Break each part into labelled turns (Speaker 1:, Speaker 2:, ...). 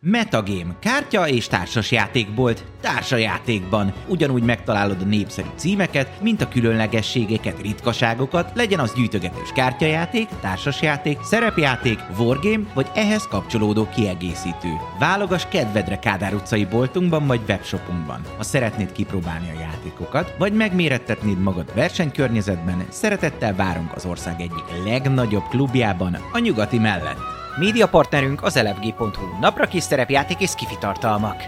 Speaker 1: Metagame kártya és társasjátékbolt társajátékban. Ugyanúgy megtalálod a népszerű címeket, mint a különlegességeket, ritkaságokat, legyen az gyűjtögetős kártyajáték, társasjáték, szerepjáték, wargame vagy ehhez kapcsolódó kiegészítő. Válogass kedvedre Kádár utcai boltunkban vagy webshopunkban. Ha szeretnéd kipróbálni a játékokat, vagy megmérettetnéd magad versenykörnyezetben, szeretettel várunk az ország egyik legnagyobb klubjában, a nyugati mellett.
Speaker 2: Média partnerünk az elefg.hu, napra kis szerepjáték és skifi tartalmak.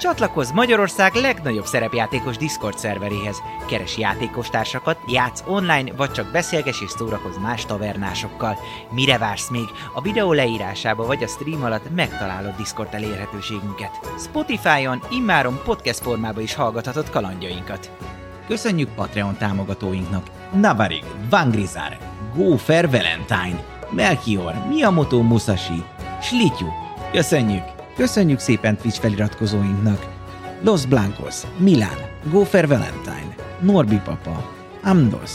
Speaker 2: Csatlakozz Magyarország legnagyobb szerepjátékos Discord szerveréhez. Keres játékostársakat, játsz online, vagy csak beszélges és szórakozz más tavernásokkal. Mire vársz még? A videó leírásába vagy a stream alatt megtalálod Discord elérhetőségünket. Spotify-on immáron podcast formában is hallgathatod kalandjainkat.
Speaker 1: Köszönjük Patreon támogatóinknak! Navarig, Vangrizar, Gófer Valentine, Melchior, Miyamoto Musashi, Slityu. Köszönjük! Köszönjük szépen Twitch feliratkozóinknak! Los Blancos, Milán, Gófer Valentine, Norbi Papa, Amdos,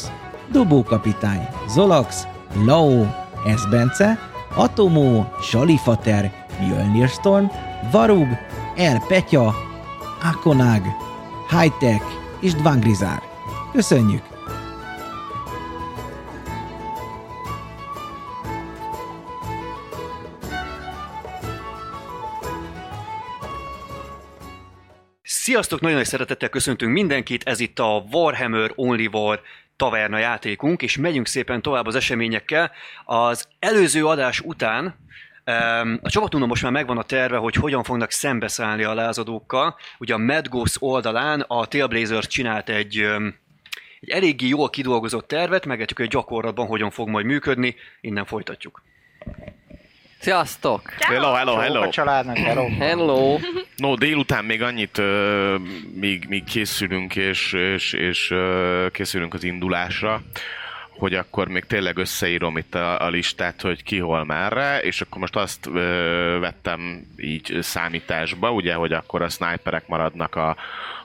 Speaker 1: Dobó Kapitány, Zolax, Lao, Esbence, Atomó, Salifater, Mjölnir Storm, Varug, El Petya, Akonag, Hightech és Dvangrizár. Köszönjük!
Speaker 3: Sziasztok, nagyon nagy szeretettel köszöntünk mindenkit, ez itt a Warhammer Only War taverna játékunk, és megyünk szépen tovább az eseményekkel. Az előző adás után em, a csapatunknak most már megvan a terve, hogy hogyan fognak szembeszállni a lázadókkal. Ugye a Madgos oldalán a Tailblazer csinált egy em, egy eléggé jól kidolgozott tervet, megetjük, hogy gyakorlatban hogyan fog majd működni, innen folytatjuk.
Speaker 4: Sziasztok!
Speaker 5: Hello, hello, hello.
Speaker 6: A családnak, hello.
Speaker 4: Hello!
Speaker 5: No, délután még annyit, ö, míg, míg készülünk és, és, és ö, készülünk az indulásra, hogy akkor még tényleg összeírom itt a, a listát, hogy ki hol merre, és akkor most azt ö, vettem így számításba, ugye, hogy akkor a sniperek maradnak a,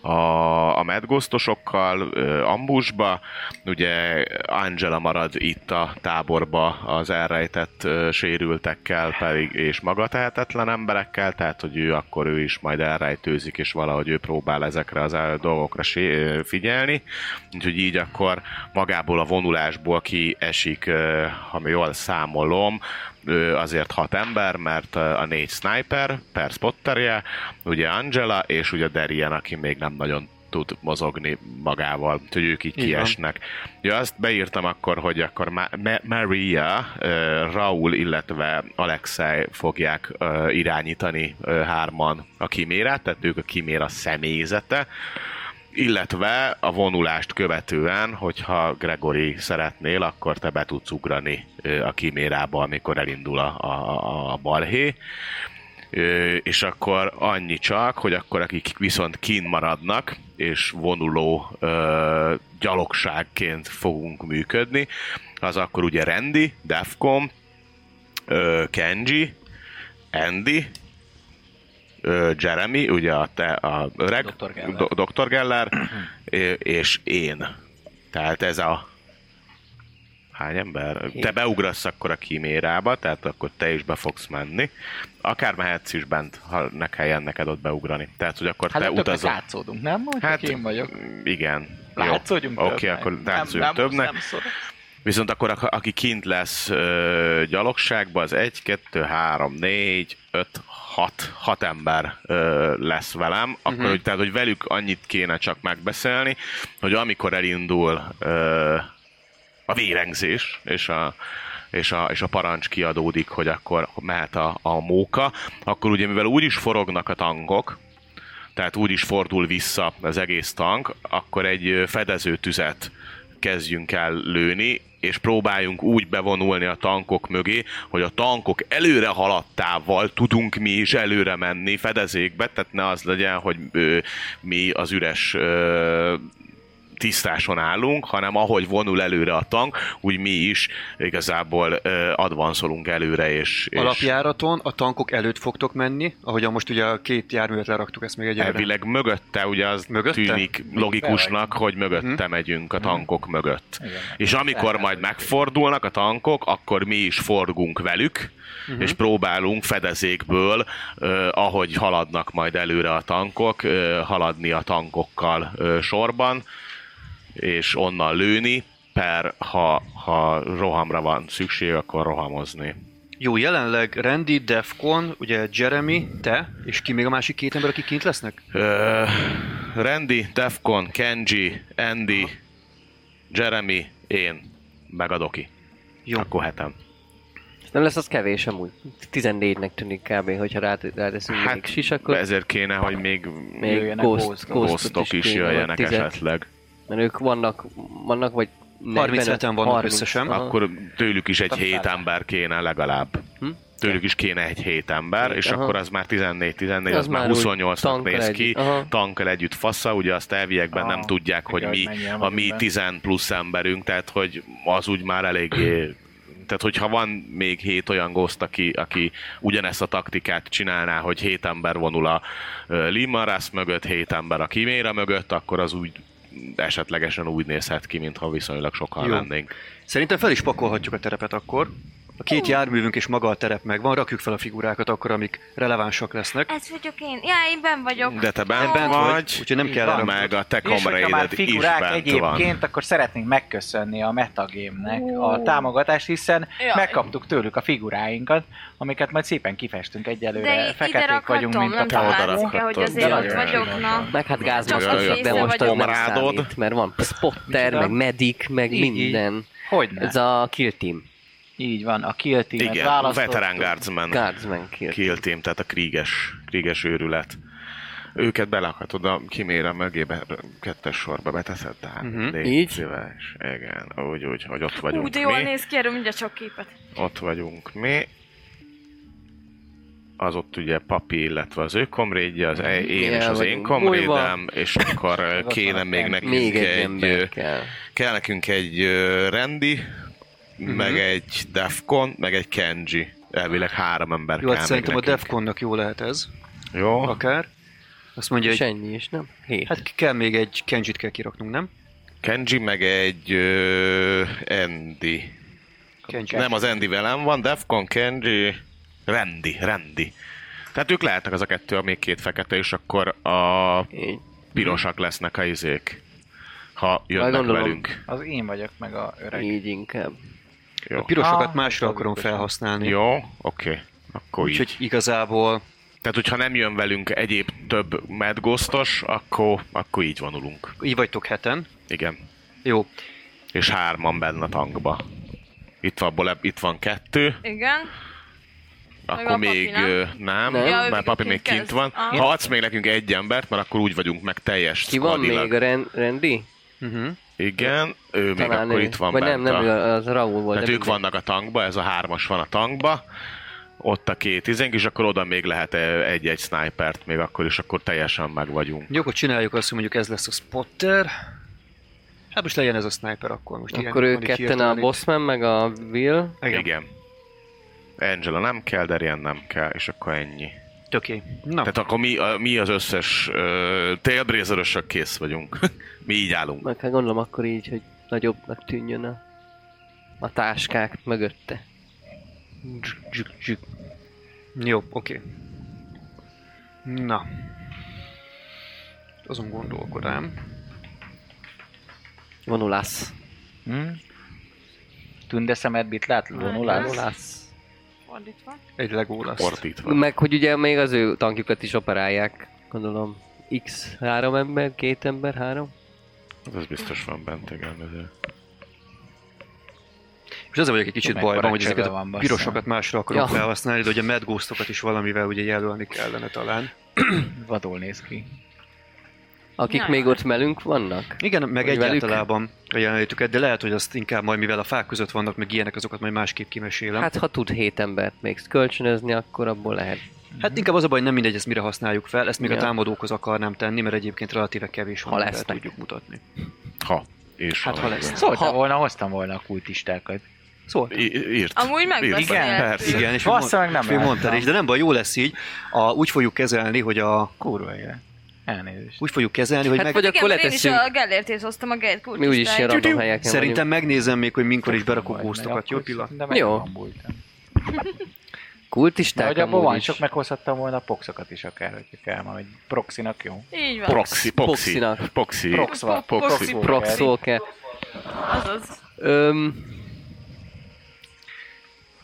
Speaker 5: a, a medgosztosokkal ö, ambusba, ugye Angela marad itt a táborba az elrejtett ö, sérültekkel pedig, és magatehetetlen emberekkel, tehát hogy ő akkor ő is majd elrejtőzik, és valahogy ő próbál ezekre az el- dolgokra sé- ö, figyelni, úgyhogy így akkor magából a vonulásból kiesik, ö, ha jól számolom, ö, azért hat ember, mert ö, a négy sniper per spotterje, ugye Angela, és ugye Derian, aki még nem nagyon tud mozogni magával, hogy ők
Speaker 3: Így
Speaker 5: így
Speaker 3: van.
Speaker 5: kiesnek. Ja, azt beírtam akkor, hogy akkor Ma- Ma- Maria, ö, Raul, illetve Alexei fogják ö, irányítani ö, hárman a kimérát, tehát ők a kiméra személyzete, illetve a vonulást követően, hogyha Gregory szeretnél, akkor te be tudsz ugrani ö, a kimérába, amikor elindul a, a, a- a balhé. Ö, és akkor annyi csak, hogy akkor akik viszont kín maradnak, és vonuló ö, gyalogságként fogunk működni, az akkor ugye Randy, Defcom, ö, Kenji, Andy, ö, Jeremy, ugye a, te, a öreg,
Speaker 2: Dr. Geller.
Speaker 5: Do, Dr. Geller ö, és én. Tehát ez a Hány ember? Te beugrasz akkor a kímérába, tehát akkor te is be fogsz menni. Akár mehetsz is bent, ha ne kelljen neked ott beugrani. Tehát, hogy akkor
Speaker 6: Hát
Speaker 5: te
Speaker 6: de többet
Speaker 5: utazol.
Speaker 6: látszódunk, nem? Hogy
Speaker 5: Hát,
Speaker 6: hát, én vagyok.
Speaker 5: Igen. Jó.
Speaker 6: Látszódjunk
Speaker 5: Oké,
Speaker 6: többnek.
Speaker 5: akkor
Speaker 6: Nem,
Speaker 5: látszódjunk
Speaker 6: nem,
Speaker 5: többnek.
Speaker 6: Nem szor-
Speaker 5: Viszont akkor a- aki kint lesz ö, gyalogságba, az 1, 2, 3, 4, 5, 6, 6 ember ö, lesz velem, akkor uh-huh. hogy, tehát, hogy velük annyit kéne csak megbeszélni, hogy amikor elindul ö, a vérengzés, és a, és a, és a parancs kiadódik, hogy akkor mehet a, a móka, akkor ugye mivel úgy is forognak a tankok, tehát úgy is fordul vissza az egész tank, akkor egy ö, fedező tüzet kezdjünk el lőni, és próbáljunk úgy bevonulni a tankok mögé, hogy a tankok előre haladtával tudunk mi is előre menni fedezékbe, tehát ne az legyen, hogy ö, mi az üres ö, tisztáson állunk, hanem ahogy vonul előre a tank, úgy mi is igazából ö, advanszolunk előre, és, és
Speaker 3: Alapjáraton a tankok előtt fogtok menni, ahogyan most ugye a két járművet leraktuk ezt még egy
Speaker 5: elvileg mögötte, ugye az
Speaker 3: Mögötte?
Speaker 5: mögötte? tűnik logikusnak, hogy mögötte megyünk a tankok mögött. És amikor majd megfordulnak a tankok, akkor mi is forgunk velük, és próbálunk fedezékből, ö, ahogy haladnak majd előre a tankok, ö, haladni a tankokkal ö, sorban, és onnan lőni, per ha, ha rohamra van szükség, akkor rohamozni.
Speaker 3: Jó, jelenleg Randy, Defcon, ugye Jeremy, te, és ki még a másik két ember, akik kint lesznek?
Speaker 5: Ö, Randy, Defcon, Kenji, Andy, Jeremy, én, meg a Doki.
Speaker 3: Jó.
Speaker 5: Akkor hetem.
Speaker 4: Nem lesz az kevés amúgy. 14-nek tűnik kb. hogyha rát- ráteszünk hát, még sisakot.
Speaker 5: ezért kéne, hogy még
Speaker 4: Még
Speaker 2: jöjjenek
Speaker 4: ghost,
Speaker 2: ghost-
Speaker 4: ghost
Speaker 5: gosztok is jöjjenek esetleg.
Speaker 4: Mert ők vannak, vannak vagy
Speaker 3: 35
Speaker 4: 45,
Speaker 3: vannak összesen.
Speaker 4: aha. Hm?
Speaker 5: Akkor tőlük is egy hét ember kéne legalább. Tőlük is kéne egy hét ember, és
Speaker 4: Aha.
Speaker 5: akkor az már 14-14, az,
Speaker 4: Az
Speaker 5: már
Speaker 4: már úgy
Speaker 5: 28-nak
Speaker 4: tankkal
Speaker 5: néz ki,
Speaker 4: együtt. Aha.
Speaker 5: tankkal együtt fassa, ugye azt elviekben nem
Speaker 2: Aha.
Speaker 5: tudják, hogy
Speaker 2: Ah, Igen,
Speaker 5: mi
Speaker 2: hogy mennyi el
Speaker 5: a mi
Speaker 2: vagyunk
Speaker 5: 10 plusz emberünk, tehát hogy az úgy már eléggé tehát, hogyha van még hét olyan ghost, aki, aki ugyanezt a taktikát csinálná, hogy hét ember vonul a ö, Limaras mögött, hét ember a Kiméra mögött, akkor az úgy esetlegesen úgy nézhet ki, mintha viszonylag sokan
Speaker 3: Jó.
Speaker 5: lennénk.
Speaker 3: Szerintem fel is pakolhatjuk a terepet akkor. A két járművünk és maga a terep megvan, rakjuk fel a figurákat akkor, amik relevánsak lesznek.
Speaker 6: Ez vagyok én. Ja, én ben vagyok.
Speaker 5: De te
Speaker 6: Te
Speaker 5: bent,
Speaker 6: bent
Speaker 5: vagy,
Speaker 3: vagy, úgyhogy nem kell
Speaker 5: van,
Speaker 3: elrakni.
Speaker 5: meg a te
Speaker 2: És hogyha már
Speaker 5: kamraided is
Speaker 2: figurák
Speaker 5: bent
Speaker 2: egyébként,
Speaker 5: van.
Speaker 2: van. akkor szeretnénk megköszönni a Metagame-nek a támogatást, hiszen
Speaker 6: Jaj.
Speaker 2: megkaptuk tőlük a figuráinkat, amiket majd szépen kifestünk
Speaker 6: De
Speaker 2: egyelőre.
Speaker 6: i- ide
Speaker 2: Feketék
Speaker 6: rakhatom,
Speaker 2: vagyunk, mint a
Speaker 6: nem
Speaker 5: te oda
Speaker 6: találni kell, hogy
Speaker 5: rakhattad.
Speaker 6: azért
Speaker 2: De
Speaker 6: ott
Speaker 2: nagyon
Speaker 6: vagyok. Na.
Speaker 4: Meg hát gázmos
Speaker 6: Csak
Speaker 4: vagyok, de
Speaker 6: észre
Speaker 4: most az
Speaker 6: vagyok.
Speaker 4: nem
Speaker 5: Kamarádod.
Speaker 4: számít, mert van spotter,
Speaker 2: Micsoda?
Speaker 4: meg medic, meg
Speaker 2: Így, így.
Speaker 4: minden.
Speaker 2: Hogy
Speaker 4: Ez a kill team.
Speaker 2: Így van, a kill teamet
Speaker 5: Igen,
Speaker 2: választottuk.
Speaker 5: veterán guardsman,
Speaker 4: Guardsman kill.
Speaker 5: kill team, tehát a kríges, kríges őrület. Őket belakhatod a kimére mögébe, kettes sorba beteszed, tehát
Speaker 3: Mhm.
Speaker 5: légy
Speaker 4: Így?
Speaker 5: szíves. Igen, úgy, úgy, hogy ott vagyunk
Speaker 6: Ú, de jól
Speaker 5: mi.
Speaker 6: néz ki, erről mindjárt csak képet.
Speaker 5: ott vagyunk mi. Az ott ugye Papi, illetve az ő komrédje, az e- én
Speaker 4: Igen,
Speaker 5: és az én
Speaker 4: vagyunk.
Speaker 5: komrédem, és akkor ö,
Speaker 2: van
Speaker 5: kéne
Speaker 2: a
Speaker 5: még
Speaker 2: Kenji.
Speaker 5: nekünk
Speaker 4: Még egy
Speaker 5: egy,
Speaker 4: ember
Speaker 5: ö,
Speaker 4: kell.
Speaker 5: kell nekünk egy ö, Randy,
Speaker 3: Mhm.
Speaker 5: meg egy Defcon, meg egy Kenji. Elvileg három ember
Speaker 3: Jó,
Speaker 5: kell
Speaker 3: hát
Speaker 5: még
Speaker 3: szerintem a
Speaker 5: nekünk.
Speaker 3: Defconnak jó lehet ez,
Speaker 5: Jó?
Speaker 3: akár. Azt mondja,
Speaker 4: És
Speaker 3: hogy
Speaker 4: ennyi is, nem? Hét.
Speaker 3: hát ki- kell még egy Kenjit kell kiraknunk, nem?
Speaker 5: Kenji, meg egy ö, Andy.
Speaker 3: Kenji.
Speaker 5: Nem, az Andy velem van, Defcon, Kenji, Randy, Randy. Tehát ők lehetnek az a kettő, a még két fekete, és akkor a
Speaker 4: Így.
Speaker 5: pirosak lesznek a izék, ha jönnek
Speaker 4: gondolom.
Speaker 5: velünk.
Speaker 2: Az én vagyok meg a öreg.
Speaker 4: Így inkább.
Speaker 5: Jó,
Speaker 3: Pirosokat
Speaker 2: Ah,
Speaker 3: másra
Speaker 2: az
Speaker 3: akarom felhasználni.
Speaker 5: Jó oké. Akkor így.
Speaker 3: Úgyhogy igazából
Speaker 5: Tehát, hogyha nem jön velünk egyéb több medgosztos, akkor, akkor így vonulunk.
Speaker 3: így vagytok heten.
Speaker 5: Igen.
Speaker 3: Jó,
Speaker 5: És hárman benne a tankba. Itt van, abból, ebb- itt van kettő,
Speaker 6: Igen.
Speaker 5: akkor
Speaker 6: van papi,
Speaker 5: még
Speaker 6: nem?
Speaker 5: ö, nem,
Speaker 4: Nem.
Speaker 6: Ja,
Speaker 5: nem
Speaker 6: ő
Speaker 5: mert papi
Speaker 6: kint
Speaker 5: még kint
Speaker 6: kezd.
Speaker 5: van.
Speaker 6: Aha.
Speaker 5: Ha adsz még nekünk egy embert, mert akkor úgy vagyunk meg teljes
Speaker 4: Ki van
Speaker 5: squadilag.
Speaker 4: még a Ren- Randy?
Speaker 5: Igen, ő még
Speaker 4: Talán
Speaker 5: akkor
Speaker 4: ő.
Speaker 5: itt van
Speaker 4: Vagy
Speaker 5: bent
Speaker 4: nem, nem,
Speaker 5: a...
Speaker 4: ő, az Raúl volt.
Speaker 5: Tehát
Speaker 4: de
Speaker 5: ők
Speaker 4: mindegy.
Speaker 5: vannak a tankba, ez a hármas van a tankba, ott a két izénk, és akkor oda még lehet egy-egy snipert még akkor, és akkor teljesen meg vagyunk.
Speaker 3: jó, akkor csináljuk azt, hogy mondjuk ez lesz a spotter. Hát most legyen ez a sniper akkor. Most ilyen-
Speaker 4: Akkor ők
Speaker 3: van itt
Speaker 4: ketten a
Speaker 3: hirtelen itt.
Speaker 4: Bossman, meg a Will.
Speaker 3: Igen.
Speaker 5: Igen. Igen. Angela nem kell, Darian nem kell, és akkor ennyi.
Speaker 3: Töké. Na,
Speaker 5: Tehát akkor mi, a, mi az összes uh, tailbrazerösök kész vagyunk. mi így állunk.
Speaker 4: Meg hát gondolom akkor így, hogy nagyobbnak tűnjön a, a táskák mögötte.
Speaker 3: jó, oké. Na. Azon gondolkodám.
Speaker 4: Vonulász.
Speaker 2: Hm? Tünde szemedbit lát,
Speaker 6: Hát
Speaker 2: vonulás?
Speaker 4: Vonulász.
Speaker 6: Fordítva.
Speaker 3: Egy legó lesz.
Speaker 5: Ordítva.
Speaker 4: Meg hogy ugye még az ő tankjukat is operálják, gondolom. X három ember, két ember, három.
Speaker 5: Hát Ez biztos van bent, igen. ez-
Speaker 3: És azért vagyok egy kicsit
Speaker 2: Mekkora
Speaker 3: bajban, hogy
Speaker 2: csöve
Speaker 3: ezeket a
Speaker 2: van, bassza.
Speaker 3: pirosokat másra akarom
Speaker 4: Ja.
Speaker 3: felhasználni, de ugye a Mad Ghostokat is valamivel ugye jelölni kellene talán.
Speaker 2: Vadul néz ki.
Speaker 4: Akik
Speaker 6: Na.
Speaker 4: még ott velünk vannak.
Speaker 3: Igen, meg
Speaker 4: Vagy
Speaker 3: vagy
Speaker 4: velük?
Speaker 3: egyáltalában a jelenlétüket, de lehet, hogy azt inkább majd, mivel a fák között vannak, meg ilyenek, azokat majd másképp kimesélem. Hát,
Speaker 4: Hát ha tud hét embert még kölcsönözni, akkor abból lehet
Speaker 3: Hát inkább az a baj, hogy nem mindegy, ezt mire használjuk fel, ezt még
Speaker 4: Ja.
Speaker 3: a támadókhoz akarnám tenni, mert egyébként relatíve kevés van,
Speaker 4: Ha
Speaker 3: amivel
Speaker 4: lesznek.
Speaker 3: tudjuk mutatni.
Speaker 5: Ha. És
Speaker 3: Hát ha lesz.
Speaker 7: Szóltam volna, hoztam volna a kultistákat.
Speaker 3: Szóval.
Speaker 5: I- írt.
Speaker 6: Amúgy Hát megbeszéltük.
Speaker 7: Igen,
Speaker 5: persze.
Speaker 3: Igen, és
Speaker 7: Bassza, meg nem
Speaker 3: és még mondtad
Speaker 7: láttam.
Speaker 3: is, de nem baj, jó lesz így. A, úgy fogjuk kezelni, hogy a...
Speaker 7: Kurva élet. Elnézést.
Speaker 3: Úgy fogjuk kezelni, hogy
Speaker 4: Hát
Speaker 3: meg...
Speaker 4: vagy-
Speaker 6: Igen,
Speaker 4: akkor
Speaker 6: mert én is
Speaker 4: letesszük.
Speaker 6: a Gellértét hoztam a Gellért kultisztáját.
Speaker 4: Mi úgyis ilyen random helyeken
Speaker 3: Szerintem megnézem még, hogy minkor is
Speaker 7: Majd,
Speaker 3: berakok
Speaker 7: mert
Speaker 3: góztokat. Jó
Speaker 7: akkor
Speaker 3: pillanat?
Speaker 7: szerintem meg
Speaker 4: Jó.
Speaker 7: van bújtam.
Speaker 4: vagyunk.
Speaker 7: De
Speaker 4: Kultisták
Speaker 7: hogy abban van,
Speaker 4: amúgy
Speaker 7: csak
Speaker 4: is.
Speaker 7: meghozhattam volna a poxokat is akár, hogyha kell, mert egy proxinak jó.
Speaker 6: Így van.
Speaker 5: Proxy, Proxy.
Speaker 4: Proxinak.
Speaker 5: Proxy.
Speaker 7: Prox van.
Speaker 5: Proxy.
Speaker 6: Proxy.
Speaker 4: Proxolke.
Speaker 6: Azaz.
Speaker 4: Öm,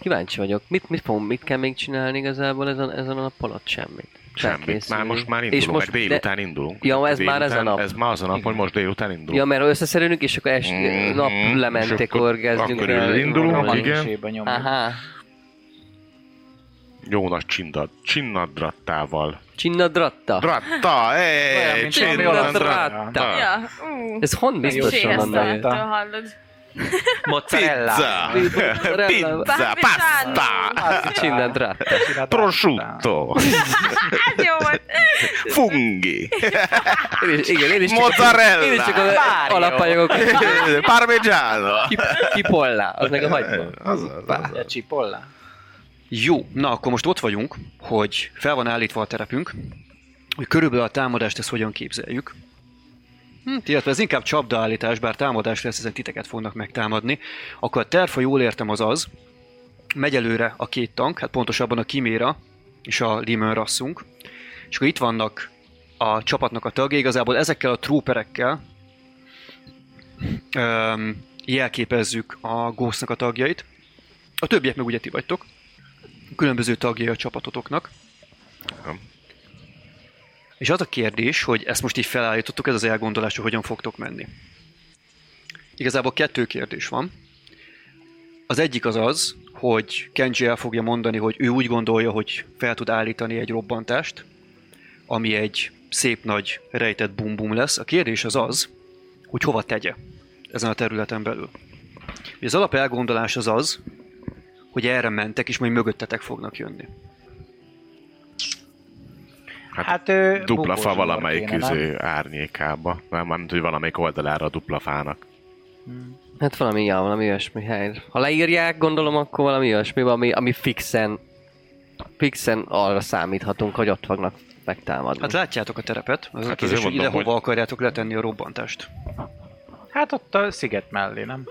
Speaker 4: kíváncsi vagyok, mit, mit, fogunk, mit kell még csinálni igazából ezen, ezen a nap alatt? Semmit.
Speaker 5: Semmit. Már
Speaker 4: Felkészülni.
Speaker 5: most már indulunk, most meg délután
Speaker 4: de,
Speaker 5: indulunk.
Speaker 4: Ja, ez már ez a
Speaker 5: Délután-
Speaker 4: nap.
Speaker 5: Ez már az a nap, hogy most délután indulunk.
Speaker 4: Ja, mert ha összeszerülünk, és akkor est,
Speaker 5: Mhm.
Speaker 4: nap
Speaker 5: És
Speaker 4: lementek
Speaker 5: akkor-
Speaker 4: orgázmunk.
Speaker 5: akkor elindulunk,
Speaker 7: Rohan
Speaker 5: igen.
Speaker 7: ősébe nyomjuk.
Speaker 4: Aha,
Speaker 5: Jó nagy csindad. Csinnadrattával.
Speaker 4: csinnadratta.
Speaker 5: Dratta,
Speaker 7: Olyan,
Speaker 5: ej,
Speaker 7: mint valami olasz
Speaker 4: csinnadratta.
Speaker 5: Ah.
Speaker 6: Ja, ú.
Speaker 4: Ez hon biztos
Speaker 7: Jó,
Speaker 4: van
Speaker 7: csinálta.
Speaker 4: annál.
Speaker 6: Séhezteltől hallod.
Speaker 5: Pizza, pizza, pasta,
Speaker 4: Csinnadratta.
Speaker 5: prosciutto,
Speaker 6: Hát jó volt.
Speaker 5: fungi,
Speaker 4: Én is, igen, én is csak, én is csak
Speaker 5: mozzarella,
Speaker 4: az
Speaker 7: Bárjó.
Speaker 4: alapanyagokat
Speaker 5: parmigiano.
Speaker 4: ki- kipollá, az meg a hagyma.
Speaker 5: Azaz, azaz.
Speaker 7: A csipolla.
Speaker 3: Jó, na akkor most ott vagyunk, hogy fel van állítva a terepünk, hogy körülbelül a támadást ezt hogyan képzeljük. Hm, illetve ez inkább csapdaállítás, bár támadás lesz, ezen titeket fognak megtámadni. Akkor a terv, ha jól értem, az az, megy előre a két tank, hát pontosabban a Kiméra és a Limon rasszunk. És akkor itt vannak a csapatnak a tagjai, igazából ezekkel a trooperekkel öm, jelképezzük a Ghostnak a tagjait. A többiek meg ugye ti vagytok különböző tagjai a csapatotoknak.
Speaker 5: Igen.
Speaker 3: És az a kérdés, hogy ezt most így felállítottuk, ez az elgondolás, hogy hogyan fogtok menni. Igazából kettő kérdés van. Az egyik az az, hogy Kenji el fogja mondani, hogy ő úgy gondolja, hogy fel tud állítani egy robbantást, ami egy szép nagy rejtett bum-bum lesz. A kérdés az az, hogy hova tegye ezen a területen belül. Ugye az alap elgondolás az az, hogy erre mentek, és majd mögöttetek fognak jönni.
Speaker 5: Hát
Speaker 7: Hát ő...
Speaker 5: Dupla
Speaker 7: bukós
Speaker 5: fa
Speaker 7: zsinór
Speaker 5: valamelyik
Speaker 7: kéne, nem?
Speaker 5: izé árnyékába. Nem, nem hogy valamelyik oldalára a dupla fának.
Speaker 4: Hát valami, ja, valami olyasmi hely. Ha leírják, gondolom, akkor valami olyasmi, ami, ami fixen, fixen arra számíthatunk, hogy ott fognak megtámadni.
Speaker 3: Hát látjátok a terepet, az hát a
Speaker 5: Hát
Speaker 3: kérdés,
Speaker 5: azért
Speaker 3: hogy ide
Speaker 5: mondom,
Speaker 3: hova akarjátok letenni a robbantást.
Speaker 7: Hát ott a sziget mellé, nem?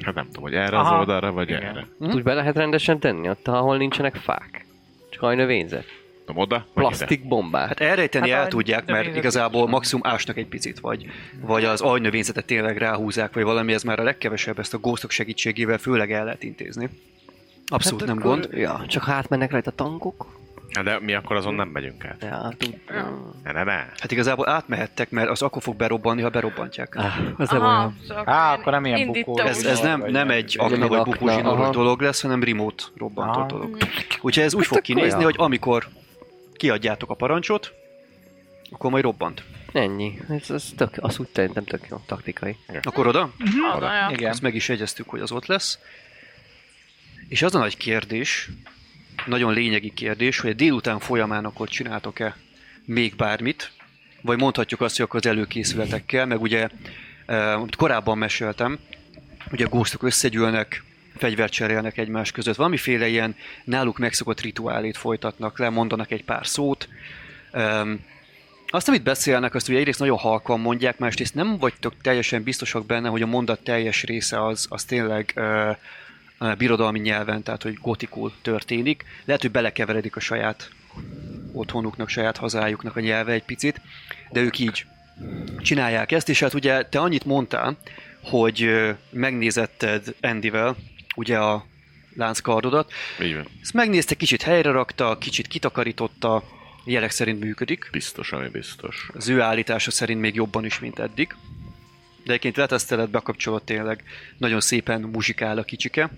Speaker 5: Hát nem tudom, hogy erre
Speaker 7: Aha.
Speaker 5: az oldalra, vagy
Speaker 7: Igen.
Speaker 5: erre.
Speaker 4: Hát úgy be lehet rendesen tenni ott, ahol nincsenek fák. Csak a növényzet.
Speaker 5: Tudom, oda, vagy ide.
Speaker 4: Plastik bombák.
Speaker 3: Hát elrejteni
Speaker 7: Hát
Speaker 3: hát el
Speaker 7: a
Speaker 3: tudják, mert
Speaker 7: növényzet
Speaker 3: igazából
Speaker 7: is.
Speaker 3: maximum ásnak egy picit, vagy, vagy az agynövényzetet tényleg ráhúzák, vagy valami, ez már a legkevesebb, ezt a góztok segítségével főleg el lehet intézni. Abszolút
Speaker 4: hát
Speaker 3: nem
Speaker 4: akkor-
Speaker 3: gond.
Speaker 4: Ja, csak ha átmennek rajta tankok.
Speaker 5: Hát De mi akkor azon nem megyünk át.
Speaker 4: Ja, hát tud.
Speaker 5: Ne, ne, ne.
Speaker 3: Hát igazából átmehettek, mert az akkor fog berobbanni, ha berobbantják.
Speaker 4: Ah, az nem
Speaker 6: Aha,
Speaker 4: olyan.
Speaker 6: szóval
Speaker 7: Á, akkor nem ilyen
Speaker 6: indító.
Speaker 7: bukó.
Speaker 3: Ez, ez nem, nem egy akna
Speaker 4: Egy
Speaker 3: vagy
Speaker 4: akna,
Speaker 3: bukózsinoros
Speaker 4: aha.
Speaker 3: dolog lesz, hanem remote robbantó
Speaker 7: Aha.
Speaker 3: dolog. Úgyhogy ez úgy
Speaker 4: Hát
Speaker 3: fog
Speaker 4: akkor
Speaker 3: kinézni,
Speaker 4: ja.
Speaker 3: hogy amikor kiadjátok a parancsot, akkor majd robbant.
Speaker 4: Ennyi. Ez, ez tök, az úgy szerintem tök jó taktikai.
Speaker 3: Akkor oda?
Speaker 6: Az olyan.
Speaker 7: Igen.
Speaker 3: Ezt meg is jegyeztük, hogy az ott lesz. És az a nagy kérdés, nagyon lényegi kérdés, hogy a délután folyamán akkor csináltok-e még bármit, vagy mondhatjuk azt, hogy akkor az előkészületekkel, meg ugye, eh, amit korábban meséltem, ugye a góztok összegyűlnek, fegyvert cserélnek egymás között, valamiféle ilyen náluk megszokott rituálét folytatnak le, mondanak egy pár szót, Öm, azt, amit beszélnek, azt ugye egyrészt nagyon halkan mondják, másrészt nem vagytok teljesen biztosak benne, hogy a mondat teljes része az, az tényleg ö, ö, birodalmi nyelven, tehát hogy gotikul történik. Lehet, hogy belekeveredik a saját otthonuknak, saját hazájuknak a nyelve egy picit, de ők így csinálják ezt, és hát ugye te annyit mondtál, hogy ö, megnézetted Andyvel ugye a lánckardodat,
Speaker 5: Így van.
Speaker 3: ezt megnézte, kicsit helyre rakta, kicsit kitakarította, jelek szerint működik.
Speaker 5: Biztos, ami biztos.
Speaker 3: Az ő állítása szerint még jobban is, mint eddig. De egyébként leteszteled, bekapcsolod tényleg, nagyon szépen muzsikál a kicsike.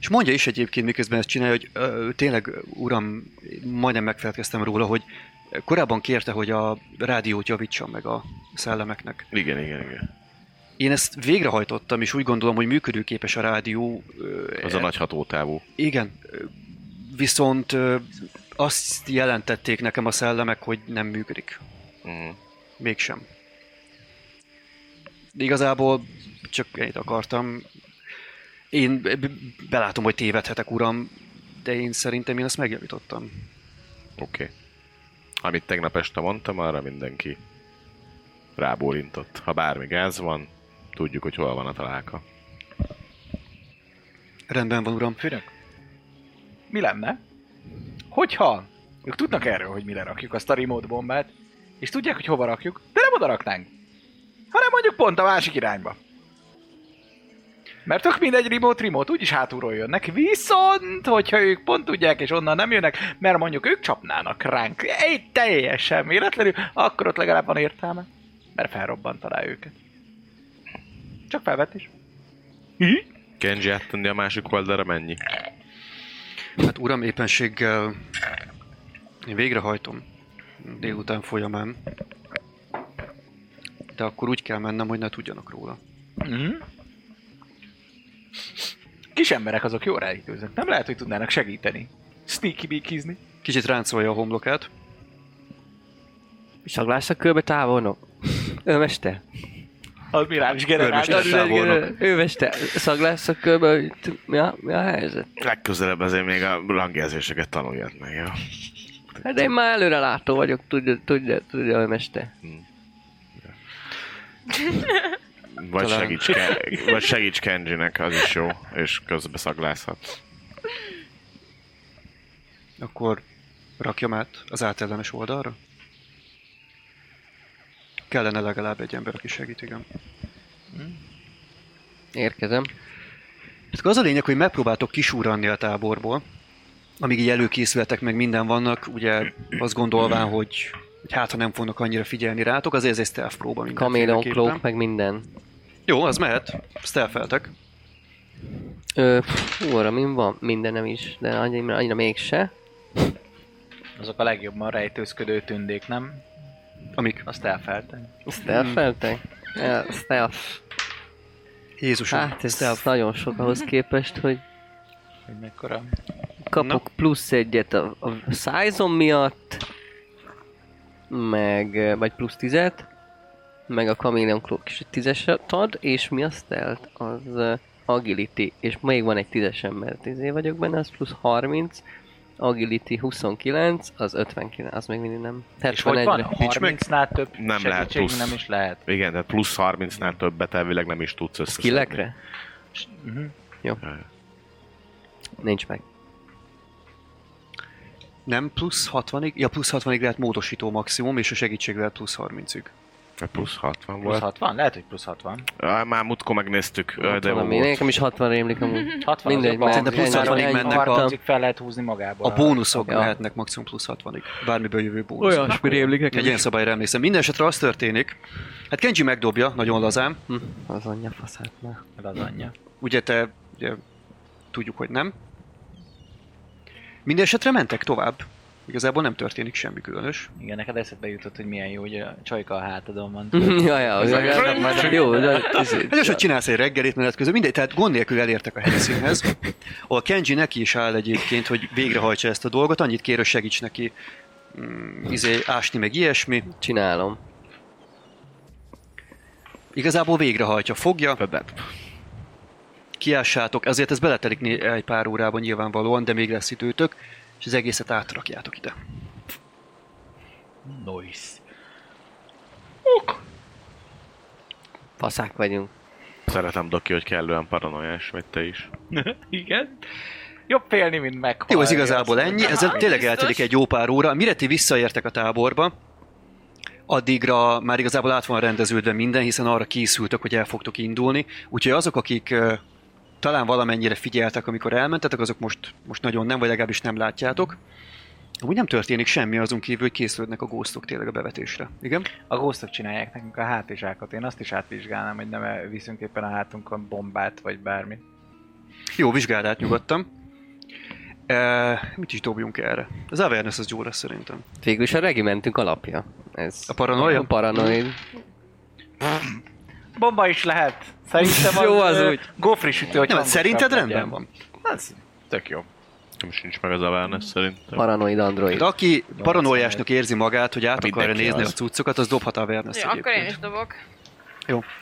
Speaker 3: És mondja is egyébként, miközben ezt csinálja, hogy ö, tényleg, uram, majdnem megfelelkeztem róla, hogy korábban kérte, hogy a rádiót javítsam meg a szellemeknek.
Speaker 5: Igen, igen, igen.
Speaker 3: Én ezt végrehajtottam, és úgy gondolom, hogy működőképes a rádió. ö,
Speaker 5: Az a nagy hatótávú.
Speaker 3: igen, ö, viszont ö, Azt jelentették nekem a szellemek, hogy nem működik.
Speaker 5: Mm.
Speaker 3: Mégsem. De Igazából csak ennyit akartam. Én b- b- belátom, hogy tévedhetek, uram, de én szerintem én ezt megjavítottam.
Speaker 5: Oké. Okay. Amit tegnap este mondtam, arra mindenki rábólintott. Ha bármi gáz van, tudjuk, hogy hol van a találka.
Speaker 3: Rendben van, uram.
Speaker 7: Főnök, mi lenne, hogyha ők tudnak erről, hogy mire rakjuk azt a remote bombát, és tudják, hogy hova rakjuk, de nem oda raknánk, hanem mondjuk pont a másik irányba. Mert tök mindegy remote, remote, úgyis hátulról jönnek, viszont, hogyha ők pont tudják, és onnan nem jönnek, mert mondjuk ők csapnának ránk, egy teljesen véletlenül, akkor ott legalább van értelme, mert felrobbantaná őket. Csak felvetés.
Speaker 5: Kenji áttenni a másik oldalra mennyi?
Speaker 3: Hát uram, éppenséggel én végrehajtom délután folyamán. De akkor úgy kell mennem, hogy ne tudjanak róla.
Speaker 7: Mm. Kis emberek azok jól ráítőznek. Nem lehet, hogy tudnának segíteni. Sneaky beakizni.
Speaker 3: Kicsit ráncolja a homlokát.
Speaker 4: Saglás a körbe távolnok. Őmester.
Speaker 7: Az mirális generális.
Speaker 4: Hát
Speaker 3: Örömös távolnok.
Speaker 4: Őmester. Szaglász a körbe, hogy t- mi a, mi a helyzet?
Speaker 5: Legközelebb azért még a rangjelzéseket tanuljad meg, jó?
Speaker 4: Hát én már előre látó vagyok, tudja, tudja, tudja, őmester.
Speaker 5: Vagy segíts, Ke- vagy segíts Kenjinek, az is jó, és közbe szaglászhat.
Speaker 3: Akkor rakjam át az átellenes oldalra? Kellene legalább egy ember, aki segít, igen.
Speaker 4: Érkezem.
Speaker 3: Tehát akkor az a lényeg, hogy megpróbáltok kisúranni a táborból, amíg így előkészületek meg minden vannak, ugye azt gondolván, hogy, hogy hát ha nem fognak annyira figyelni rátok, azért ez egy stealth próba
Speaker 4: Kamélon
Speaker 3: mindenféleképpen.
Speaker 4: klók, meg minden.
Speaker 3: Jó, az mehet. Stealtheltek.
Speaker 4: Ö, fú, arra min van? Mindenem is, de annyira, annyira mégse.
Speaker 7: Azok a legjobban rejtőzködő tündék, nem?
Speaker 3: Amik?
Speaker 7: Azt elfeltem.
Speaker 4: Stealth-eltek? El- Stealth.
Speaker 3: Jézusom.
Speaker 4: Hát ez nagyon sok ahhoz képest, hogy
Speaker 7: Hogy mekkora.
Speaker 4: kapok Na. plusz egyet a, a size miatt, meg, eh, vagy plusz tizet, meg a Chameleon Cloak is egy tízeset ad, és mi azt telt? Az eh, Agility, és még van egy tízesem, mert izé vagyok benne, az plusz 30, Agility 29, az 59, az még mindig nem.
Speaker 7: És hogy van?
Speaker 4: 71-re.
Speaker 3: Nincs meg?
Speaker 7: 30-nál több
Speaker 5: Nem lehet
Speaker 7: segítség
Speaker 5: plusz.
Speaker 7: nem is lehet.
Speaker 5: Igen, tehát plusz 30-nál többet elvileg nem is tudsz összeszedni.
Speaker 4: Skillekre?
Speaker 7: Mhm.
Speaker 4: Jó.
Speaker 5: Jaj.
Speaker 4: Nincs meg.
Speaker 3: Nem plusz 60-ig? Ja, plusz 60-ig lehet módosító maximum, és a segítség lehet plusz 30-ig.
Speaker 5: Vagy Plusz 60
Speaker 7: Plusz
Speaker 5: volt.
Speaker 7: 60? Lehet, hogy plusz 60.
Speaker 4: Mhm.
Speaker 5: Ah, Már múltkor megnéztük, ö, de
Speaker 4: De
Speaker 5: jó
Speaker 4: valami.
Speaker 5: volt.
Speaker 4: Nekem is 60 rémlik amúgy.
Speaker 7: 60
Speaker 4: Mindegy,
Speaker 7: az jobban.
Speaker 4: mert-
Speaker 3: Szerintem plusz 60-ig mennek a-
Speaker 7: 30-ig fel lehet húzni magából.
Speaker 3: A bónuszok
Speaker 4: Ja.
Speaker 3: ja. lehetnek maximum plusz 60-ig. Bármiből jövő bónusz. Olyan.
Speaker 4: rémlik
Speaker 3: Egy ilyen szabályra emlékszem. Minden esetre az történik. Hát Kenji megdobja, nagyon lazán.
Speaker 4: Hm, az anyja faszát már.
Speaker 7: Az anyja.
Speaker 3: Ugye te, ugye, tudjuk, hogy nem. Minden esetre mentek tovább. Igazából nem történik semmi különös.
Speaker 7: Igen, neked eszedbe jutott, hogy milyen jó, hogy a csajka a hátadon van.
Speaker 4: ja, ja, az legalább már jó, de
Speaker 3: Hát és hogy csinálsz egy reggelit menet közben, mindegy, tehát gond nélkül elértek a helyszínhez. A Kenji neki is áll egyébként, hogy végrehajtsa ezt a dolgot, annyit kér, hogy segíts neki mm, izé, ásni meg ilyesmi.
Speaker 4: csinálom.
Speaker 3: Igazából végrehajtja, fogja,
Speaker 5: Tehát
Speaker 3: kiássátok, ezért ez beletelik né- egy pár órában nyilvánvalóan, de még lesz időtök, és az egészet átrakjátok ide.
Speaker 7: Noise.
Speaker 4: Faszák vagyunk.
Speaker 5: Szeretem Doki, hogy kellően paranoiás vagy te is.
Speaker 7: Igen. Jobb félni, mint meg.
Speaker 3: Jó, ez igazából ennyi, ezzel tényleg
Speaker 6: Biztos.
Speaker 3: eltelik egy jó pár óra. Mire ti visszaértek a táborba, addigra már igazából át van rendeződve minden, hiszen arra készültök, hogy el fogtok indulni. Úgyhogy azok, akik ö, talán valamennyire figyeltek, amikor elmentetek, azok most, most nagyon nem, vagy legalábbis nem látjátok. Amúgy nem történik semmi azon kívül, hogy készülődnek a góztok tényleg a bevetésre. Igen?
Speaker 7: A ghostok csinálják nekünk a hátizsákat. Én azt is átvizsgálnám, hogy nem viszünk éppen a hátunkon bombát, vagy bármi.
Speaker 3: Jó, vizsgáld át nyugodtan. E, mit is dobjunk erre? Az awareness az jó lesz szerintem.
Speaker 4: Végül is a regimentünk alapja. Ez
Speaker 3: A paranoia?
Speaker 4: A paranoid.
Speaker 7: Bomba is lehet. Szerintem
Speaker 4: Jó, az
Speaker 7: ö,
Speaker 4: úgy.
Speaker 7: Gofri sütő, hogy
Speaker 3: Nem, hát
Speaker 7: hangosabb
Speaker 3: szerinted
Speaker 7: legyen.
Speaker 3: rendben van.
Speaker 7: Az tök jó.
Speaker 5: nekem sincs meg az awareness szerintem.
Speaker 4: Paranoid android.
Speaker 3: De aki paranoiásnak érzi magát, hogy át
Speaker 5: Mindenki
Speaker 3: akarja nézni a
Speaker 5: az.
Speaker 3: cuccokat, az dobhat a vernes
Speaker 6: Jó, akkor én is dobok.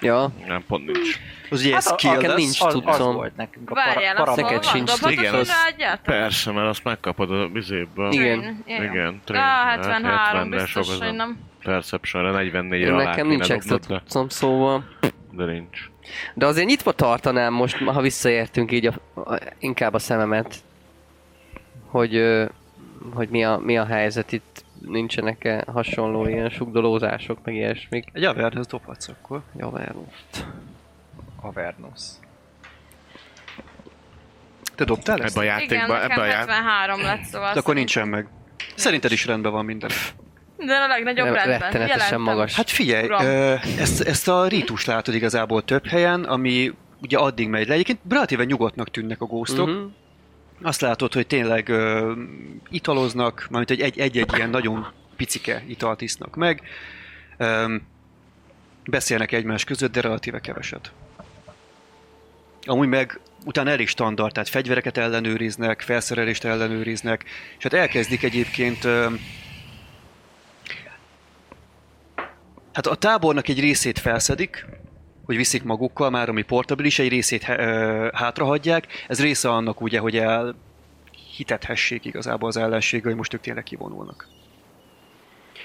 Speaker 4: Ja,
Speaker 5: Nem, pont nincs.
Speaker 3: Az ugye
Speaker 7: Hát
Speaker 3: hát
Speaker 7: a-
Speaker 3: skill,
Speaker 4: akár
Speaker 3: de
Speaker 4: nincs
Speaker 7: az, az
Speaker 4: cuccom.
Speaker 7: volt nekünk a para,
Speaker 6: Várjál, a
Speaker 7: para,
Speaker 6: szóval
Speaker 4: Neked
Speaker 6: van,
Speaker 4: sincs
Speaker 6: dobhatok
Speaker 3: Igen,
Speaker 6: oda
Speaker 4: az-
Speaker 6: egyáltalán?
Speaker 5: Persze, mert azt megkapod a bizéből.
Speaker 4: Igen.
Speaker 6: Jaj, jaj.
Speaker 5: Igen, train,
Speaker 6: Á,
Speaker 5: hát
Speaker 6: 73
Speaker 5: 70-re
Speaker 6: biztos,
Speaker 5: sokozom.
Speaker 6: hogy nem.
Speaker 5: Perception-re 44-re alá
Speaker 4: nekem nincs
Speaker 5: kéne
Speaker 4: extra
Speaker 5: dobnod,
Speaker 4: cuccom, szóval...
Speaker 5: de, de nincs.
Speaker 4: De azért nyitva tartanám most, ha visszaértünk így a, a, inkább a szememet, hogy, ö, hogy mi, a, mi a helyzet itt, nincsenek-e hasonló ilyen sugdolózások, meg ilyesmik.
Speaker 3: egy awareness dobhatsz akkor.
Speaker 4: Jó, mert
Speaker 7: Avernus.
Speaker 3: Te dobtál ezt?
Speaker 5: Ebbe a
Speaker 6: Igen,
Speaker 5: játékban,
Speaker 6: nekem
Speaker 5: ebbe a játékban.
Speaker 6: 73 lett, szóval...
Speaker 3: De akkor
Speaker 6: azt-
Speaker 3: nincsen meg. Szerinted is rendben van minden.
Speaker 6: De a legnagyobb
Speaker 4: Nem,
Speaker 6: rendben.
Speaker 4: rettenetesen
Speaker 6: Jelentem.
Speaker 4: magas.
Speaker 3: Hát figyelj,
Speaker 6: Uram.
Speaker 3: ö, ezt, ezt a rítust látod igazából több helyen, ami ugye addig megy le. Egyébként relatíve nyugodtnak tűnnek a ghostok.
Speaker 4: Mhm.
Speaker 3: Azt látod, hogy tényleg ö, italoznak, mármint hogy egy- egy-egy ilyen nagyon picike italt isznak meg. Ö, beszélnek egymás között, de relatíve keveset. Amúgy meg utána elég standard, tehát fegyvereket ellenőriznek, felszerelést ellenőriznek, és hát elkezdik egyébként ö, Hát a tábornak egy részét felszedik, hogy viszik magukkal, már ami portabilis, egy részét he- ö, hátrahagyják. Ez része annak ugye, hogy el hitethessék igazából az ellenség, hogy most ők tényleg kivonulnak.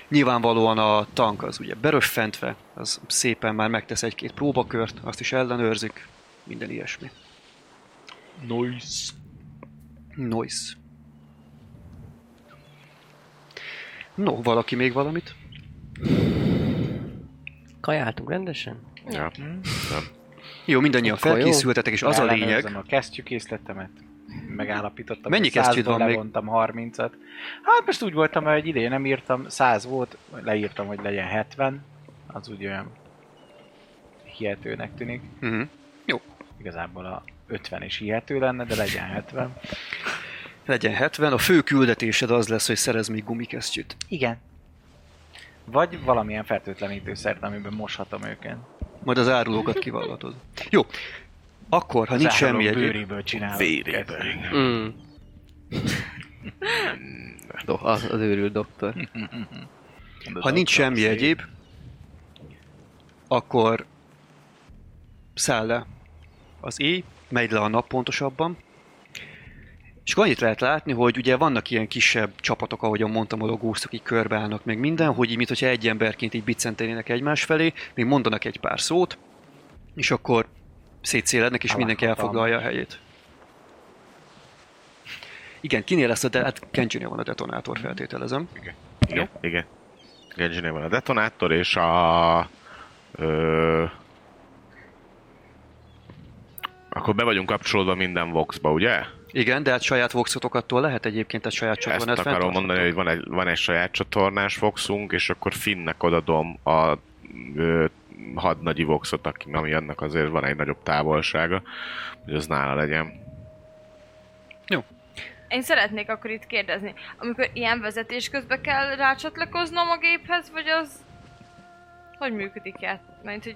Speaker 3: Nyilvánvalóan a tank az ugye beröffentve, az szépen már megtesz egy-két próbakört, azt is ellenőrzik, minden ilyesmi.
Speaker 7: Nice.
Speaker 3: Noise. No, valaki még valamit?
Speaker 4: Kajáltunk rendesen?
Speaker 5: Ja.
Speaker 6: Hm?
Speaker 3: Jó, mindannyian
Speaker 4: Akkor jó.
Speaker 3: felkészültetek, és az a lényeg,
Speaker 7: Ellenőrzöm a kesztyűkészletemet. Megállapítottam,
Speaker 3: Mennyi
Speaker 7: hogy
Speaker 3: kesztyűd
Speaker 7: 100-ból
Speaker 3: van még?
Speaker 7: levontam 30-at. Hát most úgy voltam, hogy idén nem írtam, 100 volt, leírtam, hogy legyen 70. Az úgy olyan hihetőnek tűnik.
Speaker 3: Mhm.
Speaker 7: Igazából a 50 is hihető lenne, de legyen 70.
Speaker 3: legyen 70, a fő küldetésed az lesz, hogy szerez még gumikesztyűt.
Speaker 7: Igen. Vagy valamilyen fertőtlenítőszert, amiben moshatom őket.
Speaker 3: Majd az árulókat kivallatod. Jó. Akkor, ha
Speaker 7: Az
Speaker 3: nincs
Speaker 7: állandó
Speaker 3: semmi egyéb...
Speaker 7: Bőréből csinálom.
Speaker 5: Véréből.
Speaker 7: Kezdem.
Speaker 4: Mm. Do, az, az őrült doktor.
Speaker 3: Hm. Ha nincs semmi
Speaker 7: Szép.
Speaker 3: egyéb, akkor száll le az éj, megy le a nap pontosabban, és akkor annyit lehet látni, hogy ugye vannak ilyen kisebb csapatok, ahogyan mondtam, ahol a gósztok így körbeállnak meg minden, hogy így, mintha egy emberként így biccentenének egymás felé, még mondanak egy pár szót, és akkor szétszélednek, és mindenki
Speaker 7: Elhagytam.
Speaker 3: elfoglalja a helyét. Igen, kinél lesz a, de hát Kenjinél van a detonátor, feltételezem.
Speaker 5: Igen, igen. Genjinél van a detonátor, és a... Ö, akkor be vagyunk kapcsolódva minden voxba, ugye?
Speaker 3: Igen, de hát saját voxotokattól lehet egyébként, tehát saját
Speaker 5: Ezt
Speaker 3: csatornát
Speaker 5: akarom mondani, hogy van egy, van egy saját csatornás voxunk, és akkor Finnnek odadom a ö, hadnagyi voxot, aki, ami annak azért van egy nagyobb távolsága, hogy az nála legyen.
Speaker 6: Én szeretnék akkor itt kérdezni, amikor ilyen vezetés közben kell rácsatlakoznom a géphez, vagy az... Hogy működik át? Mert hogy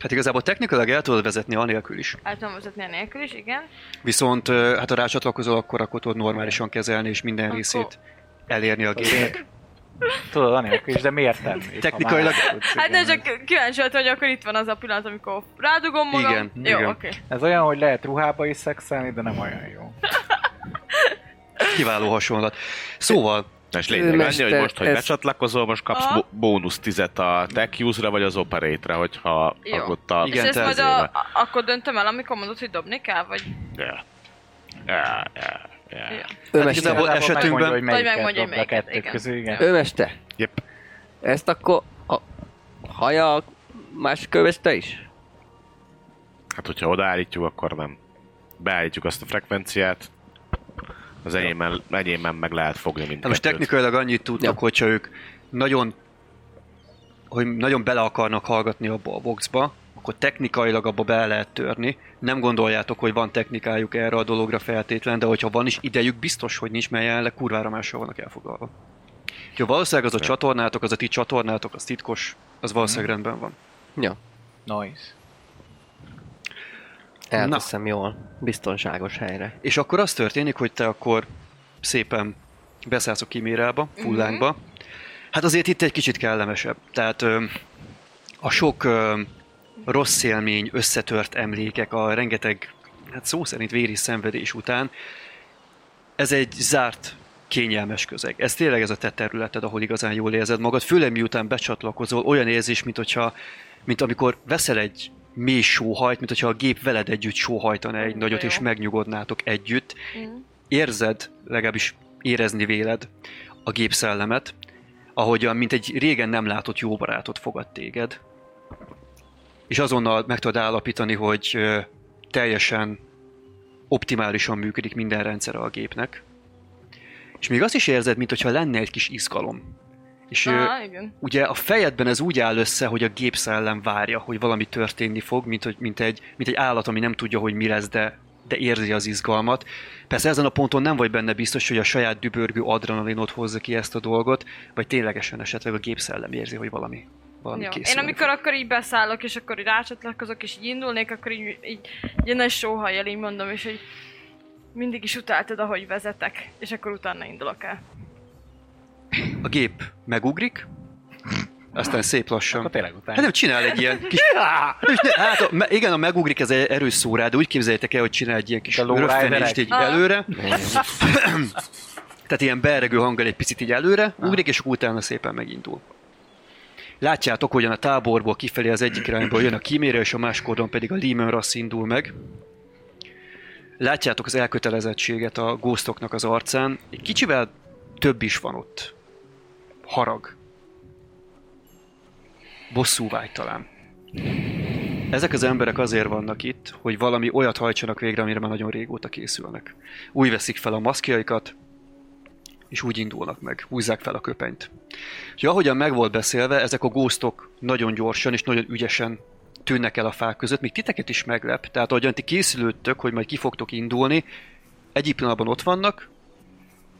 Speaker 3: Hát igazából technikailag el tudod vezetni anélkül is.
Speaker 6: el tudom vezetni a nélkül is, igen.
Speaker 3: Viszont ö, hát ha rácsatlakozol, akkor akkor tudod normálisan kezelni, és minden
Speaker 6: Akkor-
Speaker 3: részét elérni a gépnek.
Speaker 7: Tudod, anélkül is, de miért nem? És ha
Speaker 3: Technikailag-
Speaker 7: már tudsz,
Speaker 6: Hát
Speaker 7: igen,
Speaker 6: ne csak kíváncsi voltam, hogy akkor itt van az a pillanat, amikor rádugom magam.
Speaker 3: Igen,
Speaker 6: Jó,
Speaker 3: igen.
Speaker 6: oké.
Speaker 7: Ez olyan, hogy lehet ruhába is szexelni, de nem olyan jó.
Speaker 3: Kiváló hasonlat. Szóval,
Speaker 5: És lényeg annyi, hogy
Speaker 4: Őrmester,
Speaker 5: most, hogy
Speaker 4: ez-
Speaker 5: becsatlakozol, most kapsz
Speaker 6: Aha.
Speaker 5: bo- bónusz tizet a tech use-ra, vagy az operate-re, hogyha
Speaker 6: Jó.
Speaker 5: ott a...
Speaker 6: És
Speaker 3: Igen,
Speaker 6: ezt
Speaker 3: te
Speaker 6: majd
Speaker 5: ezért
Speaker 6: a,
Speaker 5: van.
Speaker 6: a- akkor döntöm el, amikor mondod, hogy dobni kell, vagy...
Speaker 5: Ja. Ja, ja, ja.
Speaker 6: Ja.
Speaker 4: Őmester,
Speaker 3: igazából-
Speaker 7: Igazából
Speaker 3: esetünkben-
Speaker 7: megmondja, hogy melyiket
Speaker 6: megmondja, hogy
Speaker 7: dobd a
Speaker 6: melyiket,
Speaker 7: kettő
Speaker 6: igen.
Speaker 7: közül, igen.
Speaker 4: Őmester,
Speaker 5: Yep.
Speaker 4: ezt akkor a haja más köveste is?
Speaker 5: Hát, hogyha odaállítjuk, akkor nem. Beállítjuk azt a frekvenciát, az enyémben, enyémben meg lehet fogni mindkettőt.
Speaker 3: hát most technikailag annyit tudnak,
Speaker 4: Ja.
Speaker 3: hogyha ők nagyon hogy nagyon bele akarnak hallgatni abba a boxba, akkor technikailag abba be lehet törni. Nem gondoljátok, hogy van technikájuk erre a dologra feltétlen, de hogyha van is idejük, biztos, hogy nincs, mert jelenleg kurvára máshol vannak elfoglalva. Úgyhogy valószínűleg az a csatornátok, az a ti csatornátok, az titkos, az valószínűleg rendben van.
Speaker 4: Ja.
Speaker 7: Noise.
Speaker 4: Elteszem jól, biztonságos helyre.
Speaker 3: És akkor az történik, hogy te akkor szépen beszállsz a kimérába, fullánkba. Hát azért itt egy kicsit kellemesebb. Tehát ö, a sok ö, rossz élmény, összetört emlékek, a rengeteg, hát szó szerint véri szenvedés után, ez egy zárt, kényelmes közeg. Ez tényleg ez a te területed, ahol igazán jól érzed magad, főleg miután becsatlakozol, olyan érzés, mint, hogyha, mint amikor veszel egy mély sóhajt, mint hogyha a gép veled együtt sóhajtana egy
Speaker 6: Ú, de
Speaker 3: nagyot, és
Speaker 6: jó.
Speaker 3: megnyugodnátok együtt,
Speaker 6: Mm.
Speaker 3: érzed, legalábbis érezni véled a gépszellemet, ahogyan, mint egy régen nem látott jó barátod fogad téged. És azonnal meg tudod állapítani, hogy ö, teljesen optimálisan működik minden rendszere a gépnek. És még azt is érzed, mintha lenne egy kis izgalom. És ö,
Speaker 6: Ah, igen.
Speaker 3: ugye a fejedben ez úgy áll össze, hogy a gépszellem várja, hogy valami történni fog, mint, hogy, mint, egy, mint egy állat, ami nem tudja, hogy mi lesz, de, de érzi az izgalmat. Persze ezen a ponton nem vagy benne biztos, hogy a saját dübörgő adrenalinot hozza ki ezt a dolgot, vagy ténylegesen esetleg a gépszellem érzi, hogy valami, valami
Speaker 6: Jó. Én
Speaker 3: készül.
Speaker 6: amikor akkor így beszállok, és akkor így rácsatlakozok, és így indulnék, akkor így, így egy nagy sóhajjal így mondom, és hogy mindig is utáltad, ahogy vezetek, és akkor utána indulok el.
Speaker 3: A gép megugrik, aztán szép lassan.
Speaker 7: Akkor tényleg
Speaker 3: Hát
Speaker 7: utána.
Speaker 3: nem csinál egy ilyen kis... Nem is- ne- Hát, a- me- igen, a megugrik, ez egy erős szó rá, de úgy képzeljétek el, hogy csinál egy ilyen kis
Speaker 7: a lowriderek.
Speaker 3: röffenést így
Speaker 6: Ah.
Speaker 3: előre. Tehát ilyen beregő hanggal egy picit így előre, ugrik, és akkor utána szépen megindul. Látjátok, hogyan a táborból kifelé az egyik irányból jön a kímére, és a másik oldalon pedig a Lehman Rassz indul meg. Látjátok az elkötelezettséget a góztoknak az arcán. Egy kicsivel több is van ott. Harag. Bosszúvágy talán. Ezek az emberek azért vannak itt, hogy valami olyat hajtsanak végre, amire már nagyon régóta készülnek. Úgy veszik fel a maszkjaikat, és úgy indulnak meg, húzzák fel a köpenyt. És ahogyan meg volt beszélve, ezek a góztok nagyon gyorsan és nagyon ügyesen tűnnek el a fák között, még titeket is meglep, tehát ahogyan ti készülődtök, hogy majd ki fogtok indulni, egyik pillanatban ott vannak,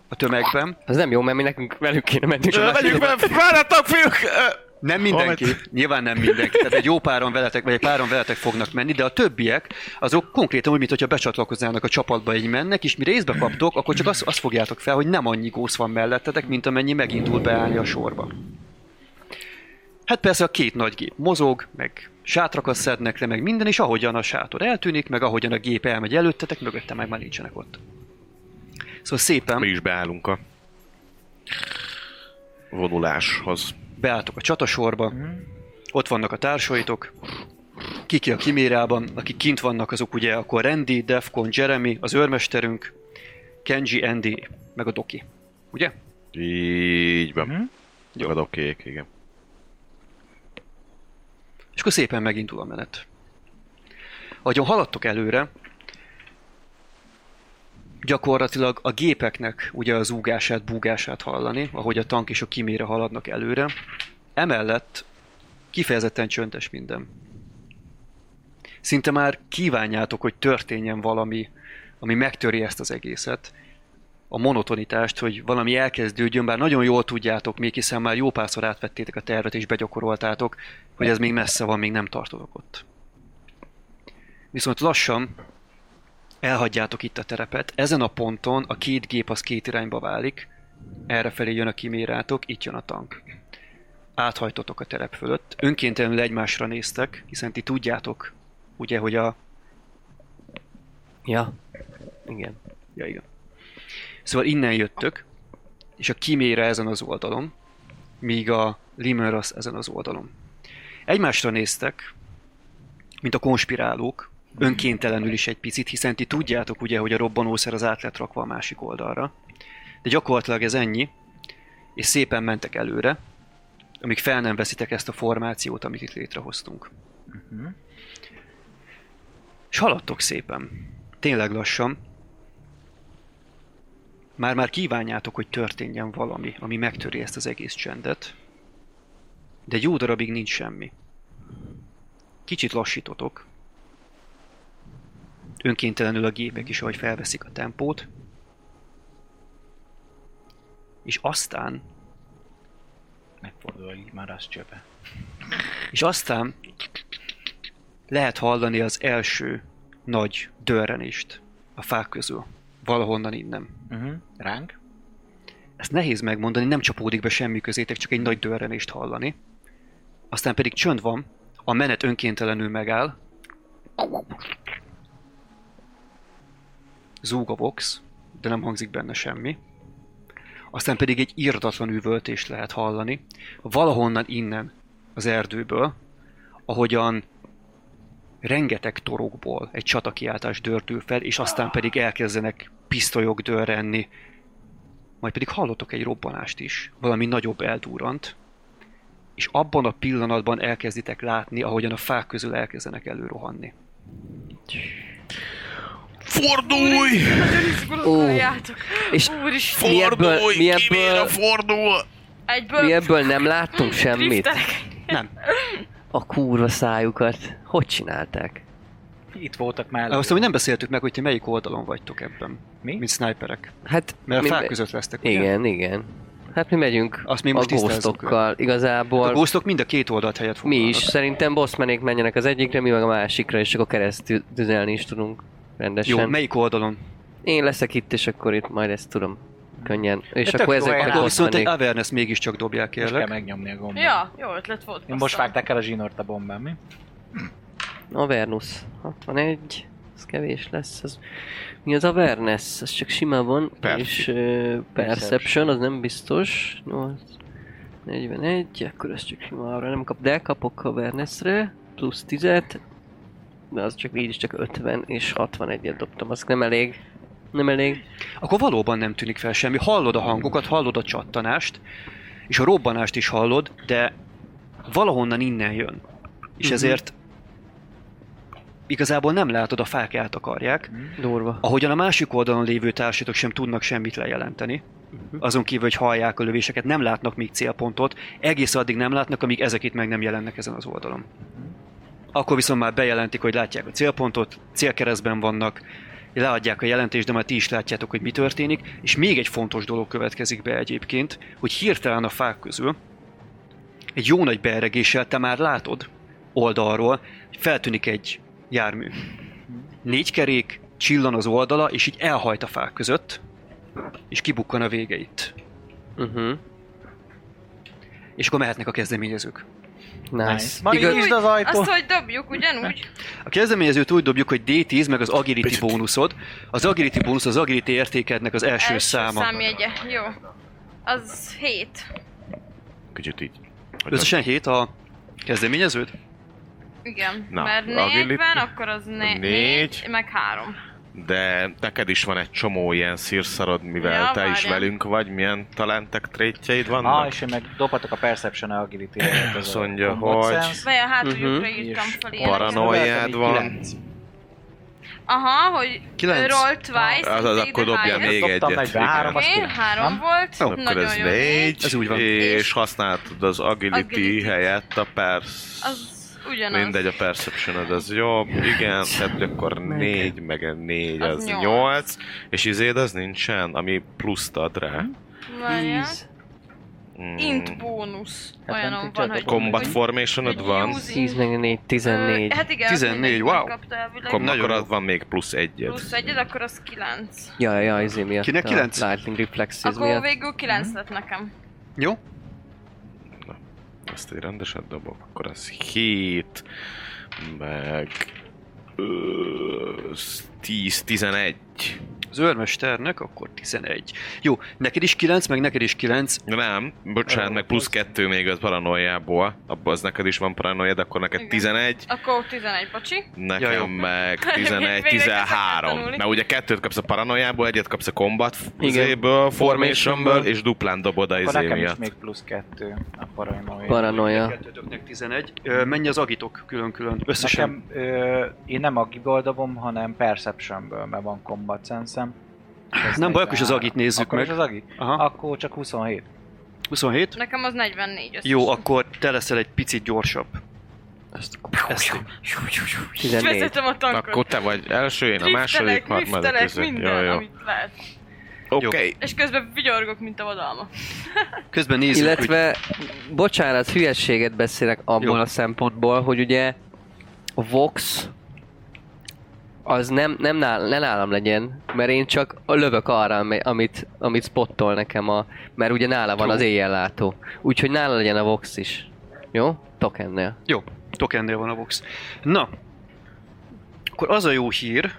Speaker 3: a tömegben,
Speaker 4: Ez nem jó, mert mi nekünk velük kéne mennünk. a másik
Speaker 5: Vegyük be, várjátok, fiúk! Ö,
Speaker 3: Nem mindenki, nyilván nem mindenki. Tehát egy jó páran veletek, vagy egy páran veletek fognak menni, de a többiek azok konkrétan úgy, mintha becsatlakoznának a csapatba, így mennek, és mi részbe kaptok, akkor csak azt, azt fogjátok fel, hogy nem annyi gósz van mellettetek, mint amennyi megindul beállni a sorba. Hát persze a két nagy gép mozog, meg sátrakat szednek le, meg minden, és ahogyan a sátor eltűnik, meg ahogyan a gép elmegy előttetek, mögötte meg már nincsenek ott. Szóval szépen...
Speaker 5: Mi is beállunk a vonuláshoz.
Speaker 3: beálltok a csatasorba, ott vannak a társaitok, kiki a kimérában, akik kint vannak, azok ugye akkor Randy, Defcon, Jeremy, az őrmesterünk, Kenji, Andy, meg a Doki. Ugye?
Speaker 5: Így van. Jó, a dokék, igen.
Speaker 3: És akkor szépen megindul a menet. Ahogyan haladtok előre, gyakorlatilag a gépeknek ugye az úgását, búgását hallani, ahogy a tank és a kimére haladnak előre. Emellett kifejezetten csöndes minden. Szinte már kívánjátok, hogy történjen valami, ami megtöri ezt az egészet, a monotonitást, hogy valami elkezdődjön, bár nagyon jól tudjátok még, hiszen már jó párszor átvettétek a tervet és begyakoroltátok, hogy ez még messze van, még nem tartotok ott. Viszont lassan elhagyjátok itt a terepet. Ezen a ponton a két gép az két irányba válik. Errefelé jön a kimérátok, itt jön a tank. Áthajtotok a terep fölött. Önkéntelenül egymásra néztek, hiszen ti tudjátok, ugye, hogy a
Speaker 4: Ja. Igen.
Speaker 3: Ja, igen. Szóval innen jöttök, és a kimére ezen az oldalon, míg a Limeras ezen az oldalon. Egymásra néztek, mint a konspirálók, önkéntelenül is egy picit, hiszen ti tudjátok ugye, hogy a robbanószer az át lett rakva a másik oldalra. De gyakorlatilag ez ennyi, és szépen mentek előre, amíg fel nem veszitek ezt a formációt, amit itt létrehoztunk. És haladtok szépen. Tényleg lassan. Már-már kívánjátok, hogy történjen valami, ami megtöri ezt az egész csendet. De egy jó darabig nincs semmi. Kicsit lassítotok. Önkéntelenül a gépek is, ahogy felveszik a tempót. És aztán,
Speaker 7: Megfordul így már az csöpe.
Speaker 3: és aztán lehet hallani az első nagy dörrenést a fák közül. Valahonnan innen.
Speaker 7: Uh-huh. Ránk?
Speaker 3: Ezt nehéz megmondani, nem csapódik be semmi közétek, csak egy nagy dörrenést hallani. Aztán pedig csönd van, a menet önkéntelenül megáll. Zúg a box, de nem hangzik benne semmi. Aztán pedig egy irdatlan üvöltést lehet hallani, valahonnan innen, az erdőből, ahogyan rengeteg torokból egy csatakiáltás dörtül fel, és aztán pedig elkezdenek pisztolyok dörrenni, majd pedig hallottok egy robbanást is, valami nagyobb eldurrant, és abban a pillanatban elkezditek látni, ahogyan a fák közül elkezdenek előrohanni.
Speaker 5: Fordulj!
Speaker 6: Nagyon izgulok,
Speaker 4: És
Speaker 6: Úristen,
Speaker 4: Mi ebből-
Speaker 5: Fordulj!
Speaker 4: mi ebből-
Speaker 5: Kiméra fordul!
Speaker 6: egyből Mm,
Speaker 4: mi ebből nem láttunk semmit?
Speaker 6: driftelek.
Speaker 4: A kurva szájukat. Hogy csinálták?
Speaker 7: Itt voltak már.
Speaker 3: Azt hogy nem beszéltük meg, hogy ti melyik oldalon vagytok ebben,
Speaker 7: Mi?
Speaker 3: mint sniperek.
Speaker 4: Hát...
Speaker 3: Mert a
Speaker 4: mi-
Speaker 3: fák között lesztek, ugye?
Speaker 4: Igen, igen. Hát mi megyünk
Speaker 3: Azt mi
Speaker 4: a
Speaker 3: most tisztázzuk.
Speaker 4: ghostokkal.
Speaker 3: A
Speaker 4: Igazából
Speaker 3: ghostok mind a két oldalt helyet
Speaker 4: mi
Speaker 3: foglalnak.
Speaker 4: is. Szerintem bossmenék menjenek az egyikre, mi meg a másikra, és akkor keresztül tüzelni is tudunk rendesen.
Speaker 3: Jó, melyik oldalon?
Speaker 4: Én leszek itt, és akkor itt majd ezt tudom könnyen. És
Speaker 7: De
Speaker 4: akkor
Speaker 7: tök jó
Speaker 4: ezek
Speaker 7: helyen.
Speaker 4: a
Speaker 3: Akkor viszont egy
Speaker 4: bossmenék.
Speaker 3: awareness mégiscsak dobjál,
Speaker 7: Most kell
Speaker 3: kérlek.
Speaker 7: megnyomni a gombot.
Speaker 6: Ja, jó ötlet volt.
Speaker 7: Most
Speaker 6: bassza.
Speaker 7: vágták el a zsinort a bombán, mi?
Speaker 4: Avernus 61. Ez kevés lesz. Az... Mi az Avernus? Az csak sima van.
Speaker 5: Perf-
Speaker 4: És uh, Perception, az nem biztos. 8. 41. Akkor az csak sima arra nem kap. De kapok Avernusre. Plusz 10 De az csak így is csak 50 és 61-et dobtam. Az nem elég. Nem elég.
Speaker 3: Akkor valóban nem tűnik fel semmi. Hallod a hangokat, hallod a csattanást, és a robbanást is hallod, de valahonnan innen jön. És
Speaker 4: Mhm.
Speaker 3: ezért igazából nem látod, a fák eltakarják.
Speaker 4: Durva.
Speaker 3: Ahogyan a másik oldalon lévő társatok sem tudnak semmit lejelenteni. Azon kívül, hogy hallják a lövéseket, nem látnak még célpontot, egész addig nem látnak, amíg ezek itt meg nem jelennek ezen az oldalon. Akkor viszont már bejelentik, hogy látják a célpontot, célkeresztben vannak, leadják a jelentést, de már ti is látjátok, hogy mi történik, és még egy fontos dolog következik be egyébként, hogy hirtelen a fák közül egy jó nagy beeregéssel te már látod oldalról, hogy feltűnik egy jármű. Négy kerék, csillan az oldala, és így elhajt a fák között, és kibukkan a vége itt.
Speaker 4: Uh-huh.
Speaker 3: És akkor mehetnek a kezdeményezők.
Speaker 4: Nice.
Speaker 7: Nice. Mari,
Speaker 6: Igaz-
Speaker 7: nyisd az ajtót!
Speaker 6: Azt, hogy dobjuk, ugyanúgy.
Speaker 3: A kezdeményezőt úgy dobjuk, hogy D10 meg az agility bónuszod. Az agility bónusz az agility értékednek az első, száma.
Speaker 6: Számjegye, jó. Az 7.
Speaker 5: Kicsit így.
Speaker 3: Összesen 7 a kezdeményeződ?
Speaker 6: Igen.
Speaker 5: Na,
Speaker 6: Mert
Speaker 5: agility.
Speaker 6: 40, akkor az 4,
Speaker 5: Négy.
Speaker 6: meg 3.
Speaker 5: De neked is van egy csomó ilyen szírszarod, mivel
Speaker 6: Ja,
Speaker 5: te is
Speaker 6: várjál.
Speaker 5: velünk vagy, milyen talentek trétjeid
Speaker 7: Ah,
Speaker 5: vannak?
Speaker 7: és én meg dobhatok a Perception agility
Speaker 5: Azt mondja, hogy-
Speaker 6: Vagy a hátuljukra
Speaker 4: Mhm.
Speaker 6: írtam fel ilyeneket.
Speaker 5: Paranoiád van.
Speaker 3: izé
Speaker 6: Aha, hogy
Speaker 3: Kilenc.
Speaker 6: roll twice.
Speaker 5: Ah, Az, az
Speaker 6: take
Speaker 5: akkor
Speaker 6: the
Speaker 5: dobjál
Speaker 6: highest.
Speaker 5: még
Speaker 7: Dobtam
Speaker 5: egyet.
Speaker 7: egybe,
Speaker 5: igen.
Speaker 7: három, az
Speaker 6: Oké,
Speaker 7: kilenc,
Speaker 6: három
Speaker 7: nem?
Speaker 6: volt.
Speaker 5: Akkor
Speaker 6: nagyon
Speaker 5: ez
Speaker 6: jó.
Speaker 5: négy,
Speaker 3: Ez úgy van.
Speaker 5: és használtad az agility,
Speaker 6: Agility.
Speaker 5: helyett a perc.
Speaker 6: Az ugyanaz.
Speaker 5: Mindegy, a perception az jobb, igen, tehát akkor négy, meg a négy,
Speaker 6: Az
Speaker 5: az
Speaker 6: nyolc.
Speaker 5: nyolc, és izéd az nincsen, ami pluszt ad rá.
Speaker 6: Várjál.
Speaker 4: Tíz.
Speaker 5: Mm.
Speaker 6: Mhm. Int bónusz.
Speaker 4: Hát nem
Speaker 6: Olyanom
Speaker 4: tudtad,
Speaker 6: van, hogy...
Speaker 5: Combat
Speaker 6: hogy-
Speaker 5: formationod
Speaker 6: hogy
Speaker 5: van,
Speaker 6: using-
Speaker 4: 10 meg 4,
Speaker 6: Ö,
Speaker 4: 14.
Speaker 6: Hát igen,
Speaker 3: 14,
Speaker 6: 14,
Speaker 3: wow.
Speaker 6: Kapta elvileg.
Speaker 5: akkor
Speaker 3: Nagyon
Speaker 5: akkor
Speaker 3: jó.
Speaker 5: az van még plusz egyed.
Speaker 6: Plusz egyed, akkor az 9.
Speaker 4: Ja, ja, ja, izé miatt.
Speaker 3: Kinek
Speaker 4: a
Speaker 3: kilenc?
Speaker 4: Lightning Reflexes
Speaker 6: Akkor
Speaker 4: miatt.
Speaker 6: végül 9 lett nekem.
Speaker 3: Jó?
Speaker 5: Ezt egy rendeset dobok, akkor az hét, meg 10-11.
Speaker 3: Az őrmesternek akkor 11. Jó, neked is 9, meg neked is 9.
Speaker 5: Nem, bocsánat, meg plusz kettő még az paranoiából, abban az neked is van paranoiád, akkor neked
Speaker 6: Igen.
Speaker 5: 11,
Speaker 6: Akkor 11, bocsi.
Speaker 5: Nekem
Speaker 3: Ja, jó.
Speaker 5: meg
Speaker 6: Végre
Speaker 5: 11,
Speaker 6: kezdek
Speaker 5: 13.
Speaker 6: tanulni.
Speaker 5: Mert ugye kettőt kapsz a paranoiából, egyet kapsz a combat
Speaker 4: Igen.
Speaker 5: izéből, formationből,
Speaker 4: Formationből.
Speaker 5: és duplán dobod a
Speaker 7: Akkor
Speaker 5: izé
Speaker 7: nekem is
Speaker 5: miatt.
Speaker 7: még plusz kettő a paranoia.
Speaker 4: Paranoia.
Speaker 3: Kettőtöknek 11. Ö, Mennyi az agitok külön-külön? Összesen.
Speaker 7: Nekem, ö, én nem agiből dobom, hanem Perceptionből, mert van combat sense-em. Ez
Speaker 3: Nem baj, akkor is az
Speaker 7: 43.
Speaker 3: agit nézzük
Speaker 7: akkor
Speaker 3: meg.
Speaker 7: Is az agit?
Speaker 3: Aha,
Speaker 7: Akkor csak 27.
Speaker 3: 27.
Speaker 6: Nekem az 44 összesen.
Speaker 3: Jó, akkor te leszel egy picit gyorsabb. Ezt,
Speaker 4: 14.
Speaker 6: És vezetem a tankot.
Speaker 5: Akkor te vagy első, én a második, harmadik
Speaker 6: Driftelek,
Speaker 5: között. Jó,
Speaker 6: minden,
Speaker 5: jó.
Speaker 6: amit lehet.
Speaker 5: Oké.
Speaker 6: És közben vigyorgok, mint a vadalma.
Speaker 3: közben nézzük, hogy
Speaker 4: Illetve, bocsánat, hülyeséget beszélek abból
Speaker 3: Jó.
Speaker 4: a szempontból, hogy ugye a Vox az nem, nem, nál, ne nálam legyen, mert én csak a lövök arra, ami- amit, amit spottol nekem a... Mert ugye nála van az éjjellátó. Úgyhogy nála legyen a Vox is. Jó? Tokennél.
Speaker 3: Jó, tokennél van a box. Na, akkor az a jó hír,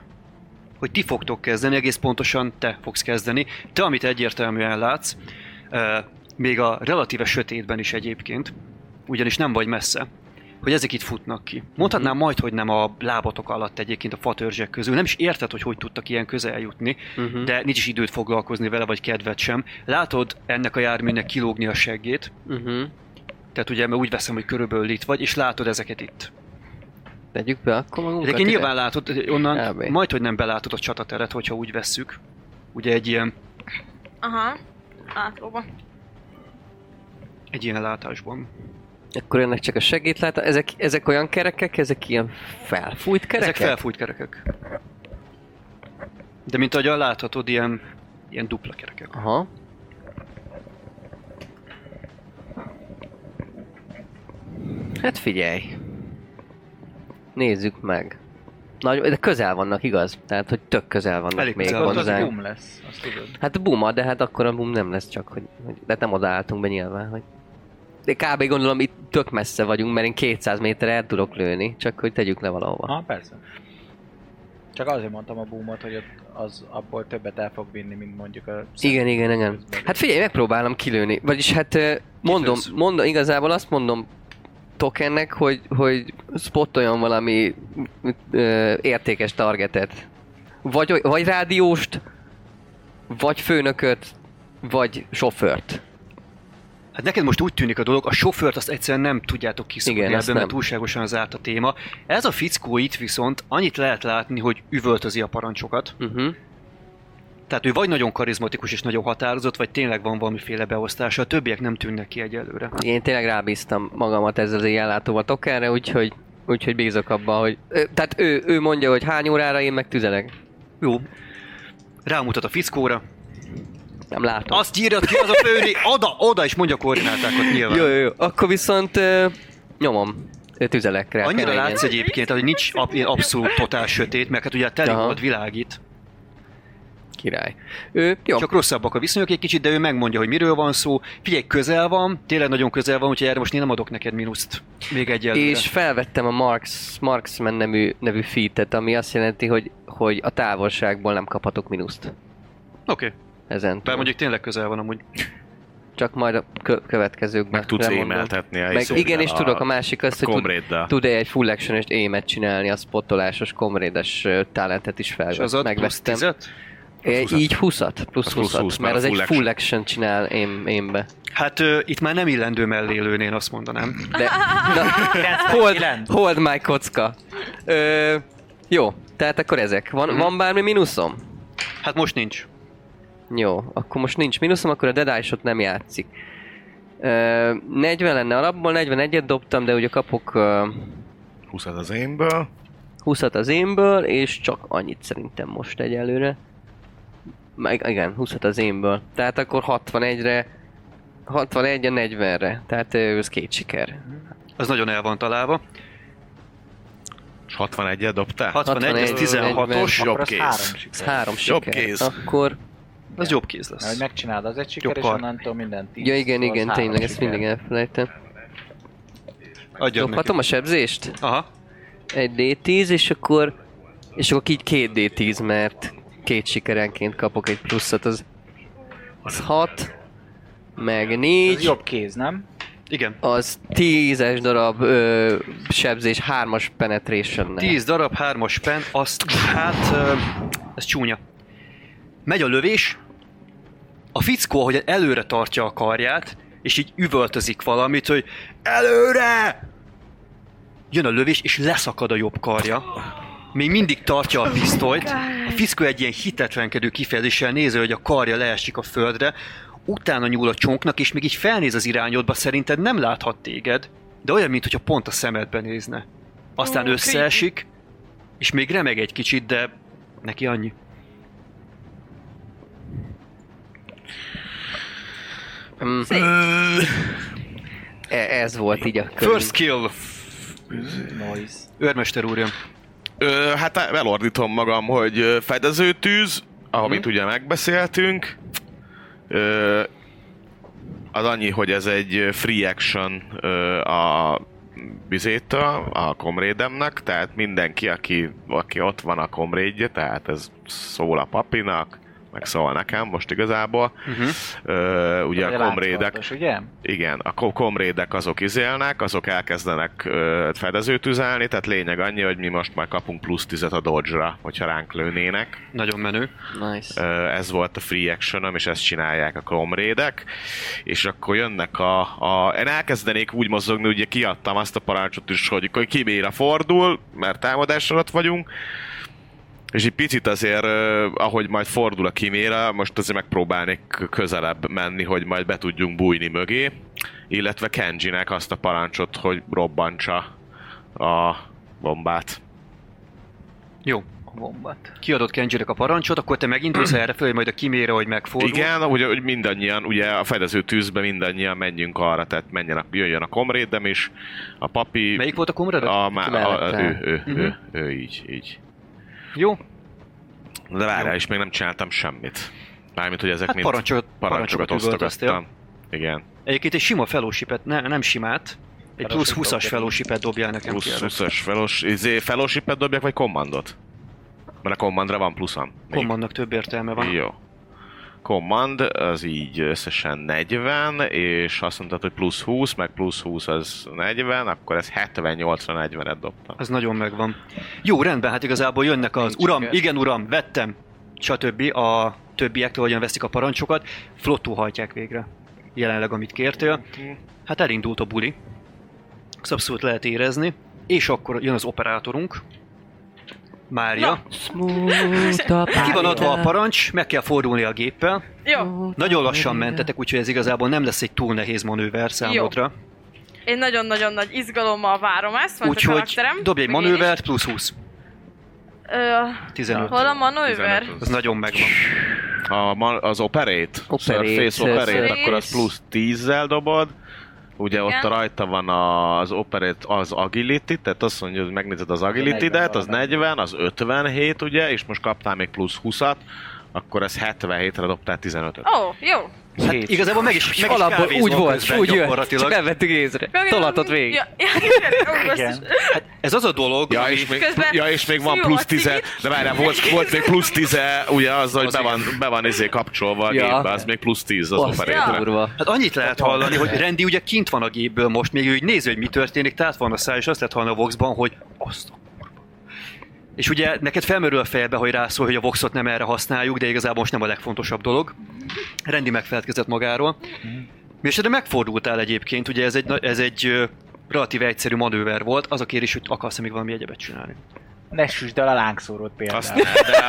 Speaker 3: hogy ti fogtok kezdeni, egész pontosan te fogsz kezdeni. Te, amit egyértelműen látsz, euh, még a relatíve sötétben is egyébként, ugyanis nem vagy messze, hogy ezek itt futnak ki. Mondhatnám majd, hogy nem a lábatok alatt egyébként a fatörzsek közül. Nem is érted, hogy hogy tudtak ilyen közel jutni,
Speaker 4: Mhm.
Speaker 3: uh-huh. de nincs is időt foglalkozni vele, vagy kedved sem. Látod ennek a járműnek kilógni a seggét,
Speaker 4: Uh-huh.
Speaker 3: tehát ugye mert úgy veszem, hogy körülbelül itt vagy, és látod ezeket itt.
Speaker 4: Tegyük be akkor magunkat.
Speaker 3: Ezeket
Speaker 4: hát ide?
Speaker 3: nyilván látod, onnan
Speaker 4: Kb.
Speaker 3: majd, hogy nem belátod a csatateret, hogyha úgy vesszük. Ugye egy ilyen,
Speaker 6: Aha. Átlóba.
Speaker 3: egy ilyen látásban.
Speaker 4: Akkor ennek csak a segít lát. Ezek, ezek olyan kerekek, ezek ilyen felfújt kerekek?
Speaker 3: Ezek felfújt kerekek. De mint ahogyan láthatod, ilyen, ilyen dupla kerekek.
Speaker 4: Aha. Hát figyelj. Nézzük meg. Nagy, de közel vannak, igaz? Tehát, hogy tök közel vannak
Speaker 3: Elég
Speaker 4: még
Speaker 3: közel
Speaker 7: Ott az
Speaker 4: hozzánk.
Speaker 7: boom lesz, azt tudod.
Speaker 4: Hát buma, de hát akkor a boom nem lesz csak, hogy, hogy de nem odaálltunk be nyilván, hogy... De kb. gondolom itt tök messze vagyunk, mert én 200 méterre el tudok lőni, csak hogy tegyük le valahova.
Speaker 7: Aha, persze. Csak azért mondtam a boomot, hogy ott az abból többet el fog vinni, mint mondjuk a...
Speaker 4: Igen, igen, igen. Hát figyelj, megpróbálom kilőni. Vagyis hát ö, mondom,
Speaker 3: Kitűz.
Speaker 4: mondom, igazából azt mondom tokennek, hogy, hogy spotoljon valami ö, értékes targetet. Vagy, vagy rádióst, vagy főnököt, vagy sofőrt.
Speaker 3: Hát neked most úgy tűnik a dolog, a sofőrt azt egyszerűen nem tudjátok kiszúrni
Speaker 4: Igen,
Speaker 3: ebben,
Speaker 4: azt
Speaker 3: mert
Speaker 4: nem.
Speaker 3: túlságosan zárt a téma. Ez a fickó itt viszont annyit lehet látni, hogy üvöltözi a parancsokat.
Speaker 4: Uh-huh.
Speaker 3: Tehát ő vagy nagyon karizmatikus és nagyon határozott, vagy tényleg van valamiféle beosztása, a többiek nem tűnnek ki egyelőre.
Speaker 4: Én tényleg rábíztam magamat ezzel az éjjellátóval tokenre, úgyhogy, úgyhogy bízok abban, hogy... Ö, tehát ő, ő mondja, hogy hány órára, én meg tüzelek.
Speaker 3: Jó. Rámutat a fickóra.
Speaker 4: Nem látom.
Speaker 3: Azt írjad ki, az a főni, oda, oda, és mondja a koordinátákat nyilván.
Speaker 4: Jó, jó, jó. Akkor viszont ö, nyomom. Ö, Tüzelekre.
Speaker 3: Annyira
Speaker 4: keményen.
Speaker 3: látsz egyébként, hogy nincs ab, ilyen abszolút totál sötét, mert hát ugye a
Speaker 4: Aha.
Speaker 3: telihold világít,
Speaker 4: Király. Ő, jó.
Speaker 3: Jó. Csak rosszabbak a viszonyok egy kicsit, de ő megmondja, hogy miről van szó. Figyelj, közel van, tényleg nagyon közel van, úgyhogy erre most én nem adok neked mínuszt. Még egyelőre.
Speaker 4: és felvettem a Marks, Marksman nevű, nevű featet, ami azt jelenti, hogy, hogy a távolságból nem kaphatok mínuszt.
Speaker 3: Oké, okay.
Speaker 4: Ezen.
Speaker 3: bár
Speaker 4: túl.
Speaker 3: mondjuk tényleg közel van amúgy.
Speaker 4: Csak majd a kö- következőkben.
Speaker 5: Meg tudsz
Speaker 4: lemondom.
Speaker 5: émeltetni a
Speaker 4: Meg igen, és tudok a másik azt, hogy tud,
Speaker 5: komréddal.
Speaker 4: tud-e egy full action és émet csinálni, a spottolásos, komrédes ö, talentet is
Speaker 3: És az
Speaker 4: felvett,
Speaker 3: ad plusz
Speaker 4: megvettem.
Speaker 3: tizet?
Speaker 4: Ö,
Speaker 5: 20-at.
Speaker 4: Így 20-at, plusz
Speaker 5: Az plusz
Speaker 4: 20-at,
Speaker 5: 20,
Speaker 4: mert
Speaker 5: mert
Speaker 4: az
Speaker 5: a
Speaker 4: egy
Speaker 5: full
Speaker 4: full action csinál én, énbe.
Speaker 3: Hát ö, itt már nem illendő mellé lőni, én azt mondanám.
Speaker 4: De, na, hold, hold my kocka. Ö, jó, tehát akkor ezek. Van, van bármi mínuszom?
Speaker 3: Hát most nincs.
Speaker 4: Jó, akkor most nincs mínuszom, akkor a Dead Eye Shot nem játszik. Ö, 40 lenne alapból, 41-et dobtam, de ugye kapok ö,
Speaker 5: 20 az énből.
Speaker 4: 20-at az énből, és csak annyit szerintem most egyelőre. Meg, igen, 20-at az énből. Tehát akkor 61-re, 61 a 40-re. Tehát ö, ez két siker.
Speaker 3: Az nagyon el van találva.
Speaker 5: És 61-et dobtál?
Speaker 3: 61, ez 16-os.
Speaker 4: 41.
Speaker 5: Jobb
Speaker 7: Akkor az
Speaker 5: kéz.
Speaker 7: három
Speaker 4: Ez
Speaker 7: siker.
Speaker 4: három
Speaker 5: Jobb
Speaker 4: siker.
Speaker 5: kéz.
Speaker 4: Akkor
Speaker 3: Az jobb kéz
Speaker 7: Mert hogy
Speaker 3: lesz.
Speaker 7: megcsinálod az egy siker, és
Speaker 3: kar.
Speaker 7: onnantól minden tíz. szóval
Speaker 4: Ja igen,
Speaker 7: az
Speaker 4: igen,
Speaker 7: három
Speaker 4: tényleg, ezt
Speaker 7: siker.
Speaker 4: mindig elfelejtem.
Speaker 3: Adjad neki.
Speaker 4: Dobhatom a sebzést?
Speaker 3: Aha.
Speaker 4: Egy D10, és akkor... És akkor így két D10, mert két sikerenként kapok egy pluszat, az... Az 6, meg
Speaker 7: Ez
Speaker 4: 4,
Speaker 7: jobb kéz, nem?
Speaker 3: Igen.
Speaker 4: az 10-es darab ö, sebzés, 3-as penetration
Speaker 3: 10 darab, 3-as pen, azt hát, ö, ez csúnya. Megy a lövés, a fickó, ahogy előre tartja a karját, és így üvöltözik valamit, hogy előre! Jön a lövés, és leszakad a jobb karja. Még mindig tartja a pisztolyt. A fickó egy ilyen hitetlenkedő kifejezéssel nézi, hogy a karja leesik a földre, utána nyúl a csonknak, és még így felnéz az irányodba, szerinted nem láthat téged, de olyan, mintha pont a szemedbe nézne. Aztán
Speaker 6: Ó,
Speaker 3: összeesik, és még remeg egy kicsit, de neki annyi.
Speaker 4: Mm. E- ez volt így a körül.
Speaker 3: First kill!
Speaker 7: Noise.
Speaker 3: Őrmester úr jön.
Speaker 5: Ö, hát elordítom magam, hogy ö, fedezőtűz, amit ugye megbeszéltünk. Ö, az annyi, hogy ez egy free action ö, a bizéta, a komrédemnek, tehát mindenki, aki, aki ott van a komrédje, tehát ez szól a papinak, meg szól nekem most igazából. Uh-huh. Ö, ugye a komrédek,
Speaker 7: láncharcos, Ugye?
Speaker 5: igen, a ko- komrédek azok izélnek, azok elkezdenek ö, fedezőtüzelni, tehát lényeg annyi, hogy mi most már kapunk plusz tizet a dodge-ra, hogyha ránk lőnének.
Speaker 3: Nagyon menő.
Speaker 4: Nice.
Speaker 5: Ö, ez volt a free action és ezt csinálják a komrédek, és akkor jönnek a, a... Én elkezdenék úgy mozogni, ugye kiadtam azt a parancsot is, hogy akkor kibéra fordul, mert támadás alatt vagyunk, és egy picit azért, ö, ahogy majd fordul a kiméra, most azért megpróbálnék közelebb menni, hogy majd be tudjunk bújni mögé, illetve Kenjinek azt a parancsot, hogy robbantsa a bombát.
Speaker 3: Jó.
Speaker 7: Bombat.
Speaker 3: Kiadott Kenjinek a parancsot, akkor te megint hozz erre föl, majd a kimére, hogy megfordul.
Speaker 5: Igen, ugye, hogy mindannyian, ugye a fedező tűzbe mindannyian menjünk arra, tehát menjen a, jöjjön a komrédem is, a papi,
Speaker 3: Melyik volt a komrad?
Speaker 5: a, má, a, a, ő,
Speaker 4: mellette?
Speaker 5: ő,
Speaker 3: Mhm.
Speaker 5: ő, ő, így, így.
Speaker 3: Jó,
Speaker 5: De várjál, és még nem csináltam semmit. Mármint, hogy ezek
Speaker 3: hát
Speaker 5: mind
Speaker 3: parancsokat,
Speaker 5: parancsokat,
Speaker 3: parancsokat üvöltöztél.
Speaker 5: osztogattam. Igen,
Speaker 3: Egyébként egy sima fellowshipet, ne, nem simát, egy plusz 20-as fellowshipet dobjál nekem ki
Speaker 5: plusz
Speaker 3: erre.
Speaker 5: 20-as felos, izé, fellowshipet dobjak, vagy kommandot? Mert a kommandra van pluszom. még.
Speaker 3: Kommannak több értelme van.
Speaker 5: Jó. Command, az így összesen 40, és azt mondtad, hogy plusz 20, meg plusz 20 az 40, akkor ez 78-ra 40-et dobtam.
Speaker 3: Ez nagyon megvan. Jó, rendben, hát igazából jönnek az
Speaker 7: Nincs
Speaker 3: uram,
Speaker 7: siker.
Speaker 3: igen uram, vettem, stb. A többiektől hogyan veszik a parancsokat, flottul hajtják végre jelenleg, amit kértél. Hát elindult a buli, ezt abszolút lehet érezni, és akkor jön az operátorunk, Mária.
Speaker 4: Smooth a
Speaker 3: Ki van adva a
Speaker 4: pályára.
Speaker 3: parancs, meg kell fordulni a géppel.
Speaker 6: Jó,
Speaker 3: Nagyon lassan mentetek, úgyhogy ez igazából nem lesz egy túl nehéz manőver számodra.
Speaker 6: én nagyon-nagyon nagy izgalommal várom ezt, mert a
Speaker 3: Úgyhogy
Speaker 6: karakterem.
Speaker 3: dobj egy
Speaker 6: meg én is.
Speaker 3: manővert, Hát, plusz 20,
Speaker 6: Ö,
Speaker 3: 15.
Speaker 6: hol a manőver?
Speaker 5: 15.
Speaker 3: Ez nagyon megvan.
Speaker 5: A, ma- az operate?
Speaker 4: Operate,
Speaker 5: Surface operate,
Speaker 6: surface.
Speaker 5: akkor az plusz 10-zel dobod. Ugye Igen. ott
Speaker 6: Igen.
Speaker 5: rajta van az operate, az agility, tehát azt mondja, hogy megnézed az agility-det, az 40, az 57 ugye, és most kaptál még plusz 20-at, akkor ez 77-re dobtál 15-öt.
Speaker 6: Ó, oh, jó.
Speaker 3: Hát igazából meg is, meg is
Speaker 4: Alapból
Speaker 3: kávézol
Speaker 4: úgy volt,
Speaker 3: közben
Speaker 4: úgy jött, csak
Speaker 3: gyakorlatilag.
Speaker 4: nem vettük észre. Tolatott végig.
Speaker 6: Ja, ja, igen, ó, basszus.
Speaker 7: Igen.
Speaker 3: Ez az a dolog,
Speaker 5: Ja
Speaker 3: ami
Speaker 5: és, még,
Speaker 6: Közben
Speaker 5: ja, és még van plusz
Speaker 6: szívót
Speaker 5: 10, de várjál, volt, volt még plusz 10, ugye az, hogy be van, be van izé kapcsolva a
Speaker 4: Ja.
Speaker 5: gépbe, az még plusz 10 az
Speaker 4: Azt
Speaker 5: operate-re.
Speaker 4: durva.
Speaker 3: Hát annyit lehet hallani, hogy Rendi ugye kint van a gépből most, még ő így nézi, hogy mi történik, tehát van a száj, és azt lehet hallani a Voxban, hogy azt a kurva. és ugye neked felmerül a fejbe, hogy rászól, hogy a Voxot nem erre használjuk, de igazából most nem a legfontosabb dolog. Rendi megfeledkezett magáról. Mi és erre megfordultál egyébként, ugye ez egy, na- ez egy ö, relatíve egyszerű manőver volt, az a kérés, hogy akarsz még valami egyebet csinálni.
Speaker 7: Ne süsd el a lángszórót például.
Speaker 5: Azt ne, de,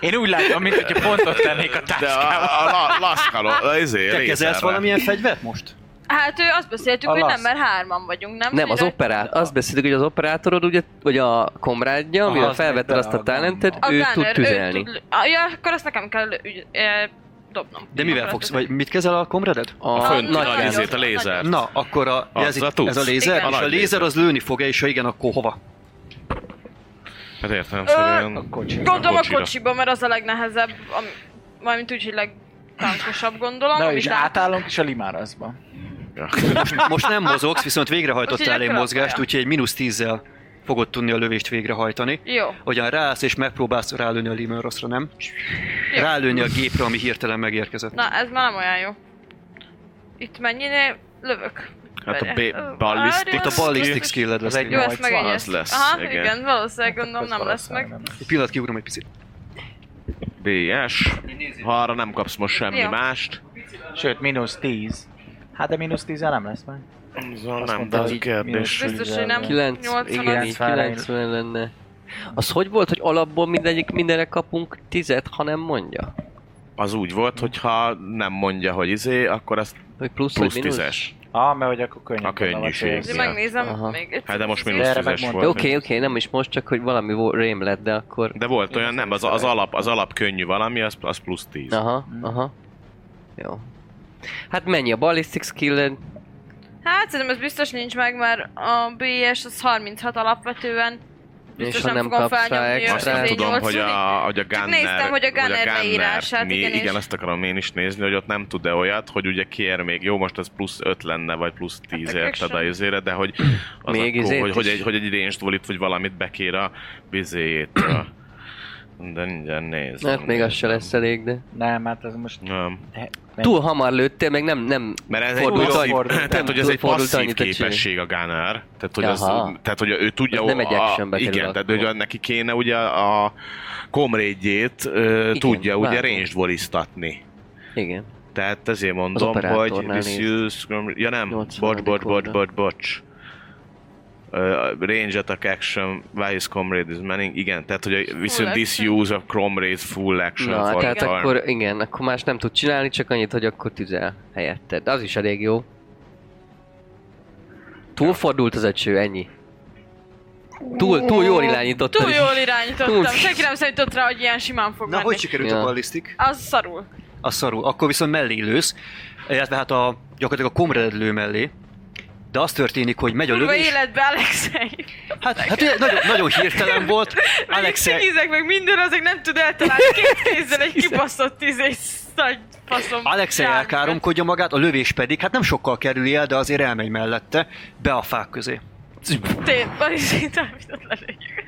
Speaker 2: Én úgy látom, mint hogyha pontot tennék a
Speaker 5: de a,
Speaker 2: táskával.
Speaker 5: a, la, laszkaló, az izé,
Speaker 3: Te kezelsz
Speaker 5: lézerre.
Speaker 3: valamilyen fegyvert most?
Speaker 6: Hát ő azt beszéltük,
Speaker 7: A
Speaker 6: hogy nem,
Speaker 7: lasz.
Speaker 6: mert hárman vagyunk, nem?
Speaker 4: Nem, az
Speaker 6: Úgyhogy-
Speaker 4: operát. Azt beszéltük, hogy az operátorod, ugye, vagy a komrádja, amivel
Speaker 7: az meg
Speaker 4: felvetted azt a
Speaker 7: beleadom.
Speaker 4: talentet,
Speaker 6: A
Speaker 4: ő
Speaker 6: gunner,
Speaker 4: tud tüzelni.
Speaker 6: tud lő- Ah, ja, akkor azt nekem kell ügy, eh, dobnom.
Speaker 3: De mivel
Speaker 6: Akkor
Speaker 3: fogsz,
Speaker 6: azt-
Speaker 3: vagy mit kezel a komradet?
Speaker 4: A,
Speaker 5: A fönti
Speaker 6: nagy
Speaker 5: nagy izét, a
Speaker 6: nagyot.
Speaker 5: lézer.
Speaker 3: Na, akkor Hát, a,
Speaker 5: Azzal
Speaker 3: ez, itt,
Speaker 5: tudsz.
Speaker 3: ez a lézer,
Speaker 6: Igen.
Speaker 3: és
Speaker 5: A
Speaker 3: a
Speaker 5: nagy
Speaker 3: lézer
Speaker 5: lézer.
Speaker 3: az lőni fog és ha igen, akkor hova?
Speaker 5: Hát értem,
Speaker 7: A
Speaker 5: szerint...
Speaker 7: kocsi.
Speaker 6: Gondolom a
Speaker 5: kocsira.
Speaker 6: kocsiba, mert az a legnehezebb, ami, mármint úgy, hogy legtánkosabb gondolom.
Speaker 7: Na
Speaker 6: amit
Speaker 7: és
Speaker 6: lát-
Speaker 7: átállunk is a limárazba.
Speaker 3: Most nem mozogsz, viszont végrehajtottál
Speaker 6: Úgyhogy
Speaker 3: egy
Speaker 6: akkor
Speaker 3: mozgást,
Speaker 6: akkor.
Speaker 3: úgyhogy egy mínusz tízzel fogod tudni a lövést végrehajtani.
Speaker 6: Jó.
Speaker 3: Hogyan ráállsz és megpróbálsz rálőni a Limerosra, nem? Rálőni a gépre, ami hirtelen megérkezett.
Speaker 6: Na, ez már nem olyan jó. Itt mennyire lövök.
Speaker 5: Hát a
Speaker 6: Várj.
Speaker 5: ba- ballistic-
Speaker 6: Várj,
Speaker 3: Itt a ballistic
Speaker 6: az-
Speaker 3: skilled lesz.
Speaker 7: Az egy
Speaker 6: Jó,
Speaker 3: Egy
Speaker 6: ezt megegyeztük.
Speaker 5: lesz,
Speaker 6: Aha,
Speaker 5: igen.
Speaker 6: igen, valószínűleg gondolom
Speaker 7: Ez
Speaker 6: nem lesz
Speaker 7: valószínűleg
Speaker 6: meg.
Speaker 7: nem lesz.
Speaker 3: pillanat, kiugrom egy picit.
Speaker 5: BS. Ha arra nem kapsz most semmi
Speaker 6: Jó.
Speaker 5: mást.
Speaker 7: Sőt, mínusz 10. Hát de mínusz 10 nem lesz meg. Azt
Speaker 5: Nem,
Speaker 7: mondta,
Speaker 5: de az
Speaker 7: hogy
Speaker 5: kérdés.
Speaker 7: mínusz
Speaker 6: Biztos, hogy nem.
Speaker 4: 9,
Speaker 6: 80
Speaker 4: igen,
Speaker 6: az-
Speaker 4: 90 lenne. Az hogy volt, hogy alapból mindegyik mindenre kapunk tizet, ha nem mondja?
Speaker 5: Az úgy volt, hogyha nem mondja, hogy izé, akkor az
Speaker 4: Vagy plusz,
Speaker 5: plusz
Speaker 4: vagy mínusz?
Speaker 5: tízes.
Speaker 7: Ah, mert hogy akkor könnyű.
Speaker 5: A könnyűség.
Speaker 6: De
Speaker 5: Igen.
Speaker 6: megnézem
Speaker 4: Aha.
Speaker 6: még egy
Speaker 5: Hát de most
Speaker 6: picit.
Speaker 5: mínusz
Speaker 7: erre
Speaker 5: tízes
Speaker 7: megmondtam.
Speaker 4: Oké,
Speaker 5: volt.
Speaker 4: oké, nem is most, csak hogy valami volt rém lett, de akkor...
Speaker 5: De volt olyan, nem, az, az, alap, az alap könnyű valami, az, az plusz 10.
Speaker 4: Aha,
Speaker 6: Mm.
Speaker 4: aha. Jó. Hát mennyi a ballistic skill
Speaker 6: Hát szerintem ez biztos nincs meg, mert a BS az 36 alapvetően. Biztos
Speaker 4: És ha
Speaker 6: nem
Speaker 4: nem
Speaker 6: fogom
Speaker 4: kapsz rá
Speaker 6: felnyomni
Speaker 5: Azt nem
Speaker 6: az
Speaker 5: tudom, hogy a,
Speaker 6: 18-dik.
Speaker 5: hogy a
Speaker 6: Csak
Speaker 5: Gunner,
Speaker 6: néztem, hogy a Gunner beírását,
Speaker 5: mi,
Speaker 6: igen, és-
Speaker 5: igen, azt akarom én is nézni, hogy ott nem tud-e olyat, hogy ugye kér még, jó, most ez plusz 5 lenne, vagy plusz 10
Speaker 6: Hát,
Speaker 5: érted
Speaker 6: action.
Speaker 5: a izére, de hogy az
Speaker 4: Még
Speaker 5: még akkor,
Speaker 4: izét
Speaker 5: hogy, hogy,
Speaker 4: is.
Speaker 5: egy, hogy egy ranged volit, vagy valamit bekér a bizéjét. De mindjárt nézem.
Speaker 4: Hát még az se
Speaker 5: nézem.
Speaker 4: lesz elég, de...
Speaker 7: Nem, hát ez most...
Speaker 5: Nem.
Speaker 4: Túl hamar lőttél, meg nem, nem
Speaker 5: Mert ez
Speaker 4: Fordult
Speaker 5: egy passzív,
Speaker 7: annyit.
Speaker 5: tehát, hogy ez egy
Speaker 4: Fordult
Speaker 5: passzív
Speaker 4: annyit, hogy
Speaker 5: képesség a Gunner. Tehát, hogy, az,
Speaker 4: Aha.
Speaker 5: tehát, hogy ő tudja...
Speaker 4: Az nem egy actionbe
Speaker 5: a,
Speaker 4: kerül
Speaker 5: Igen, tehát,
Speaker 4: akkor.
Speaker 5: hogy neki kéne ugye a komrédjét ö,
Speaker 4: Igen,
Speaker 5: tudja ugye
Speaker 4: vágom.
Speaker 5: ranged voliztatni.
Speaker 4: Igen.
Speaker 5: Tehát ezért mondom, hogy
Speaker 4: operátornál
Speaker 5: this
Speaker 4: néz.
Speaker 5: use... Ja nem, bocs,
Speaker 4: 80.
Speaker 5: bocs, bocs, bocs,
Speaker 4: oldal.
Speaker 5: bocs, bocs. Uh, range attack action, vice comrade is manning, igen, tehát hogy a- viszont
Speaker 6: Full
Speaker 5: this
Speaker 6: action.
Speaker 5: use of comrade full action
Speaker 4: Na,
Speaker 5: for
Speaker 4: tehát
Speaker 5: turn.
Speaker 4: akkor igen, akkor más nem tud csinálni, csak annyit, hogy akkor tüzel helyetted. De az is elég jó. Túlfordult az egyső, ennyi. Túl, túl jól irányítottad.
Speaker 6: Túl jól
Speaker 4: Túl.
Speaker 6: irányítottam, senki nem számított rá, hogy ilyen simán fog
Speaker 3: Na,
Speaker 6: menni.
Speaker 3: hogy sikerült
Speaker 4: Ja.
Speaker 3: a ballisztik?
Speaker 6: Az szarul.
Speaker 3: A szarú. Akkor viszont mellé lősz, illetve hát a, gyakorlatilag a komred lő mellé. De az történik, hogy megy a
Speaker 6: Kurva
Speaker 3: lövés.
Speaker 6: életbe, Alexei.
Speaker 3: Hát, hát ugye nagyon, nagyon hirtelen volt. Alexei,
Speaker 6: Cigizek meg minden, azok nem tud eltalálni két kézzel egy kibaszott tíz és szagy faszom.
Speaker 3: Alexei
Speaker 6: járművet.
Speaker 3: elkáromkodja magát, a lövés pedig, hát nem sokkal kerüli el, de azért elmegy mellette, be a fák közé.
Speaker 6: Tényleg, Balázs, támított lelőjük.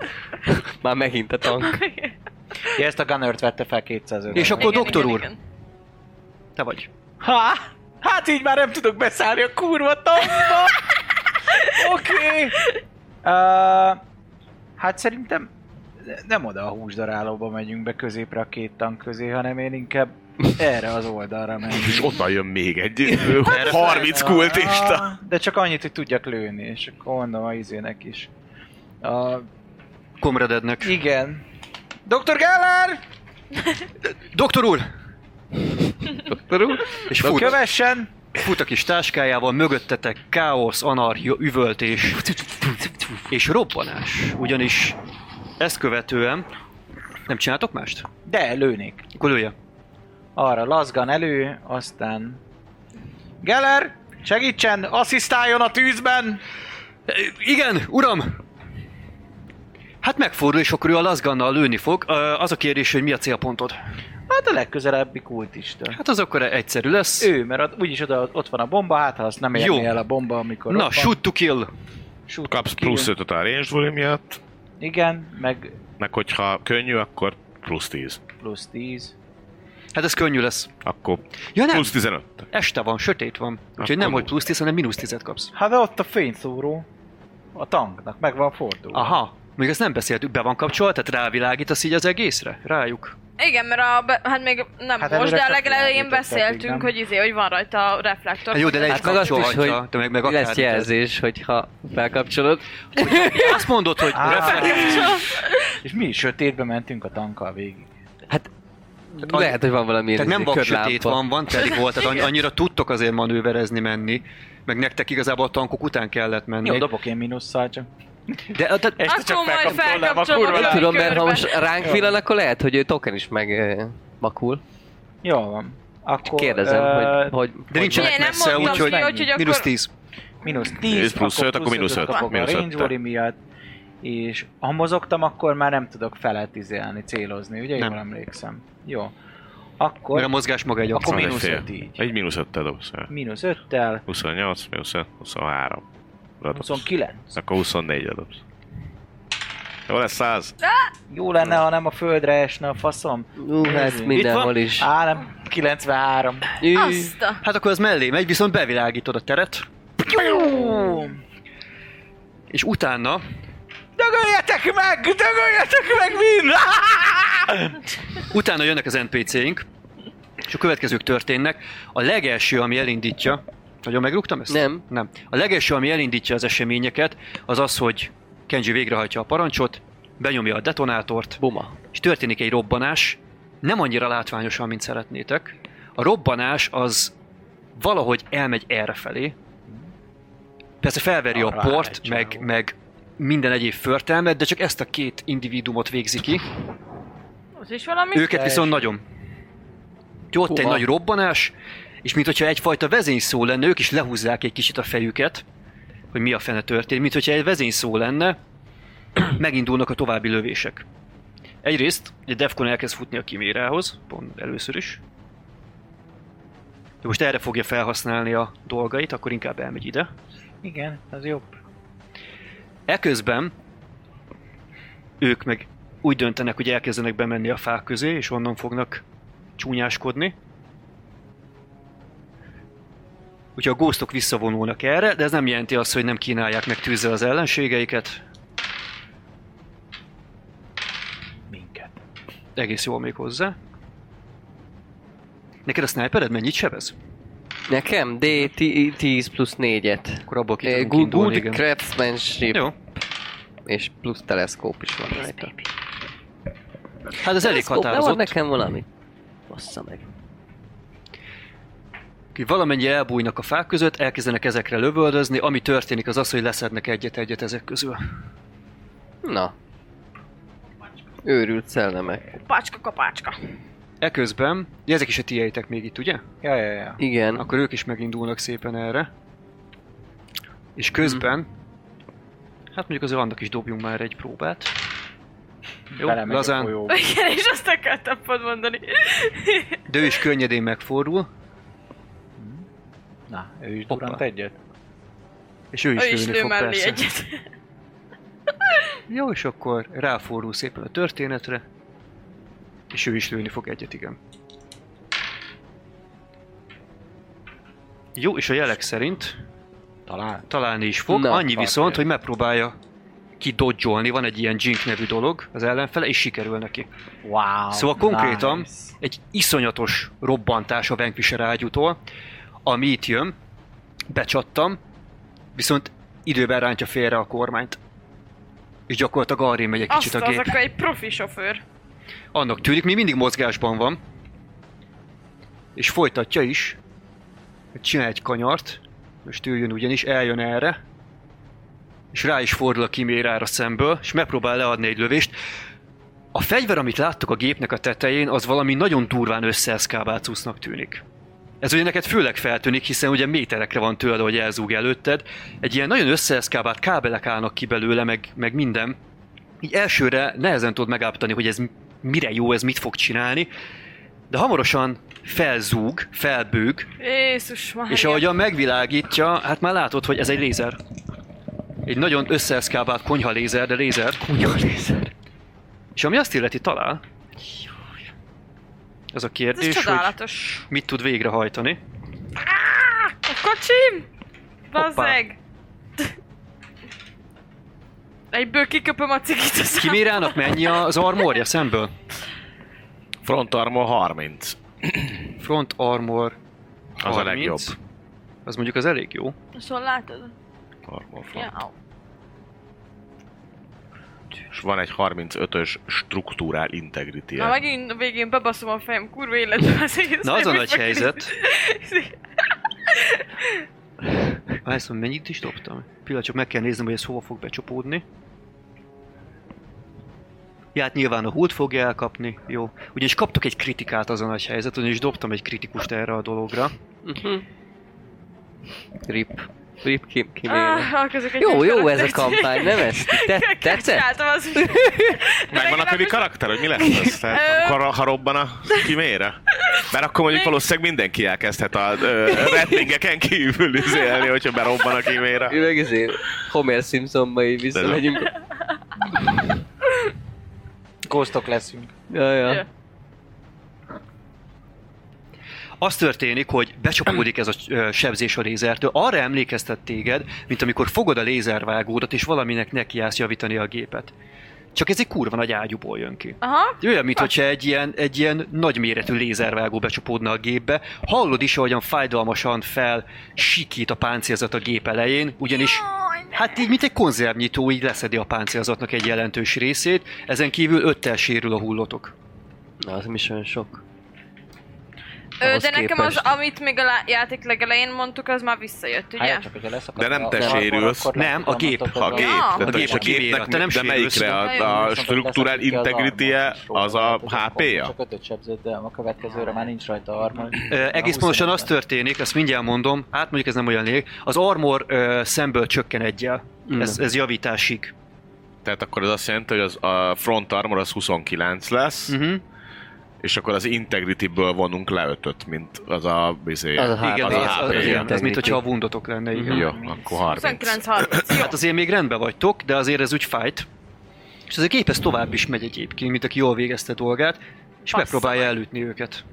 Speaker 4: Már megint a tank.
Speaker 3: Hát
Speaker 7: Ja, ezt a Gunnert vette fel 200 -ről.
Speaker 3: És akkor
Speaker 6: Igen,
Speaker 3: doktor
Speaker 6: igen,
Speaker 3: úr.
Speaker 6: igen.
Speaker 3: Te vagy.
Speaker 7: Ha? Hát így már nem tudok beszállni a kurva tamba! Oké! Uh, hát szerintem nem oda a húsdarálóba megyünk be középre a két tank közé, hanem én inkább erre az oldalra
Speaker 5: És
Speaker 7: megyünk.
Speaker 5: onnan jön még egy ö, 30 kultista.
Speaker 7: Ah, De csak annyit, hogy tudjak lőni, és akkor mondom a izének is. A,
Speaker 3: Komredednek.
Speaker 7: igen. Dr. Geller!
Speaker 3: Doktor úr! És
Speaker 7: Fut.
Speaker 3: fut,
Speaker 7: Kövessen!
Speaker 3: fut a kis táskájával, mögöttetek káosz, anarchia, üvöltés és robbanás. Ugyanis ezt követően nem csináltok mást?
Speaker 7: De, lőnék.
Speaker 3: Akkor lője.
Speaker 7: Arra lazgan elő, aztán... Geller! Segítsen! Asszisztáljon a tűzben!
Speaker 3: Igen, uram! Hát megfordul, és akkor ő a lazgannal lőni fog. Ö, Az a kérdés, hogy mi a célpontod?
Speaker 7: Hát a legközelebbi kultista.
Speaker 3: Hát az akkor egyszerű lesz.
Speaker 7: Ő, mert ott- úgyis oda, ott van a bomba, hát ha azt nem
Speaker 3: Jó.
Speaker 7: érné el a bomba, amikor
Speaker 3: Na,
Speaker 7: ott
Speaker 3: shoot to kill.
Speaker 7: shoot
Speaker 5: Kapsz
Speaker 7: kill.
Speaker 5: plusz 5 a range volley miatt,
Speaker 7: Igen, meg
Speaker 5: meg hogyha könnyű, akkor plusz 10.
Speaker 7: plusz 10.
Speaker 3: Hát ez könnyű lesz.
Speaker 5: Akkor
Speaker 3: Ja nem,
Speaker 5: plusz 15.
Speaker 3: este van, sötét van. Úgyhogy nem, hogy plusz 10, hanem mínusz 10 kapsz.
Speaker 7: Hát de ott a fényszóró a tanknak meg van fordulva.
Speaker 3: Aha, még ezt nem beszéltük, be van kapcsolat, tehát rávilágítasz így az egészre? Rájuk.
Speaker 6: Igen, mert a, be- hát még nem
Speaker 7: Hát
Speaker 6: hát most,
Speaker 7: előre
Speaker 6: de a
Speaker 7: csak
Speaker 6: legelején
Speaker 7: felnyitották, így nem?
Speaker 6: beszéltünk, hogy izé, hogy van rajta a reflektor.
Speaker 3: Hát jó, de le is
Speaker 4: Hát meg azt is,
Speaker 3: kapcsolhatja,
Speaker 4: hogy
Speaker 3: de meg, meg akár.
Speaker 4: Lesz jelzés, hogyha felkapcsolod.
Speaker 3: Azt mondod, hogy
Speaker 7: Á.
Speaker 3: reflekt.
Speaker 7: És mi is sötétbe mentünk a tankkal végig.
Speaker 3: annyi-
Speaker 4: Lehet, hogy van valami
Speaker 3: Hát Tehát nem
Speaker 4: izé,
Speaker 3: vak
Speaker 4: körlámpa.
Speaker 3: sötét van, van teli volt, tehát annyi- annyira tudtok azért manőverezni menni. Meg nektek igazából a tankok után kellett menni.
Speaker 7: Jó, dobok én mínusszal csak.
Speaker 3: De, de, de
Speaker 6: Akkor majd
Speaker 7: felkapcsolnám a
Speaker 6: felkapcsolom
Speaker 7: kurva
Speaker 6: a
Speaker 4: Nem tudom, mert ha
Speaker 6: körbe.
Speaker 4: most ránk villan, akkor lehet, hogy ő token is meg eh, makul.
Speaker 7: Jó van. Akkor,
Speaker 4: Kérdezem,
Speaker 7: ö,
Speaker 4: hogy, hogy...
Speaker 3: de
Speaker 6: Ugye,
Speaker 3: nincsenek
Speaker 6: nem
Speaker 3: messze,
Speaker 6: mondtam
Speaker 3: úgyhogy
Speaker 6: ki, úgyhogy akkor-
Speaker 3: mínusz 10.
Speaker 7: Mínusz 10,
Speaker 5: Ez plusz öt, akkor mínusz öt,
Speaker 7: kapok
Speaker 5: mínusz
Speaker 7: a
Speaker 5: öttel.
Speaker 7: range Warrior miatt. És ha mozogtam, akkor már nem tudok feletizálni, célozni, ugye?
Speaker 3: Nem.
Speaker 7: Jól emlékszem. Jó. Akkor,
Speaker 3: Mert a mozgás maga egy
Speaker 7: akkor
Speaker 5: Szóval egy
Speaker 7: mínusz
Speaker 5: fél.
Speaker 7: 5 így.
Speaker 5: Egy mínusz 5 dobsz.
Speaker 7: Mínusz 5-tel,
Speaker 5: 28, mínusz 5, 23. Radobsz.
Speaker 7: 29.
Speaker 5: Akkor 24 dobsz. Jó lesz 100.
Speaker 7: Jó lenne, ha nem a földre esne a faszom.
Speaker 4: Ú, hát mindenhol is.
Speaker 7: Á, nem, 93.
Speaker 4: Ű,
Speaker 6: Azt a...
Speaker 3: Hát akkor ez mellé megy, viszont bevilágítod a teret, és utána
Speaker 7: Dögöljetek meg! Dögöljetek meg mind!
Speaker 3: Utána jönnek az NPC-ink, és a következők történnek. A legelső, ami elindítja, nagyon megrúgtam ezt?
Speaker 4: Nem.
Speaker 3: Nem. A legelső, ami elindítja az eseményeket, az az, hogy Kenji végrehajtja a parancsot, benyomja a detonátort,
Speaker 4: Buma.
Speaker 3: és történik egy robbanás, nem annyira látványosan, mint szeretnétek. A robbanás az valahogy elmegy errefelé. Persze felveri a
Speaker 7: Alright,
Speaker 3: port,
Speaker 7: csávó.
Speaker 3: meg, meg minden egyéb förtelmet, de csak ezt a két individumot végzi ki.
Speaker 6: Az is valami?
Speaker 3: Őket viszont nagyon. Úgyhogy ott egy
Speaker 4: Hova?
Speaker 3: nagy robbanás, és mint hogyha egyfajta vezényszó lenne, ők is lehúzzák egy kicsit a fejüket, hogy mi a fene történik, mint hogyha egy vezényszó lenne, megindulnak a további lövések. Egyrészt, ugye Defcon elkezd futni a kimérához, pont először is. De most erre fogja felhasználni a dolgait, akkor inkább elmegy ide.
Speaker 7: Igen, az jobb.
Speaker 3: Eközben ők meg úgy döntenek, hogy elkezdenek bemenni a fák közé, és onnan fognak csúnyáskodni. Úgyhogy a ghostok visszavonulnak erre, de ez nem jelenti azt, hogy nem kínálják meg tűzzel az ellenségeiket.
Speaker 7: Minket.
Speaker 3: Egész jól még hozzá. Neked a snipered mennyit sebez?
Speaker 4: Nekem D10 plusz 4-et.
Speaker 3: Akkor abból ki
Speaker 4: Eh,
Speaker 3: tudunk
Speaker 4: Good,
Speaker 3: indulni,
Speaker 4: good
Speaker 3: igen.
Speaker 4: craftsmanship,
Speaker 3: Jó.
Speaker 4: és plusz teleszkóp is van rajta.
Speaker 3: Hát ez elég
Speaker 4: Teleszkóp, ne van
Speaker 3: határozott.
Speaker 4: nekem valami. Bassza meg.
Speaker 3: Ki valamennyi elbújnak a fák között, elkezdenek ezekre lövöldözni, ami történik az az, hogy leszednek egyet-egyet ezek közül.
Speaker 4: Na. Őrült szellemek.
Speaker 6: Pácska, kapácska.
Speaker 3: Eközben, ja, ezek is a tiétek még itt, ugye?
Speaker 7: Ja, ja, ja.
Speaker 4: Igen.
Speaker 3: Akkor ők is megindulnak szépen erre. És közben, hát mondjuk azért annak is dobjunk már egy próbát. Jó,
Speaker 7: Belemegy a
Speaker 3: lazán,
Speaker 7: folyóba.
Speaker 6: Igen, és azt akartam pont mondani.
Speaker 3: de ő is könnyedén megfordul,
Speaker 7: Na, ő is
Speaker 3: Hoppá.
Speaker 7: durant egyet.
Speaker 3: és ő is
Speaker 6: Ő is
Speaker 3: lőni
Speaker 6: lő
Speaker 3: fog
Speaker 6: mellé
Speaker 3: persze.
Speaker 6: egyet.
Speaker 3: Jó, és akkor ráfordul szépen a történetre, és ő is lőni fog egyet, igen. Jó, és a jelek szerint
Speaker 7: Talán.
Speaker 3: találni is fog,
Speaker 4: Na,
Speaker 3: Na, annyi viszont,
Speaker 7: oké.
Speaker 3: hogy megpróbálja kidodzsolni, van egy ilyen jink nevű dolog az ellenfele, és sikerül neki.
Speaker 7: Wow.
Speaker 3: Szóval konkrétan-
Speaker 7: Nice.
Speaker 3: egy iszonyatos robbantás a Vanquisher ágyútól, ami itt jön, becsattam, viszont időben rántja félre a kormányt. És gyakorlatilag arré megy egy
Speaker 6: Azt
Speaker 3: kicsit a
Speaker 6: az,
Speaker 3: gép.
Speaker 6: akkor egy profi sofőr.
Speaker 3: Annak tűnik, mi mindig mozgásban van. És folytatja is, hogy csinál egy kanyart, most ő jön ugyanis, eljön erre, és rá is fordul a kimérára szemből, és megpróbál leadni egy lövést. A fegyver, amit láttuk a gépnek a tetején, az valami nagyon durván összeeszkábácúsznak tűnik. Ez ugye neked főleg feltűnik, hiszen ugye méterekre van tőle, hogy elzúg előtted. Egy ilyen nagyon összeeszkábált kábelek állnak ki belőle, meg, meg minden. Így elsőre nehezen tudod megállapítani, hogy ez mi- mire jó, ez mit fog csinálni, de hamarosan felzúg, felbőg,
Speaker 6: Jézus Mária.
Speaker 3: és ahogyan megvilágítja, hát már látod, hogy ez egy lézer. Egy nagyon összeeszkábált konyha lézer, de lézer. Konyha lézer. És ami azt illeti, talál. Az a
Speaker 6: Ez
Speaker 3: kérdés, hogy
Speaker 6: csodálatos.
Speaker 3: mit tud végrehajtani.
Speaker 6: A kocsim! Bazzeg! Egyből kiköpöm a cigit a szám.
Speaker 3: Kimérának mennyi az armorja szemből?
Speaker 5: Front Armor 30.
Speaker 3: Front armor
Speaker 5: Az
Speaker 3: 30.
Speaker 5: a legjobb.
Speaker 3: Az mondjuk az elég jó.
Speaker 6: Most hol látod?
Speaker 5: Armor front.
Speaker 6: Ja, au.
Speaker 5: És van egy 35-ös struktúrál integrity
Speaker 6: Na megint a végén bebaszom a fejem, kurva életbe az egész.
Speaker 3: Na az a
Speaker 6: Nem
Speaker 3: nagy
Speaker 6: fog-
Speaker 3: helyzet. Á, ezt mondom, szóval mennyit is dobtam? Pillanat, csak meg kell néznem, hogy ez hova fog becsapódni. Ja, hát nyilván a hult fogja elkapni, jó. Ugyanis kaptok egy kritikát azon a nagy helyzet, ugyanis dobtam egy kritikust erre a dologra.
Speaker 4: Mhm. Rip. Rip ki, ki
Speaker 6: Ah, elkezdek egy
Speaker 4: Jó, jó
Speaker 6: karakter-
Speaker 4: ez a kampány, nem ez? Te, tetszett?
Speaker 6: Kártyáltam az
Speaker 5: Megvan a többi karakter, hogy mi lesz ez? Tehát,
Speaker 6: Ö-
Speaker 5: amikor a- ha robban a kimére? Mert akkor mondjuk valószínűleg mindenki elkezdhet a ö, rettingeken kívül izélni, hogyha berobban a
Speaker 4: Mi
Speaker 5: kimére.
Speaker 4: meg izé, Homer Simpsonba így visszamegyünk.
Speaker 7: Ghostok leszünk.
Speaker 4: Ja, ja.
Speaker 6: Ja.
Speaker 3: Az történik, hogy becsapódik ez a ö, sebzés a lézertől. Arra emlékeztet téged, mint amikor fogod a lézervágódat, és valaminek nekiállsz javítani a gépet. Csak ez egy kurva nagy ágyúból jön ki.
Speaker 6: Aha,
Speaker 3: Olyan, mintha egy ilyen, egy ilyen nagyméretű lézervágó becsapódna a gépbe. Hallod is, ahogyan fájdalmasan fel sikít a páncélzat a gép elején, ugyanis Hát így, mint egy konzervnyitó, így leszedi a páncélzatnak egy jelentős részét, ezen kívül öttel sérül a hullotok.
Speaker 4: Na, az nem is olyan sok.
Speaker 6: Ö,
Speaker 4: Ahhoz
Speaker 6: de nekem az,
Speaker 4: képest.
Speaker 6: amit még a lá- játék legelején mondtuk, az már visszajött, ugye?
Speaker 7: Hát ja, csak ugye leszakadt.
Speaker 5: De nem
Speaker 7: a-
Speaker 5: te
Speaker 7: akkor-
Speaker 5: sérülsz.
Speaker 7: akkor
Speaker 3: Nem, a gép.
Speaker 7: mondtok,
Speaker 5: A
Speaker 7: hogy
Speaker 5: gép,
Speaker 6: Ja.
Speaker 5: tehát
Speaker 3: A gép
Speaker 5: és
Speaker 3: a kivér, te nem
Speaker 5: de melyikre
Speaker 3: sérülsz.
Speaker 5: a, a
Speaker 6: Ah. Nagyon
Speaker 5: struktúrál integrity-e, az a HP-ja?
Speaker 7: Csak ötöt sebzett, de a következőre már nincs rajta armor.
Speaker 3: Ö, egész pontosan az
Speaker 7: azt
Speaker 3: történik, ezt mindjárt mondom, hát mondjuk
Speaker 5: Mm.
Speaker 3: ez nem olyan lég, az armor ö, szemből csökken egyel. Ez, ez javításig.
Speaker 5: tehát akkor az azt jelenti, hogy az, a front armor az 29 lesz, uh-huh.
Speaker 3: Uh-huh.
Speaker 5: és akkor az integrity-ből vonunk le 5 mint az a bizé.
Speaker 4: Az a há-
Speaker 3: Igen,
Speaker 5: az
Speaker 3: az,
Speaker 5: a
Speaker 3: az,
Speaker 5: HP,
Speaker 3: az, az,
Speaker 5: igen.
Speaker 3: az, az mint hogyha a wundotok lenne, igen.
Speaker 5: Jó, akkor 30.
Speaker 6: 29-30, jó.
Speaker 3: Hát azért még rendben vagytok, de azért ez úgy fájt. És az a gép ez tovább is megy egyébként, mint aki jól végezte dolgát, és
Speaker 6: Bassza
Speaker 3: megpróbálja elütni őket.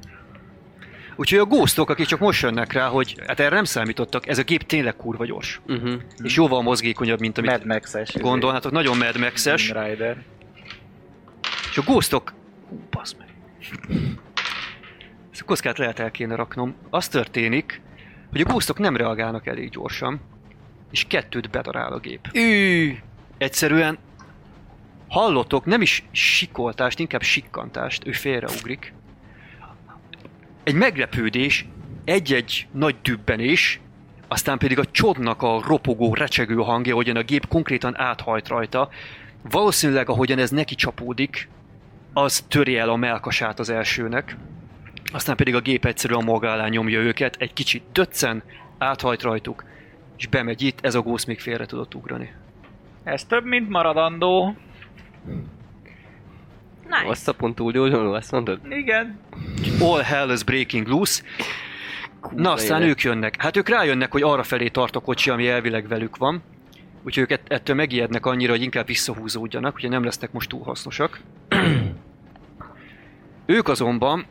Speaker 3: Úgyhogy a ghostok, akik csak most jönnek rá, hogy hát erre nem számítottak, ez a gép tényleg kurva gyors.
Speaker 4: Uh-huh.
Speaker 3: És jóval mozgékonyabb, mint amit
Speaker 7: Mad Max-es. izé,
Speaker 3: gondolnátok. Nagyon Mad
Speaker 5: izé,
Speaker 3: Max-es.
Speaker 7: Tomb Raider.
Speaker 3: És a ghostok... Hú, basz meg. Ezt a kockát lehet el kéne raknom. Az történik, hogy a ghostok nem reagálnak elég gyorsan, és kettőt bedarál a gép. Ű! Egyszerűen hallotok, nem is sikoltást, inkább sikkantást, ő félreugrik. Egy meglepődés, egy-egy nagy dübbenés, aztán pedig a csodnak a ropogó, recsegő hangja, ahogyan a gép konkrétan áthajt rajta. Valószínűleg, ahogyan ez neki csapódik, az töri el a melkasát az elsőnek, aztán pedig a gép egyszerűen maga alá nyomja őket, egy kicsit döccen, áthajt rajtuk, és bemegy itt, ez a gósz még félre tudott ugrani.
Speaker 7: Ez több, mint maradandó.
Speaker 6: Nice.
Speaker 4: Azt a pont túl gyorsuló, azt mondod?
Speaker 7: Igen.
Speaker 3: All hell is breaking loose. Na, aztán
Speaker 4: élet.
Speaker 3: ők jönnek. Hát ők rájönnek, hogy arra felé tart a kocsi, ami elvileg velük van. Úgyhogy ők ett- ettől megijednek annyira, hogy inkább visszahúzódjanak, ugye nem lesznek most túl hasznosak. ők azonban,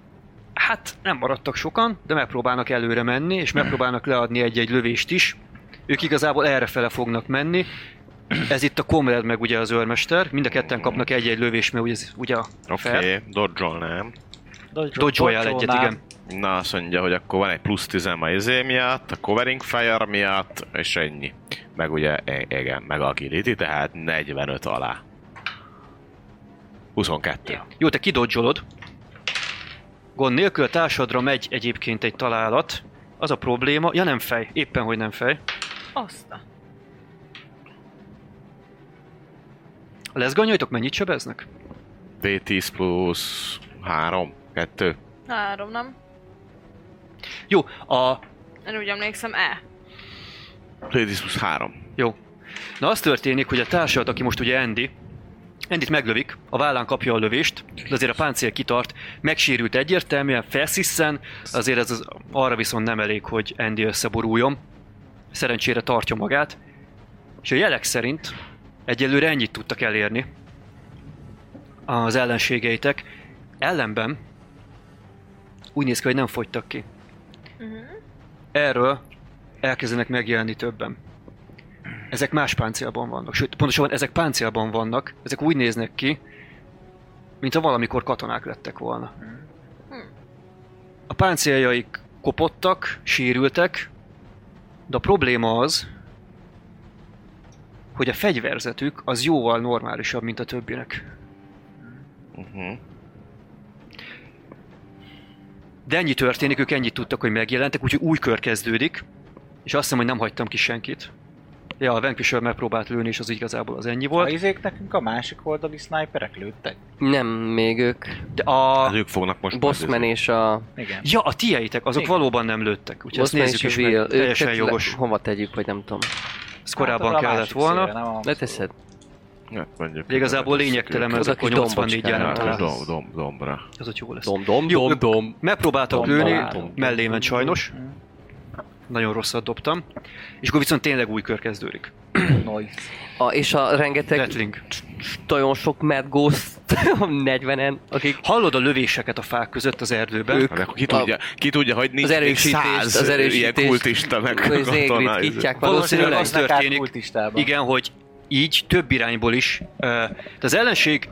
Speaker 3: hát nem maradtak sokan, de megpróbálnak előre menni, és megpróbálnak leadni egy-egy lövést is. Ők igazából errefele fognak menni. Ez itt a Comrade meg ugye az őrmester, mind a ketten kapnak egy-egy lövést, mert ugye, ez, ugye a
Speaker 5: Oké,
Speaker 3: fel.
Speaker 5: okay, dodge-olnám.
Speaker 3: Dodge-oljál egyet, igen.
Speaker 5: Na, azt mondja, hogy akkor van egy plusz 10 a izé miatt, a covering fire miatt, és ennyi. Meg ugye, i- igen, meg agility, tehát 45 alá. 22.
Speaker 3: Jó, te kidodzsolod. Gond nélkül a társadra megy egyébként egy találat. Az a probléma, ja nem fej, éppen hogy nem fej.
Speaker 6: Azt a...
Speaker 3: A leszganyaitok mennyit sebeznek?
Speaker 5: D10 plusz 3, 2.
Speaker 6: Három, nem?
Speaker 3: Jó, a...
Speaker 6: Én úgy emlékszem, E.
Speaker 5: D10 plusz 3.
Speaker 3: Jó. Na az történik, hogy a társad, aki most ugye Andy, Endit meglövik, a vállán kapja a lövést, de azért a páncél kitart, megsérült egyértelműen, felsziszen, azért ez az, arra viszont nem elég, hogy Andy összeboruljon. Szerencsére tartja magát, és a jelek szerint egyelőre ennyit tudtak elérni az ellenségeitek. Ellenben úgy néz ki, hogy nem fogytak ki. Erről elkezdenek megjelenni többen. Ezek más páncélban vannak, sőt, pontosabban ezek páncélban vannak, ezek úgy néznek ki, mint ha valamikor katonák lettek volna. A páncéljaik kopottak, sérültek, de a probléma az, hogy a fegyverzetük az jóval normálisabb, mint a többinek.
Speaker 5: Uh-huh.
Speaker 3: De ennyi történik, ők ennyit tudtak, hogy megjelentek, úgyhogy új kör kezdődik, és azt hiszem, hogy nem hagytam ki senkit. Ja, a Vanquisher megpróbált lőni, és az igazából az ennyi
Speaker 7: A
Speaker 3: volt.
Speaker 7: izék nekünk a másik oldali sniperek lőttek.
Speaker 4: Nem, még ők.
Speaker 3: De a...
Speaker 5: Hát ők fognak most
Speaker 4: Bossman
Speaker 5: majd
Speaker 4: és a...
Speaker 7: Igen.
Speaker 3: Ja, a tiétek, azok
Speaker 7: Igen.
Speaker 3: valóban nem lőttek, úgyhogy ezt
Speaker 4: Bossman
Speaker 3: nézzük
Speaker 4: és a
Speaker 3: is
Speaker 4: Will.
Speaker 3: meg. Teljesen
Speaker 4: Őket
Speaker 3: jogos.
Speaker 4: Le, hova tegyük, vagy nem tudom.
Speaker 3: Ez korábban
Speaker 7: Hát, a
Speaker 3: kellett
Speaker 7: másik
Speaker 3: volna.
Speaker 7: szélre, nem a-
Speaker 4: Leteszed?
Speaker 5: izé- Hát mondjuk.
Speaker 3: De igazából lényegtelen, mert
Speaker 4: Oda
Speaker 3: ezek
Speaker 4: kis
Speaker 3: 84
Speaker 4: dombocskán
Speaker 3: jel nem
Speaker 5: Hát,
Speaker 4: találsz.
Speaker 5: hogy
Speaker 3: talál.
Speaker 5: dom, dom, dombra.
Speaker 3: Az ott jó lesz.
Speaker 4: Dom, dom,
Speaker 3: Jó,
Speaker 4: dom,
Speaker 3: ők-
Speaker 4: dom.
Speaker 3: Megpróbáltak
Speaker 4: Dom,
Speaker 3: lőni,
Speaker 4: dom, dom.
Speaker 3: mellé ment sajnos. Nagyon rosszat dobtam. És akkor viszont tényleg új kör kezdődik.
Speaker 7: Noise.
Speaker 4: A, és a rengeteg
Speaker 3: Rattling.
Speaker 4: nagyon sok Mad Ghost 40-en, akik
Speaker 3: Hallod a lövéseket a fák között az erdőben?
Speaker 4: Ők-
Speaker 5: Hát akkor ki tudja, ki tudja, hogy nincs
Speaker 4: az erősítést, az erősítést,
Speaker 5: ilyen kultista meg
Speaker 4: az égrit kitják valószínűleg.
Speaker 3: Valószínűleg az történik.
Speaker 7: Kultistában.
Speaker 3: Igen, hogy így több irányból is. Ö, De az ellenség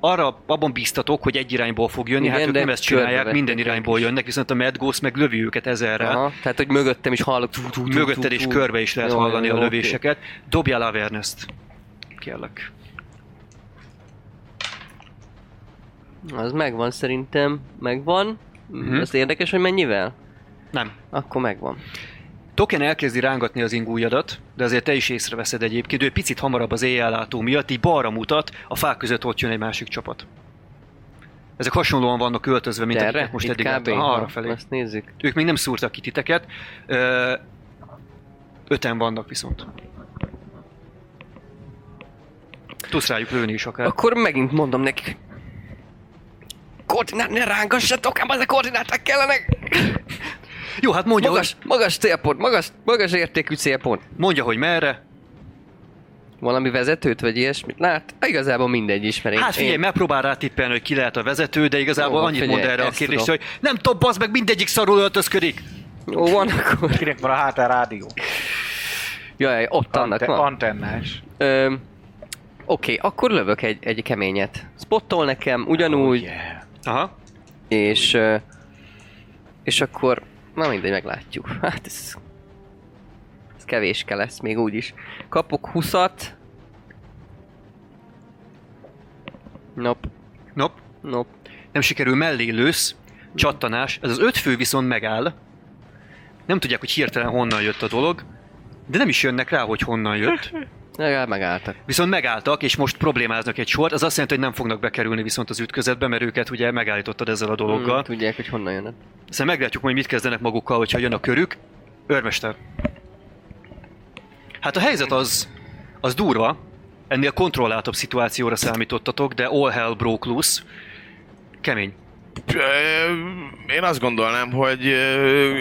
Speaker 3: arra abban bíztatok, hogy egy irányból fog jönni,
Speaker 4: Igen,
Speaker 3: hát ők
Speaker 4: de
Speaker 3: nem ezt
Speaker 4: körbe
Speaker 3: csinálják, minden
Speaker 4: vették
Speaker 3: irányból
Speaker 4: ők is.
Speaker 3: jönnek, viszont a Mad Ghost meg lövi őket ezerrel.
Speaker 4: Aha, tehát, hogy mögöttem is hallok. tú, tú, tú, tú,
Speaker 3: Mögötted és
Speaker 4: tú.
Speaker 3: körbe is lehet
Speaker 4: Jó,
Speaker 3: hallani
Speaker 4: jó,
Speaker 3: a
Speaker 4: jó, oké.
Speaker 3: lövéseket. Dobjál Avernest. Kérlek.
Speaker 4: Az megvan szerintem, megvan.
Speaker 3: Mhm.
Speaker 4: Mm-hmm. Ez érdekes, hogy mennyivel?
Speaker 3: Nem.
Speaker 4: Akkor megvan.
Speaker 3: Token elkezdi rángatni az ingújadat, de azért te is észreveszed egyébként, ő picit hamarabb az éjjellátó miatt, így balra mutat, a fák között ott jön egy másik csapat. Ezek hasonlóan vannak öltözve, mint
Speaker 4: Erre?
Speaker 3: akiket most
Speaker 4: Itt
Speaker 3: eddig
Speaker 4: kb.
Speaker 3: láttam. Ha, arra felé.
Speaker 4: Azt nézzük.
Speaker 3: Ők még nem szúrtak ki titeket. Ö, öten vannak viszont. Tudsz rájuk lőni is akár.
Speaker 4: Akkor megint mondom nekik. Koordinát, ne rángassatok, ám ezek koordináták kellenek!
Speaker 3: Jó, hát mondja,
Speaker 4: Magas,
Speaker 3: hogy,
Speaker 4: magas célpont, magas, magas értékű célpont.
Speaker 3: mondja, hogy merre.
Speaker 4: Valami vezetőt, vagy ilyesmit lát? Igazából mindegy ismer. Én-
Speaker 3: Hát figyelj,
Speaker 4: én-
Speaker 3: megpróbál rá tippelni, hogy ki lehet a vezető, de igazából
Speaker 4: Jó,
Speaker 3: annyit
Speaker 4: figyelj,
Speaker 3: mond erre a
Speaker 4: ezt
Speaker 3: kérdésre,
Speaker 4: tudom.
Speaker 3: hogy nem tudom, bazd meg, mindegyik szarul öltözködik.
Speaker 4: Jó van, akkor...
Speaker 7: Kinek van a hátán rádió?
Speaker 4: Jaj, ott annak
Speaker 7: Ante-
Speaker 4: van.
Speaker 7: antennás.
Speaker 4: Öm, Oké, akkor lövök egy, egy keményet. Spottol nekem, ugyanúgy, oh, yeah.
Speaker 3: Aha.
Speaker 4: és... ö, És akkor... Na mindegy, meglátjuk. Hát ez... Ez kevéske lesz még úgy is. Kapok 20-at. Nop,
Speaker 3: Nop.
Speaker 4: nop.
Speaker 3: Nem sikerül, mellé lősz. Csattanás. Ez az öt fő viszont megáll. Nem tudják, hogy hirtelen honnan jött a dolog. De nem is jönnek rá, hogy honnan jött.
Speaker 4: Legalább megálltak.
Speaker 3: Viszont megálltak, és most problémáznak egy sort. Az azt jelenti, hogy nem fognak bekerülni viszont az ütközetbe, mert őket ugye megállítottad ezzel a dologgal.
Speaker 4: Mm, tudják, hogy honnan jön.
Speaker 3: Aztán meglátjuk majd, mit kezdenek magukkal, hogyha jön a körük. Örmester. Hát a helyzet az, az durva. Ennél kontrolláltabb szituációra számítottatok, de all hell broke loose. Kemény.
Speaker 5: Ö, Én azt gondolnám, hogy ö,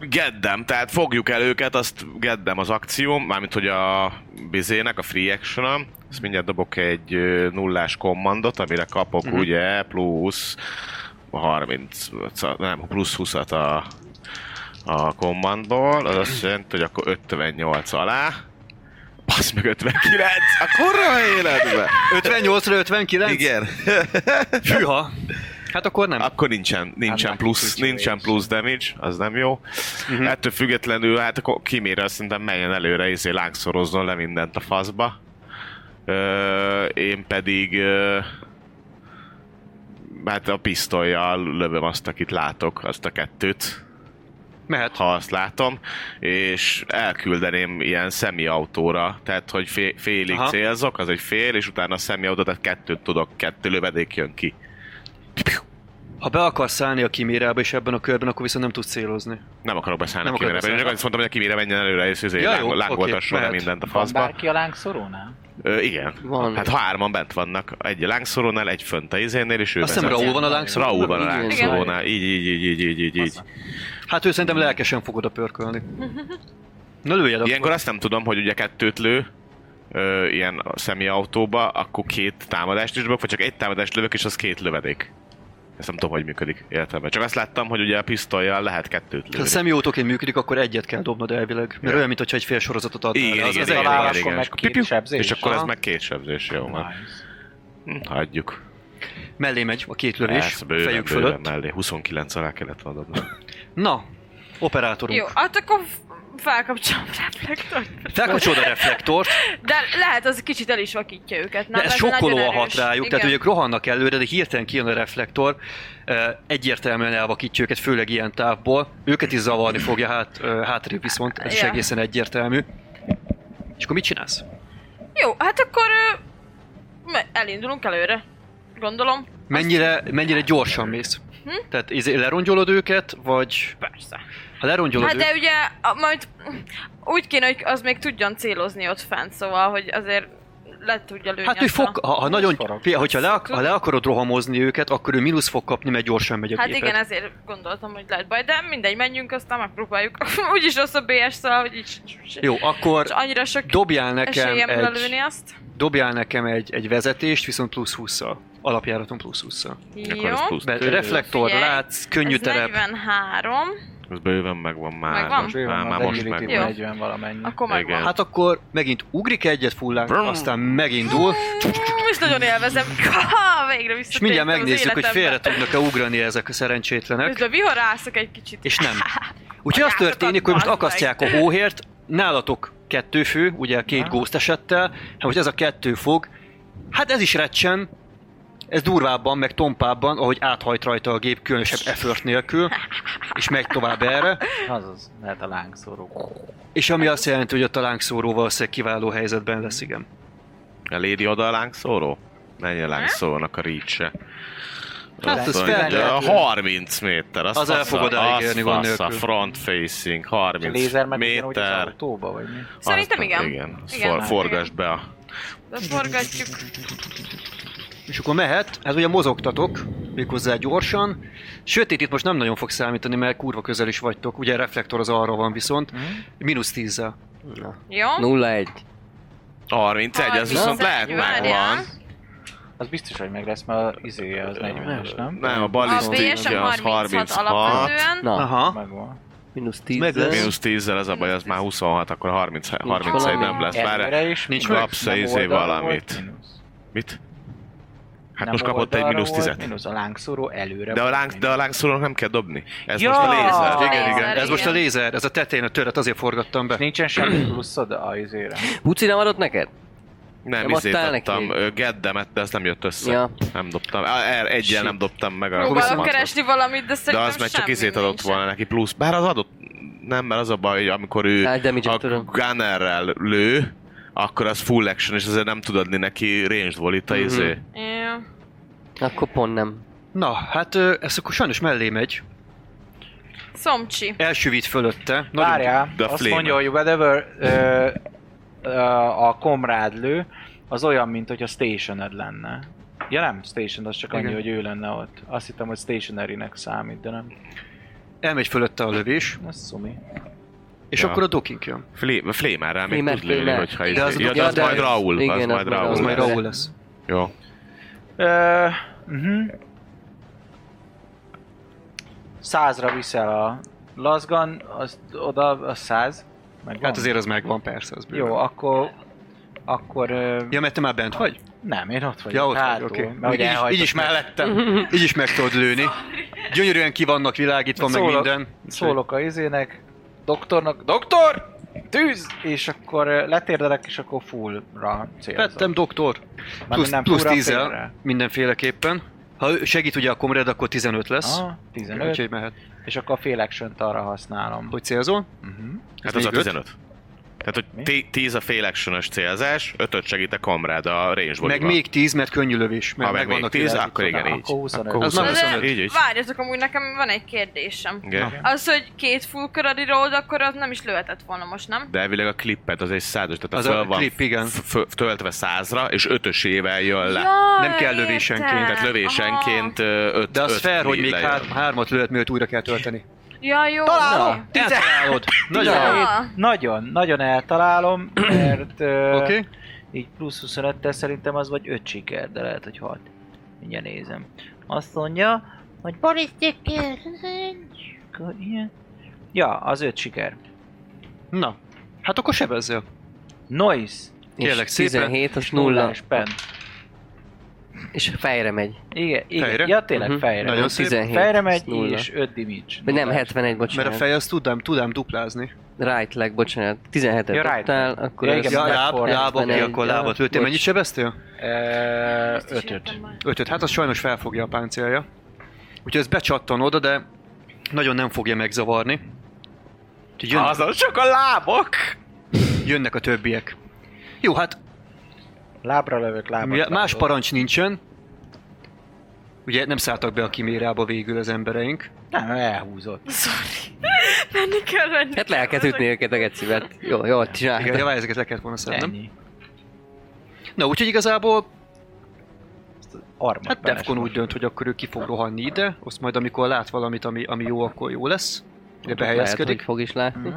Speaker 5: geddem, tehát fogjuk el őket, azt geddem az akcióm, mármint hogy a bizének, a free action azt mindjárt dobok egy ö, nullás kommandot, amire kapok uh-huh. ugye plusz 30, nem, plusz 20-at a, a kommandból, az azt jelenti, hogy akkor 58 alá, Basz meg 59, a kurva életbe!
Speaker 3: 58-ra 59?
Speaker 5: Igen.
Speaker 3: Fűha. Hát akkor nem.
Speaker 5: Akkor nincsen, nincsen
Speaker 7: Unlucky
Speaker 5: plusz,
Speaker 7: situation.
Speaker 5: nincsen plusz damage, az nem jó.
Speaker 3: Mhm.
Speaker 5: Uh-huh. Ettől függetlenül, hát akkor kimére azt szerintem menjen előre, izé lángszorozzon le mindent a faszba. Ö, én pedig ö, hát a pisztolyjal lövöm azt, akit látok, azt a kettőt,
Speaker 3: Mehet.
Speaker 5: ha azt látom, és elküldeném ilyen szemiautóra, tehát hogy fél, félig
Speaker 3: Aha.
Speaker 5: Aha. célzok, az egy fél, és utána a szemiautó, tehát kettőt tudok, kettő lövedék jön ki.
Speaker 3: Ha be akarsz állni a kimérába és ebben a körben, akkor viszont nem tudsz célozni.
Speaker 5: Nem akarok beszállni
Speaker 3: Nem
Speaker 5: a kimére,
Speaker 3: akarok
Speaker 5: csak
Speaker 3: beszállni.
Speaker 5: azt mondtam, hogy a kimére menjen előre, és izé
Speaker 3: Ja, jó,
Speaker 5: láng- lángoltasson
Speaker 3: oké,
Speaker 5: okay,
Speaker 3: mehet.
Speaker 5: mindent a
Speaker 7: Van
Speaker 5: faszba.
Speaker 7: bárki a lángszorónál?
Speaker 5: Ö, igen.
Speaker 4: Van.
Speaker 5: Van. Hát hárman bent vannak. Egy a lángszorónál, egy fönt a izénél, és ő
Speaker 3: Azt hiszem
Speaker 5: vezet.
Speaker 3: Raúl van a
Speaker 5: Raúl
Speaker 3: lángszoróban.
Speaker 5: van a
Speaker 4: Igen.
Speaker 5: lángszorónál. Így, így, így, így, így, így, így.
Speaker 3: Hát ő szerintem lelkesen fog oda pörkölni. Na lőjed akkor.
Speaker 5: Ilyenkor azt nem tudom, hogy ugye kettőt lő, ö, ilyen a személyautóba, akkor két támadást is dobok, vagy csak egy támadást lövök, és az két lövedék. Ezt nem tudom, hogy működik értelme. Csak azt láttam, hogy ugye a pisztolyjal lehet kettőt
Speaker 3: Ha
Speaker 5: lőni.
Speaker 3: szemjótóként működik, akkor egyet kell dobnod elvileg. Mert
Speaker 5: Ja.
Speaker 3: olyan, mintha egy fél sorozatot adnál.
Speaker 5: Igen,
Speaker 3: rá. az
Speaker 5: igen,
Speaker 3: az
Speaker 5: igen,
Speaker 3: elég-
Speaker 5: igen,
Speaker 7: válaszol
Speaker 5: igen.
Speaker 7: meg
Speaker 5: És akkor pipiu,
Speaker 7: két sebzés.
Speaker 5: És akkor ez
Speaker 7: Aha.
Speaker 5: meg két sebzés, jó van.
Speaker 7: Nice.
Speaker 5: Hm, Hagyjuk.
Speaker 3: Mellé megy a két lövés,
Speaker 5: Persze, bőven,
Speaker 3: fejük
Speaker 5: bőven
Speaker 3: fölött.
Speaker 5: mellé. 29 alá kellett volna dobnom.
Speaker 3: Na, operátorunk.
Speaker 6: Jó, hát akkor f- felkapcsolom a reflektort.
Speaker 3: Felkapcsolod a reflektort,
Speaker 6: De lehet, az kicsit el is vakítja őket. Nem,
Speaker 3: de ez
Speaker 6: nagyon
Speaker 3: sokkolóan
Speaker 6: erős.
Speaker 3: hat rájuk, tehát
Speaker 6: Igen.
Speaker 3: ők rohannak előre, de hirtelen kijön a reflektor, ö, egyértelműen elvakítja őket, főleg ilyen távból. Őket is zavarni fogja, hát, ö, hátrébb viszont, ez is
Speaker 6: Ja.
Speaker 3: egészen egyértelmű. És akkor mit csinálsz?
Speaker 6: Jó, hát akkor ö, me- elindulunk előre. Gondolom.
Speaker 3: Mennyire, mennyire gyorsan mész?
Speaker 6: Hm?
Speaker 3: Tehát izé- lerongyolod őket, vagy
Speaker 6: Persze.
Speaker 3: ha lerongyolod
Speaker 6: Hát
Speaker 3: őket...
Speaker 6: de ugye, a, majd úgy kéne, hogy az még tudjon célozni ott fent, szóval, hogy azért le tudja lőni.
Speaker 3: Hát ő
Speaker 6: azt a-
Speaker 3: fog, ha, ha nagyon,
Speaker 7: forog.
Speaker 3: például, hogyha le, ak- ha le akarod rohamozni őket, akkor ő mínusz fog kapni, mert gyorsan megy a
Speaker 6: Hát
Speaker 3: géped.
Speaker 6: igen, ezért gondoltam, hogy lehet baj, de mindegy, menjünk, aztán megpróbáljuk. Úgyis rossz a BS, szóval, hogy így
Speaker 3: Jó, akkor
Speaker 6: És annyira sok
Speaker 3: dobjál nekem,
Speaker 6: esélyem lelőni
Speaker 3: egy,
Speaker 6: azt.
Speaker 3: dobjál nekem egy, egy vezetést, viszont plusz 20-szal. Alapjáraton plusz 20-szal.
Speaker 5: Akkor
Speaker 6: Jó.
Speaker 5: ez plusz.
Speaker 3: Be, reflektor,
Speaker 6: Figyelj,
Speaker 3: látsz, könnyű
Speaker 6: Ez
Speaker 3: terep.
Speaker 6: 43,
Speaker 5: Ez bőven megvan már.
Speaker 6: Megvan?
Speaker 5: Most,
Speaker 7: Ő
Speaker 5: már,
Speaker 7: van,
Speaker 5: már
Speaker 7: az
Speaker 5: most
Speaker 7: agility
Speaker 5: meg.
Speaker 6: Jó.
Speaker 7: 40 valamennyi.
Speaker 6: akkor megvan.
Speaker 5: Igen.
Speaker 3: Hát akkor megint ugrik egyet fullán, aztán megindul,
Speaker 6: Mm, És nagyon élvezem. Ha, végre
Speaker 3: és
Speaker 6: visszatértem
Speaker 3: mindjárt
Speaker 6: az
Speaker 3: megnézzük, hogy
Speaker 6: életembe.
Speaker 3: félre tudnak-e ugrani ezek a szerencsétlenek.
Speaker 6: Közben viharászok egy kicsit.
Speaker 3: és nem. Úgyhogy az történik, hogy most akasztják a hóhért, nálatok kettő fő, ugye két gózt esettel, hát most ez a kettő fog, hát ez is recsen, ez durvábban, meg tompábban, ahogy áthajt rajta a gép különösebb effort nélkül, és megy tovább erre,
Speaker 7: Azaz, lehet a lángszóró.
Speaker 3: és ami azt jelenti, hogy a talánkszóró valószínűleg kiváló helyzetben lesz, igen.
Speaker 5: Eléri oda a lángszóró? Menjen a lángszórónak a reach-e.
Speaker 3: Hát
Speaker 5: Azt
Speaker 3: ez
Speaker 5: mondja,
Speaker 3: feltehető.
Speaker 5: 30 méter. Azt
Speaker 3: Az el fogod elérni gond
Speaker 5: gond nélkül.
Speaker 3: nélkül.
Speaker 5: front facing,
Speaker 7: A
Speaker 5: 30
Speaker 7: lézer meg ugyanúgy az
Speaker 5: méter.
Speaker 7: autóba, vagy mi?
Speaker 5: Azt
Speaker 6: Szerintem
Speaker 5: nem-
Speaker 6: igen.
Speaker 5: Igen, azt
Speaker 6: Igen,
Speaker 5: for,
Speaker 6: igen.
Speaker 5: forgasd be a
Speaker 6: Beforgatjuk.
Speaker 3: És akkor mehet, hát ugye mozogtatok, méghozzá gyorsan. Sötét itt most nem nagyon fog számítani, mert kurva közel is vagytok. Ugye reflektor az arra van viszont.
Speaker 7: Hm?
Speaker 3: Mínusz tízzel.
Speaker 6: Jó?
Speaker 4: 0-1.
Speaker 5: 31, az viszont lehet
Speaker 6: 31, várjál.
Speaker 5: megvan.
Speaker 7: Az biztos, hogy meg lesz, mert az izé az 40-es, nem?
Speaker 5: Nem, a
Speaker 6: A BS
Speaker 5: balisztikja
Speaker 6: a
Speaker 5: az
Speaker 6: 36
Speaker 5: 36.
Speaker 6: alapvetően.
Speaker 4: Na,
Speaker 3: Aha.
Speaker 7: Megvan.
Speaker 4: mínusz 10.
Speaker 3: Meg lesz.
Speaker 5: Mínusz 10 az a baj, az már 26, akkor 30, 31
Speaker 4: valami.
Speaker 5: nem lesz. Várj,
Speaker 7: Előre is
Speaker 5: nincs
Speaker 7: meg-
Speaker 5: kapsz-e
Speaker 7: nem
Speaker 5: izé
Speaker 7: oldalra
Speaker 5: valamit?
Speaker 7: volt mínusz.
Speaker 5: mit? Hát
Speaker 7: Nem
Speaker 5: most kapott egy
Speaker 7: oldalra
Speaker 5: mínusz
Speaker 7: volt
Speaker 5: 10-et.
Speaker 7: Mínusz a lángszóró előre.
Speaker 5: De a,
Speaker 7: volt
Speaker 5: láng, de a lángszórónak nem kell dobni. Ez
Speaker 2: Ja!
Speaker 5: most a lézer.
Speaker 6: A
Speaker 5: Igen,
Speaker 6: lézer,
Speaker 5: igen.
Speaker 3: Ez most a lézer, ez a tetején a töret, azért forgattam be.
Speaker 7: Nincsen semmi pluszod a izére.
Speaker 4: Huci nem adott neked?
Speaker 5: Nem,
Speaker 4: Nem
Speaker 5: izét
Speaker 4: adtál neki?
Speaker 5: adtam ö, geddemet, de ez nem jött össze.
Speaker 4: Ja.
Speaker 5: Nem dobtam. Á, er- Egyel nem dobtam meg. a
Speaker 6: Próbálok
Speaker 5: kockát.
Speaker 6: keresni valamit, de
Speaker 5: De
Speaker 6: szerintem
Speaker 5: az meg csak
Speaker 6: semmi
Speaker 5: izét adott
Speaker 6: nincsen.
Speaker 5: volna neki plusz. Bár az adott... Nem, mert az a baj, hogy amikor ő
Speaker 4: Hát, damage-et
Speaker 5: a
Speaker 4: tudom.
Speaker 5: gunnerrel lő, akkor az full action, és azért nem tud adni neki ranged volley-t a izé.
Speaker 6: Jó.
Speaker 4: Akkor pont nem.
Speaker 3: Na, hát ö, ez akkor sajnos mellé megy.
Speaker 6: Szomcsi.
Speaker 3: Elsüvít fölötte. Nagyon-
Speaker 7: Várjál,
Speaker 5: The
Speaker 7: azt
Speaker 5: Flame.
Speaker 7: mondja, hogy whatever ö, ö, a komrád lő, az olyan, mint hogy a stationed lenne. Ja nem, station, az csak annyi,
Speaker 3: Igen.
Speaker 7: hogy ő lenne ott. Azt hittem, hogy stationary-nek számít, de nem.
Speaker 3: Elmegy fölötte a lövés,
Speaker 7: Ez szumi.
Speaker 3: és
Speaker 5: Ja.
Speaker 3: akkor a docking jön.
Speaker 5: Flé- Flémerrel még
Speaker 4: Flémer,
Speaker 5: tud lőni,
Speaker 4: flémer.
Speaker 5: hogyha
Speaker 6: De
Speaker 5: izé.
Speaker 3: az-
Speaker 5: Ja, de
Speaker 4: ja,
Speaker 5: az
Speaker 4: de-
Speaker 5: majd Raul.
Speaker 4: igen,
Speaker 5: Az
Speaker 4: az
Speaker 5: majd
Speaker 4: majd
Speaker 5: Raul.
Speaker 3: Az majd
Speaker 4: lesz.
Speaker 3: Raúl lesz.
Speaker 5: Jó.
Speaker 7: Ö, uh-huh. Százra viszel a lazgan, az oda a száz. Meg
Speaker 3: Hát azért az megvan, persze, az bőven.
Speaker 7: Jó, akkor... Akkor... Ö,
Speaker 3: Ja, mert te már bent vagy?
Speaker 7: Nem, én ott vagyok.
Speaker 3: Ja, ott vagy,
Speaker 7: hátul,
Speaker 3: oké.
Speaker 7: Mert
Speaker 3: Így,
Speaker 7: ugye
Speaker 3: is- így is
Speaker 7: elhajtottam.
Speaker 3: mellettem. Így is meg tudod lőni. Gyönyörűen ki vannak világítva, meg
Speaker 7: Szólok-
Speaker 3: minden.
Speaker 7: Szólok a izének, doktornak, doktor! Tűz! És akkor ö, letérdelek, és akkor fullra célzom.
Speaker 3: Vettem doktor.
Speaker 7: Mármint
Speaker 3: Plusz,
Speaker 7: nem
Speaker 3: plusz
Speaker 7: fullra,
Speaker 3: 10
Speaker 7: félre.
Speaker 3: mindenféleképpen. Ha ő segít ugye a komred, akkor 15 lesz.
Speaker 7: Aha, 15,
Speaker 3: Úgyhogy mehet.
Speaker 7: és akkor a fél action arra használom.
Speaker 3: Hogy célzol?
Speaker 7: Uh-huh.
Speaker 5: Hát
Speaker 3: Ez
Speaker 5: az a
Speaker 3: még öt?
Speaker 5: 15. Tehát,
Speaker 7: Mi?
Speaker 5: hogy 10 a fél action célzás, 5 segít a komrád a range
Speaker 3: Meg még 10, mert könnyű lövés. Mert
Speaker 5: ha meg még
Speaker 3: vannak
Speaker 5: 10,
Speaker 3: világítva.
Speaker 5: akkor igen,
Speaker 7: Na,
Speaker 5: így.
Speaker 7: akkor 25.
Speaker 5: Akkor
Speaker 3: Az már
Speaker 5: 25.
Speaker 3: 25.
Speaker 5: Így, így.
Speaker 6: Várjatok, amúgy nekem van egy kérdésem.
Speaker 5: Igen.
Speaker 6: Az, hogy két full körödi road, akkor az nem is lőhetett volna most, nem?
Speaker 5: De elvileg a klippet az egy százas, tehát
Speaker 3: Az
Speaker 5: föl
Speaker 3: a
Speaker 5: van
Speaker 3: klip, igen.
Speaker 5: f- f- töltve százra, és ötösével jön le.
Speaker 6: Jaj,
Speaker 3: Nem kell lövésenként,
Speaker 6: értem.
Speaker 5: Tehát lövésenként ö, öt,
Speaker 3: De az
Speaker 5: öt
Speaker 3: fel, hogy
Speaker 5: kli-
Speaker 3: még hát-
Speaker 5: lejön.
Speaker 3: hár, hármat lőhet, mielőtt újra kell tölteni.
Speaker 6: Aha. Ja, jó.
Speaker 7: Találom!
Speaker 3: Eltalálod! Nagyon jó.
Speaker 6: Ja.
Speaker 7: Nagyon, nagyon, nagyon eltalálom, mert ö,
Speaker 3: Oké.
Speaker 7: így plusz 25-tel szerintem az vagy 5 siker, de lehet, hogy 6. Mindjárt nézem. Azt mondja, hogy balisztiker. akkor ilyen. Ja, az 5 siker.
Speaker 3: Na, hát akkor sebezzel.
Speaker 7: Noise.
Speaker 3: Kérlek
Speaker 4: és
Speaker 3: szépen.
Speaker 4: 17, az nulla.
Speaker 7: Nullás pen.
Speaker 4: És fejre megy.
Speaker 7: Igen, igen.
Speaker 3: Fejre?
Speaker 7: Ja, tényleg
Speaker 4: Mhm.
Speaker 7: fejre.
Speaker 3: Nagyon
Speaker 7: megy.
Speaker 3: szép.
Speaker 4: 17,
Speaker 7: fejre
Speaker 4: az
Speaker 7: megy,
Speaker 4: nulla.
Speaker 7: és 5 damage.
Speaker 4: Vagy nem, 71, bocsánat.
Speaker 3: Mert a fej azt tudám, tudám duplázni.
Speaker 4: Right leg, bocsánat. 17-et
Speaker 7: Ja,
Speaker 4: ja,
Speaker 7: right
Speaker 4: dobtál,
Speaker 7: leg.
Speaker 4: akkor
Speaker 7: Ja,
Speaker 4: ja,
Speaker 7: igen,
Speaker 4: igen,
Speaker 3: Ja,
Speaker 7: meg
Speaker 3: láb,
Speaker 7: fordít,
Speaker 3: láb, oké,
Speaker 4: megy.
Speaker 3: akkor lábot lőttél.
Speaker 4: Bocs.
Speaker 3: Mennyit sebeztél?
Speaker 6: Ezt is
Speaker 7: 5
Speaker 6: írtam már.
Speaker 3: Ötöt, hát az sajnos felfogja a páncélja. Úgyhogy ez becsattan oda, de nagyon nem fogja megzavarni. Úgyhogy jön,
Speaker 5: Azon csak a lábok!
Speaker 3: jönnek a többiek. Jó, hát
Speaker 7: Lábra lövök, lábra
Speaker 3: mivel más parancs nincsen. Ugye nem szálltak be a kimérába végül az embereink.
Speaker 7: Nem, elhúzott.
Speaker 6: Sorry. Menni kell, menni
Speaker 4: Hát le kell ütni őket a gecivet. Jó, jó,
Speaker 3: Igen, de
Speaker 4: csináltam.
Speaker 3: várj, ezeket le kellett volna szednem.
Speaker 7: Ennyi.
Speaker 3: Na, úgyhogy igazából
Speaker 7: Armat
Speaker 3: Hát Defcon úgy dönt, hogy akkor ő ki fog rohanni ide, azt majd amikor lát valamit, ami, ami jó, akkor jó lesz. Ide
Speaker 4: Lehet, hogy
Speaker 3: behelyezkedik.
Speaker 4: fog is látni.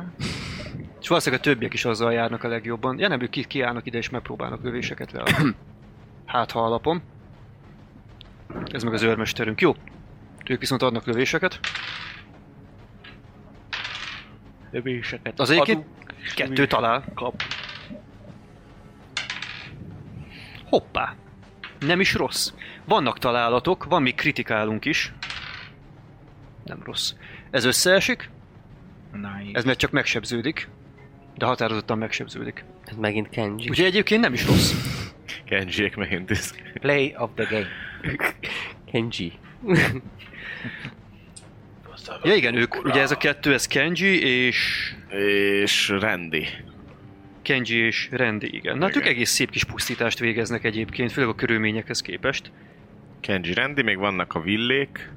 Speaker 3: És valószínűleg a többiek is azzal járnak a legjobban. Ja nem, ők ki, kiállnak ide és megpróbálnak lövéseket leadni. Hát ha alapom. Ez meg az őrmesterünk. Jó. Ők viszont adnak lövéseket.
Speaker 7: Lövéseket.
Speaker 3: Az egyébként kettő talál. Kap. Hoppá. Nem is rossz. Vannak találatok, van még kritikálunk is. Nem rossz. Ez összeesik,
Speaker 7: Nice.
Speaker 3: ez meg csak megsebződik. De határozottan megsebződik.
Speaker 4: Ez Hát megint Kenji.
Speaker 3: Ugye egyébként nem is rossz.
Speaker 5: Kenjiek megint is.
Speaker 7: Play of the game.
Speaker 4: Kenji.
Speaker 3: Ja igen, ők, ugye ez a kettő, ez Kenji és...
Speaker 5: És Randy.
Speaker 3: Kenji és Randy, igen. Na hát ők
Speaker 5: Igen.
Speaker 3: egész szép kis pusztítást végeznek egyébként, főleg a körülményekhez képest.
Speaker 5: Kenji, Randy, még vannak a villék.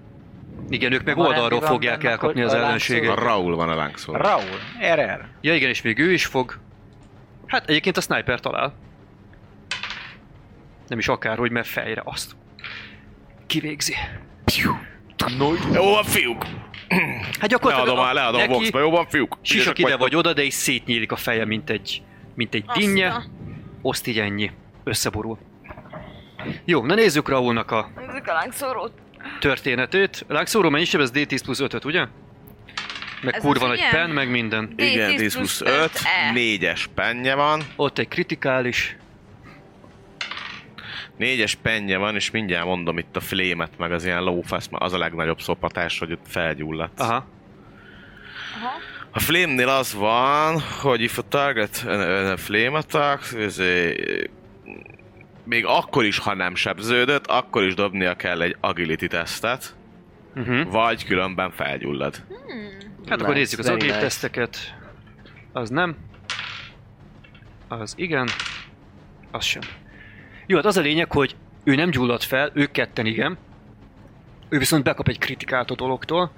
Speaker 3: Igen, ők meg
Speaker 7: Ha Randy
Speaker 3: oldalról
Speaker 7: van
Speaker 3: fogják
Speaker 7: benne,
Speaker 3: elkapni
Speaker 7: akkor
Speaker 3: az
Speaker 7: a
Speaker 5: A
Speaker 3: ellenséget.
Speaker 5: Raul van a lángszó.
Speaker 7: Raul, RR.
Speaker 3: Ja igen, és még ő is fog. Hát egyébként a sniper talál. Nem is akárhogy, mert fejre azt kivégzi.
Speaker 5: Jó van, fiúk!
Speaker 3: Hát gyakorlatilag
Speaker 5: Leadom
Speaker 3: a-
Speaker 5: már, leadom a
Speaker 3: neki
Speaker 5: boxba, jó van, fiúk? Ügyesek
Speaker 3: Sisak ide
Speaker 5: vagytok.
Speaker 3: vagy oda, de így szétnyílik a feje, mint egy, mint egy dinnye. Oszt így ennyi. Összeborul. Jó, na nézzük Raúlnak a
Speaker 6: Nézzük a lángszórót.
Speaker 3: történetét. Lángszóró mennyi sebez? D10 plusz 5 ugye? Meg
Speaker 6: Ez
Speaker 3: kurva
Speaker 6: az
Speaker 3: nagy
Speaker 6: ilyen?
Speaker 3: pen, meg minden.
Speaker 5: Igen, 10 plusz 5,
Speaker 6: E.
Speaker 5: 4-es penje van.
Speaker 3: Ott egy kritikális.
Speaker 5: Négyes penje van, és mindjárt mondom itt a flémet, meg az ilyen lófasz, mert az a legnagyobb szopatás, hogy ott felgyulladsz.
Speaker 3: Aha.
Speaker 6: Aha.
Speaker 5: A flémnél az van, hogy if a target a, a flame attack, ez, ö, még akkor is, ha nem sebződött, akkor is dobnia kell egy agility tesztet,
Speaker 3: Uh-huh.
Speaker 5: vagy különben felgyullad.
Speaker 3: Hát akkor nézzük az
Speaker 4: very
Speaker 3: agility
Speaker 4: nice.
Speaker 3: teszteket. Az nem. Az igen. Az sem. Jó, hát az a lényeg, hogy ő nem gyullad fel, ők ketten igen. Ő viszont bekap egy kritikát a dologtól,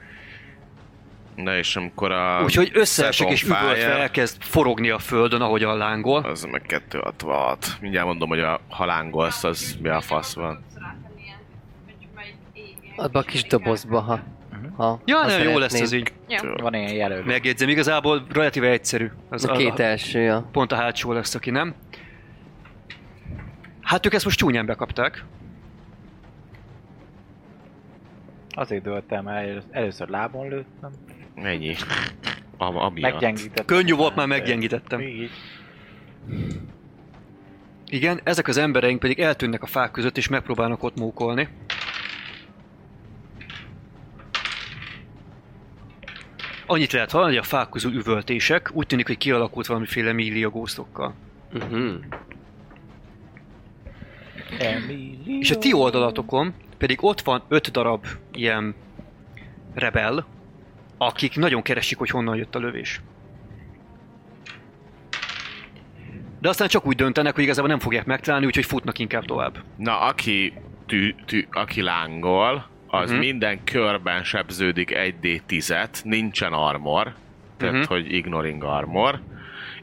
Speaker 5: Na és amikor a...
Speaker 3: úgyhogy összeesik és
Speaker 5: set on
Speaker 3: üvölt
Speaker 5: fire-
Speaker 3: fel, elkezd forogni a földön, ahogyan lángol.
Speaker 5: Az meg 266. Mindjárt mondom, hogy a halángolsz, az mi a fasz van.
Speaker 4: Abba a kis dobozba, ha... ha
Speaker 3: Mhm. Ja,
Speaker 4: ha
Speaker 3: nem, jó lesz
Speaker 4: szeretnéd.
Speaker 3: ez így.
Speaker 7: Van ilyen jelölő.
Speaker 3: Megjegyzem, igazából relatíve egyszerű. Az
Speaker 4: A két első, ja.
Speaker 3: pont a hátsó lesz, aki nem. Hát ők ezt most csúnyán bekapták.
Speaker 7: Azért döltem el, először lábon lőttem.
Speaker 5: Ennyi. A, amiatt.
Speaker 7: Meggyengítettem.
Speaker 3: Könnyű volt, már meggyengítettem.
Speaker 7: Így.
Speaker 3: Igen, ezek az embereink pedig eltűnnek a fák között, és megpróbálnak ott mókolni. Annyit lehet hallani, hogy a fák közül üvöltések, úgy tűnik, hogy kialakult valamiféle millió gósztokkal.
Speaker 4: Uh-huh.
Speaker 7: Emilio.
Speaker 3: És a ti oldalatokon pedig ott van öt darab ilyen rebel, akik nagyon keresik, hogy honnan jött a lövés. De aztán csak úgy döntenek, hogy igazából nem fogják megtalálni, úgyhogy futnak inkább tovább.
Speaker 5: Na, aki, tű, tű, aki lángol, az
Speaker 3: Mhm.
Speaker 5: uh-huh. minden körben sebződik 1d10-et, nincsen armor, tehát
Speaker 3: Mhm.
Speaker 5: uh-huh. hogy ignoring armor,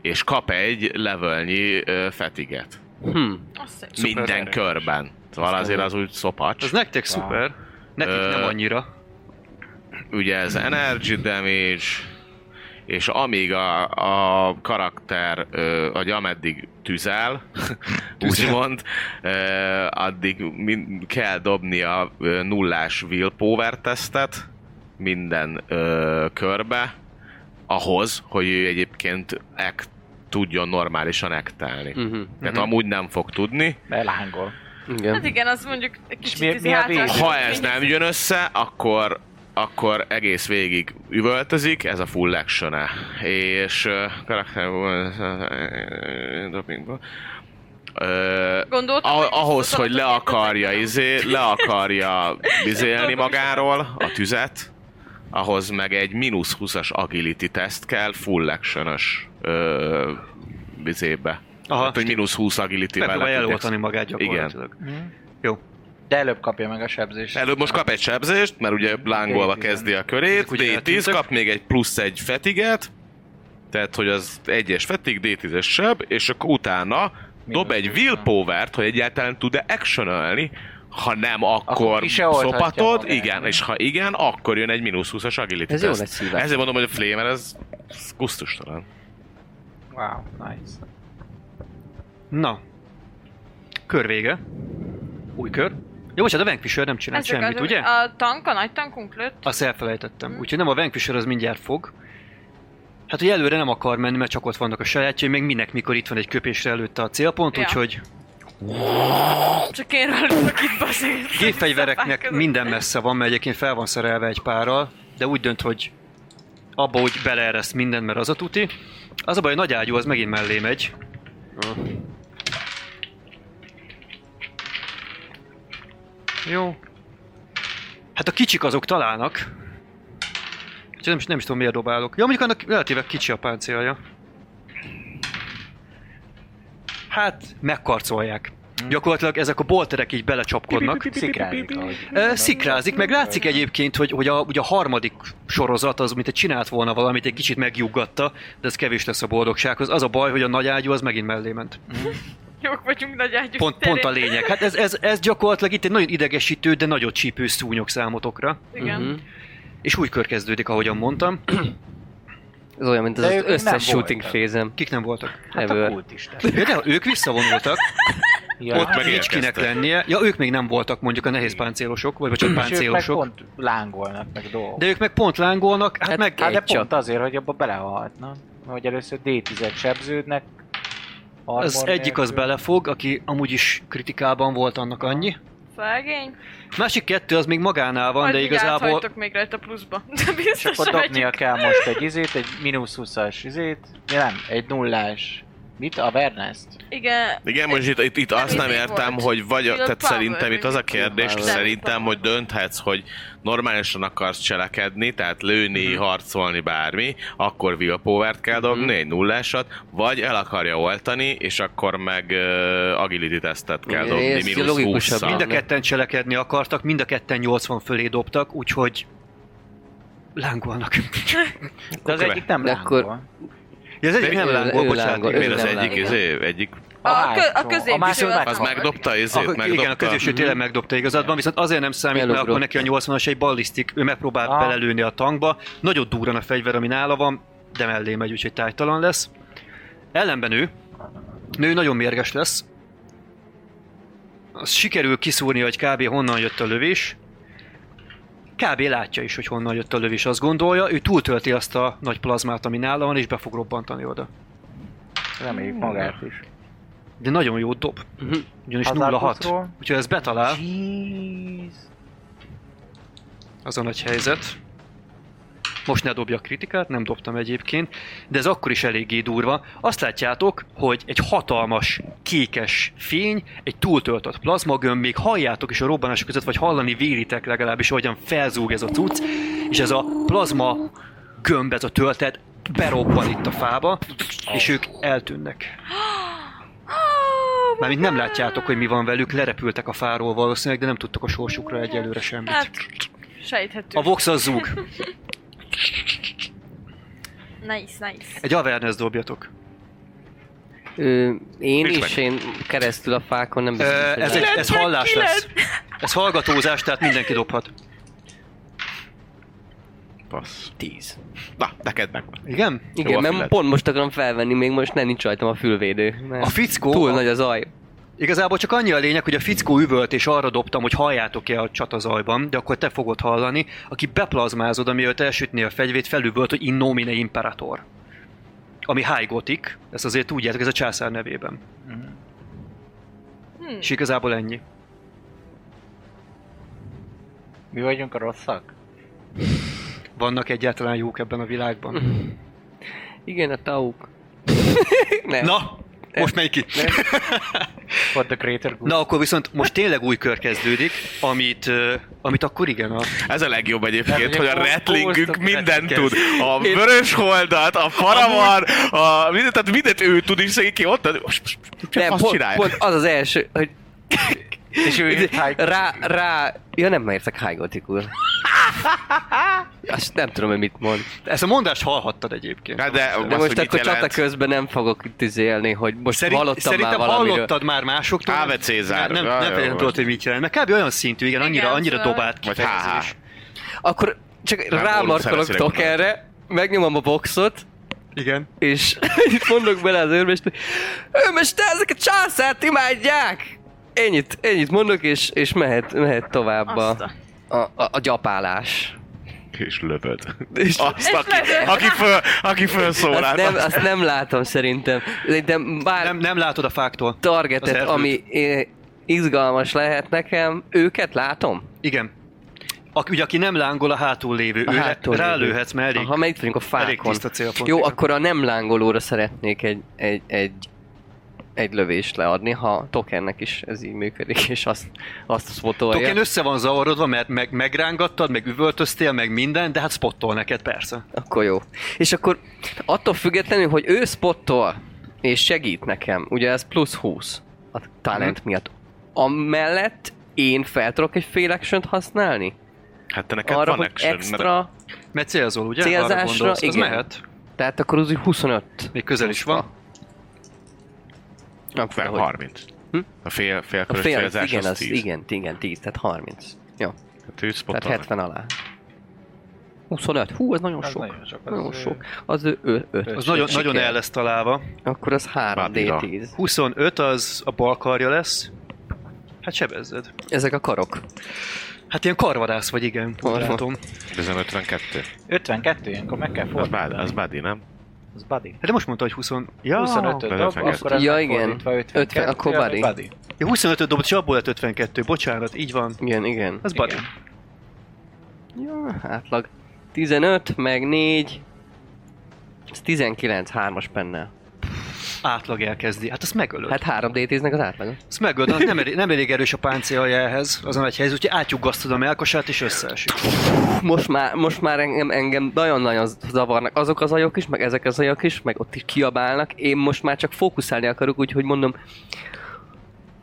Speaker 5: és kap egy levelnyi ö, fetiget.
Speaker 4: Hm.
Speaker 6: Az szép.
Speaker 5: Szuper minden
Speaker 7: erős.
Speaker 5: körben. Szóval azért az úgy szopacs.
Speaker 3: Ez nektek szuper, nekik
Speaker 5: Ö,
Speaker 3: nem annyira.
Speaker 5: Ugye ez energy damage, és amíg a, a karakter, ö, vagy ameddig tüzel, úgymond, ö, addig min- kell dobni a ö, nullás willpower tesztet minden ö, körbe, ahhoz, hogy ő egyébként act, tudjon normálisan ektálni. Mm.
Speaker 4: Uh-huh.
Speaker 5: Tehát amúgy nem fog tudni.
Speaker 7: Elhángol.
Speaker 6: Hát
Speaker 4: Igen.
Speaker 6: igen, az mondjuk egy kicsit
Speaker 7: mi-
Speaker 6: izé
Speaker 3: hát
Speaker 7: mi a
Speaker 6: hátrányos,
Speaker 7: vége?
Speaker 5: Ha
Speaker 6: hogy
Speaker 5: ez
Speaker 6: mindig-
Speaker 5: nem jön össze, akkor akkor egész végig üvöltözik, ez a full action -e. És ö, karakter... Dopingból. Ö,
Speaker 6: Gondoltam,
Speaker 5: Ah,
Speaker 6: hogy
Speaker 5: ahhoz,
Speaker 6: biztos
Speaker 5: hogy le
Speaker 6: alatt,
Speaker 5: akarja,
Speaker 6: hogy-
Speaker 5: izé, le akarja bizélni magáról a tüzet, ahhoz meg egy mínusz 20-as agility teszt kell full action bizébe.
Speaker 3: Aha,
Speaker 5: Aha, hát, hogy mínusz 20 agility
Speaker 3: Megpróbálja eloltani
Speaker 5: mellett.
Speaker 3: magát gyakorlatilag. Igen.
Speaker 7: De előbb kapja meg a sebzést.
Speaker 5: Előbb most kap egy sebzést, mert ugye lángolva
Speaker 7: D10-en.
Speaker 5: kezdi a körét,
Speaker 3: Ezek ugye
Speaker 5: D10
Speaker 3: eltűntek.
Speaker 5: kap még egy plusz egy fetiget, tehát hogy az egyes fetig, D10-es seb, és akkor utána dob egy willpower-t, hogy egyáltalán tud-e actionölni, ha nem, akkor,
Speaker 7: ki se oltatja
Speaker 5: szopatod,
Speaker 7: magát.
Speaker 5: igen, és ha igen, akkor jön egy mínusz 20-as agility
Speaker 4: Ez jó
Speaker 5: teszt.
Speaker 4: lesz szívás.
Speaker 5: Ezért mondom, hogy a flamer ez, ez gusztustalan.
Speaker 7: Wow, nice.
Speaker 3: Na. Kör vége. Új kör. Jó, bocsánat, a Vanquisher nem csinált
Speaker 6: Ezek
Speaker 3: semmit,
Speaker 6: az-
Speaker 3: ugye?
Speaker 6: A Mhm. tank, a nagy tankunk lőtt.
Speaker 3: Azt elfelejtettem. Úgyhogy nem a Vanquisher az mindjárt fog. Hát, hogy előre nem akar menni, mert csak ott vannak a sajátjai, meg minek, mikor itt van egy köpésre előtte a célpont,
Speaker 6: Ja.
Speaker 3: úgyhogy
Speaker 6: Csak én rajtuk itt baszik.
Speaker 3: gépfegyvereknek minden messze van, mert egyébként fel van szerelve egy párral, de úgy dönt, hogy abba úgy beleereszt mindent, mert az a tuti. Az a baj, hogy nagy ágyú az megint mellé megy. Jó. Hát a kicsik azok találnak. Úgyhogy nem, is- nem is tudom, miért dobálok. Ja, mondjuk annak relatíve kicsi a páncélja. Hát, megkarcolják. Gyakorlatilag ezek a bolterek így belecsapkodnak.
Speaker 7: Szikrázik, ahogy
Speaker 3: Ö, Szikrázik, meg látszik egyébként, hogy, hogy a, ugye a harmadik sorozat az, mint egy csinált volna valamit, egy kicsit megjuggatta, de ez kevés lesz a boldogsághoz. Az a baj, hogy a nagy ágyú az megint mellé ment.
Speaker 6: Jók vagyunk nagy ágyuk
Speaker 3: Pont,
Speaker 6: terén.
Speaker 3: pont a lényeg. Hát ez, ez, ez gyakorlatilag itt egy nagyon idegesítő, de nagyon csípő szúnyog számotokra.
Speaker 6: Igen.
Speaker 4: Mhm.
Speaker 3: És úgy körkezdődik, ahogyan mondtam.
Speaker 4: Ez olyan, mint az,
Speaker 7: De
Speaker 4: az
Speaker 7: ők nem
Speaker 4: összes shooting
Speaker 7: voltak.
Speaker 4: fézem.
Speaker 3: Kik nem voltak?
Speaker 7: Hát a
Speaker 4: Ever.
Speaker 7: kultisták.
Speaker 3: Ja, de ők visszavonultak,
Speaker 7: Ja. hát
Speaker 3: ott meg nincs
Speaker 5: megérkeztek.
Speaker 3: kinek lennie. Ja, ők még nem voltak mondjuk a nehéz páncélosok, vagy csak
Speaker 7: És ők meg
Speaker 3: páncélosok.
Speaker 7: pont lángolnak, meg dolgok.
Speaker 3: De ők meg pont lángolnak, hát,
Speaker 4: Hát-
Speaker 3: meg...
Speaker 7: Hát de
Speaker 4: Egy
Speaker 7: pont azért, hogy abba belehalhatna. Hogy először D10-et sebződnek. armor
Speaker 3: Az egyik az
Speaker 7: nélkül.
Speaker 3: belefog, aki amúgy is kritikában volt annak annyi.
Speaker 6: Szegény.
Speaker 3: Másik kettő az még magánál van,
Speaker 6: Majd
Speaker 3: de
Speaker 6: még
Speaker 3: igazából...
Speaker 6: áthajtok még rajta pluszba. De
Speaker 7: És
Speaker 6: biztos,
Speaker 7: akkor
Speaker 6: hogy
Speaker 7: dobnia kell most egy izét, egy mínusz 20-as izét. Ja, nem, egy nullás. Mit? A Bernest?
Speaker 6: Igen.
Speaker 5: Igen, most itt, itt, itt azt nem
Speaker 6: Mindig
Speaker 5: értem,
Speaker 6: volt.
Speaker 5: hogy vagy,
Speaker 6: Will
Speaker 5: tehát
Speaker 6: Power,
Speaker 5: szerintem itt az a
Speaker 6: mindig
Speaker 5: kérdés,
Speaker 4: Will
Speaker 5: hogy
Speaker 4: Power.
Speaker 5: szerintem, hogy dönthetsz, hogy normálisan akarsz cselekedni, tehát
Speaker 6: Mhm.
Speaker 5: lőni, harcolni, bármi, akkor Will Power-t kell dobni, egy nullásat, vagy el akarja oltani, és akkor meg uh, agility testet kell
Speaker 4: Igen,
Speaker 5: dobni,
Speaker 4: ez
Speaker 5: mínusz
Speaker 4: logikusabb.
Speaker 5: 20
Speaker 3: Mind a
Speaker 4: Anna.
Speaker 3: ketten cselekedni akartak, mind a ketten 80 fölé dobtak, úgyhogy lángolnak.
Speaker 7: De az
Speaker 5: köve-
Speaker 7: egyik nem
Speaker 4: De
Speaker 7: lángol.
Speaker 4: akkor-
Speaker 7: Akkor...
Speaker 3: Ja, az egyik
Speaker 5: Ő-
Speaker 3: nem
Speaker 4: ő-
Speaker 3: lángol,
Speaker 4: ő
Speaker 3: bocsánat.
Speaker 4: lángol,
Speaker 3: még
Speaker 5: Miért
Speaker 4: ő
Speaker 5: az
Speaker 4: nem
Speaker 3: mindegy.
Speaker 5: egyik,
Speaker 4: lángol.
Speaker 5: izé, egyik,
Speaker 6: A kö-
Speaker 7: a
Speaker 6: a
Speaker 7: másik
Speaker 6: középső-
Speaker 7: meg-
Speaker 5: az megdobta, izét,
Speaker 3: Hát Akkor,
Speaker 5: megdobta.
Speaker 3: igen, a középső tényleg megdobta igazadban, viszont azért nem számít, mert
Speaker 4: Elugrott.
Speaker 3: akkor neki a 80-as egy ballisztik, ő megpróbál
Speaker 7: Ah.
Speaker 3: belelőni a tankba, nagyon durran a fegyver, ami nála van, de mellé megy, úgyhogy tájtalan lesz. Ellenben ő, nő nagyon mérges lesz. Az sikerül kiszúrni, hogy kb. honnan jött a lövés. Kb. látja is, hogy honnan jött a lövés, azt gondolja. Ő túltölti azt a nagy plazmát, ami nála van, és be fog robbantani oda.
Speaker 7: Reméljük magát is.
Speaker 3: De nagyon jó dob.
Speaker 4: Mhm.
Speaker 3: Ugyanis
Speaker 7: Hazard
Speaker 3: 0-6.
Speaker 7: pluszról.
Speaker 3: Úgyhogy ez betalál.
Speaker 7: Jeez.
Speaker 3: az a nagy helyzet. Most ne dobja a kritikát, nem dobtam egyébként, de ez akkor is eléggé durva. Azt látjátok, hogy egy hatalmas kékes fény, egy túltöltött plazmagömb, még halljátok is a robbanások között, vagy hallani véritek legalábbis, hogyan felzúg ez a cucc, és ez a plazma gömb, ez a töltet berobban itt a fába, és ők eltűnnek.
Speaker 6: Oh,
Speaker 3: Mármint nem látjátok, hogy mi van velük, lerepültek a fáról valószínűleg, de nem tudtak a sorsukra egyelőre semmit.
Speaker 6: Hát, sejthető.
Speaker 3: A vox az zúg.
Speaker 6: Nice, nice.
Speaker 3: Egy awareness dobjatok.
Speaker 4: Ö, én
Speaker 5: Nincs
Speaker 4: is, én keresztül a fákon nem biztos,
Speaker 3: Ö,
Speaker 4: hogy
Speaker 3: ez, egy,
Speaker 4: lehet.
Speaker 3: ez hallás lesz. Ez hallgatózás, tehát mindenki dobhat.
Speaker 5: Passz. Na, neked megvan.
Speaker 3: Igen?
Speaker 5: Jó
Speaker 4: Igen,
Speaker 5: a
Speaker 4: mert
Speaker 5: füled.
Speaker 4: pont most akarom felvenni, még most nem nincs rajtam a fülvédő. Mert
Speaker 3: A fickó,
Speaker 4: túl
Speaker 3: a-
Speaker 4: nagy az aj.
Speaker 3: Igazából csak annyi a lényeg, hogy a fickó üvölt, és arra dobtam, hogy halljátok-e a csatazajban, de akkor te fogod hallani, aki beplazmázod, amiért elsütné a fegyvét, felüvölt, hogy in nomine imperator. Ami high gothic, ezt azért tudjátok, ez a császár nevében.
Speaker 6: Hm.
Speaker 3: És igazából ennyi.
Speaker 7: Mi vagyunk a rosszak?
Speaker 3: Vannak egyáltalán jók ebben a világban.
Speaker 4: Igen, a tauk. nem.
Speaker 3: Na, most melyik ki?
Speaker 7: For the greater good.
Speaker 3: Na, akkor viszont most tényleg új kör kezdődik, amit, ö, amit akkor igen, a
Speaker 5: Ez a legjobb egyébként,
Speaker 7: Mert
Speaker 5: hogy a
Speaker 7: ugye
Speaker 5: retlingünk
Speaker 7: hoztak
Speaker 5: mindent
Speaker 3: rettlinget.
Speaker 5: tud. A vörös holdat, a faravar, a mindent, tehát mindent ő tud, és szegény ki ott, de most- most- most
Speaker 4: nem,
Speaker 5: azt
Speaker 4: pont,
Speaker 5: csinálja.
Speaker 4: pont az az első, hogy
Speaker 7: és ő írt high-
Speaker 4: rá, rá, ja nem értek hájgotikul. Azt nem tudom, hogy mit mond.
Speaker 3: Ezt a mondást hallhattad egyébként.
Speaker 5: Hát de,
Speaker 4: De
Speaker 5: most,
Speaker 4: most
Speaker 5: hogy
Speaker 4: akkor
Speaker 5: mit
Speaker 4: csata
Speaker 5: jelent?
Speaker 4: közben nem fogok itt izélni, hogy most
Speaker 3: Szerint,
Speaker 4: hallottam
Speaker 3: szerintem
Speaker 4: már valamiről.
Speaker 3: hallottad már másoktól.
Speaker 5: Áve Cézár.
Speaker 3: Nem, nem,
Speaker 5: Ah,
Speaker 3: nem,
Speaker 5: jó
Speaker 3: nem
Speaker 5: volt.
Speaker 3: tudod, hogy mit jelent. Mert kb. olyan szintű, igen, annyira,
Speaker 6: Igen,
Speaker 3: annyira
Speaker 6: szóval-
Speaker 3: dobált
Speaker 5: Vagy háhá.
Speaker 3: kifejezés.
Speaker 4: Akkor csak
Speaker 5: Nem,
Speaker 4: rámarkolok
Speaker 5: Orruszára
Speaker 4: tokenre, megnyomom a boxot,
Speaker 3: Igen.
Speaker 4: és itt mondok bele az őrmester, őrmester, ezek a császárt imádják! Ennyit, ennyit mondok, és, és mehet, mehet tovább a,
Speaker 6: Azt a-
Speaker 4: a, a, a gyapálás.
Speaker 5: És lövöd.
Speaker 4: És
Speaker 5: Azt,
Speaker 6: És
Speaker 5: aki,
Speaker 6: lövöd.
Speaker 5: aki, föl, aki hát-
Speaker 4: azt, nem,
Speaker 5: felszólál.
Speaker 4: azt nem látom szerintem. Szerintem bár
Speaker 3: Nem,
Speaker 4: nem,
Speaker 3: nem látod a fáktól. Az
Speaker 4: targetet,
Speaker 3: erdőt.
Speaker 4: ami eh, izgalmas lehet nekem, őket látom?
Speaker 3: Igen. Aki, ugye, aki nem lángol a hátul lévő,
Speaker 4: A
Speaker 3: őre
Speaker 4: hátul lévő.
Speaker 3: rálőhetsz, mert elég,
Speaker 4: Aha, mert itt vagyunk a
Speaker 3: elég
Speaker 4: fákon.
Speaker 3: tiszta célpont.
Speaker 4: Jó, akkor a nem lángolóra szeretnék egy, egy, egy, egy lövést leadni, ha tokennek is ez így működik, és azt, azt spotolja.
Speaker 3: Token össze van zavarodva, mert meg, megrángattad, meg üvöltöztél, meg minden, de hát spottol neked, persze.
Speaker 4: Akkor jó. És akkor attól függetlenül, hogy ő spottol és segít nekem, ugye ez plusz 20 a
Speaker 3: Mhm.
Speaker 4: talent miatt. Amellett én fel tudok egy fél action használni?
Speaker 5: Hát te neked
Speaker 4: Arra,
Speaker 5: van
Speaker 4: hogy
Speaker 5: action, mert
Speaker 4: extra...
Speaker 3: Mert célzol, ugye? Arra
Speaker 4: Célzásra,
Speaker 3: gondolsz, az
Speaker 4: igen.
Speaker 3: mehet.
Speaker 4: Tehát akkor az úgy 25.
Speaker 3: Még közel is van.
Speaker 5: Nem, fel
Speaker 4: Ahogy-
Speaker 5: 30.
Speaker 4: Hm?
Speaker 5: A fél, fél
Speaker 4: A
Speaker 5: körös
Speaker 4: fél, az,
Speaker 5: célzás
Speaker 4: igen,
Speaker 5: az
Speaker 4: az,
Speaker 5: 10.
Speaker 4: igen, igen, 10, tehát 30. Jó,
Speaker 5: Hát ő
Speaker 4: tehát
Speaker 5: spottolnak.
Speaker 4: 70 alá. 25, hú, az nagyon
Speaker 7: Az
Speaker 4: sok.
Speaker 7: nagyon sok, az,
Speaker 4: Nagyon
Speaker 7: ö,
Speaker 4: sok. Az 5.
Speaker 3: Az nagyon, nagyon el lesz találva.
Speaker 4: Akkor az 3D10.
Speaker 5: Babira.
Speaker 3: 25 az a bal karja lesz. Hát sebezzed.
Speaker 4: Ezek a karok.
Speaker 3: Hát ilyen karvadász vagy, igen. úgy
Speaker 4: Karva.
Speaker 3: Látom. Hát
Speaker 4: hát-
Speaker 5: De ez a 52.
Speaker 7: 52 ilyenkor meg kell
Speaker 5: Az, bád,
Speaker 7: fordítani.
Speaker 5: az bádi, nem?
Speaker 7: Az buddy.
Speaker 3: Hát de most mondta, hogy 20... Ja,
Speaker 7: 25
Speaker 5: de
Speaker 7: öt dob,
Speaker 5: fekete.
Speaker 7: akkor ez
Speaker 4: Ja,
Speaker 7: ja,
Speaker 4: igen.
Speaker 7: igen. 52,
Speaker 4: 50, akkor
Speaker 7: az
Speaker 4: buddy.
Speaker 7: buddy.
Speaker 3: ja 25 dobott, és abból lett 52. Bocsánat, így van.
Speaker 4: Igen, igen.
Speaker 3: Az bari.
Speaker 4: Jó, átlag. 15, meg 4. Ez 19 3-as pennel.
Speaker 3: Átlag elkezdi. Hát azt megölöd. Hát,
Speaker 4: Hát 3D10-nek az átlaga.
Speaker 3: azt megölöd, az nem, elég, nem elég erős a páncélja ehhez, az a nagy helyzet, úgyhogy átjugasztod a melkasát és összeesik.
Speaker 4: Most már, most már engem, engem nagyon-nagyon zavarnak azok az ajok is, meg ezek az ajok is, meg ott is kiabálnak. Én most már csak fókuszálni akarok, úgyhogy mondom...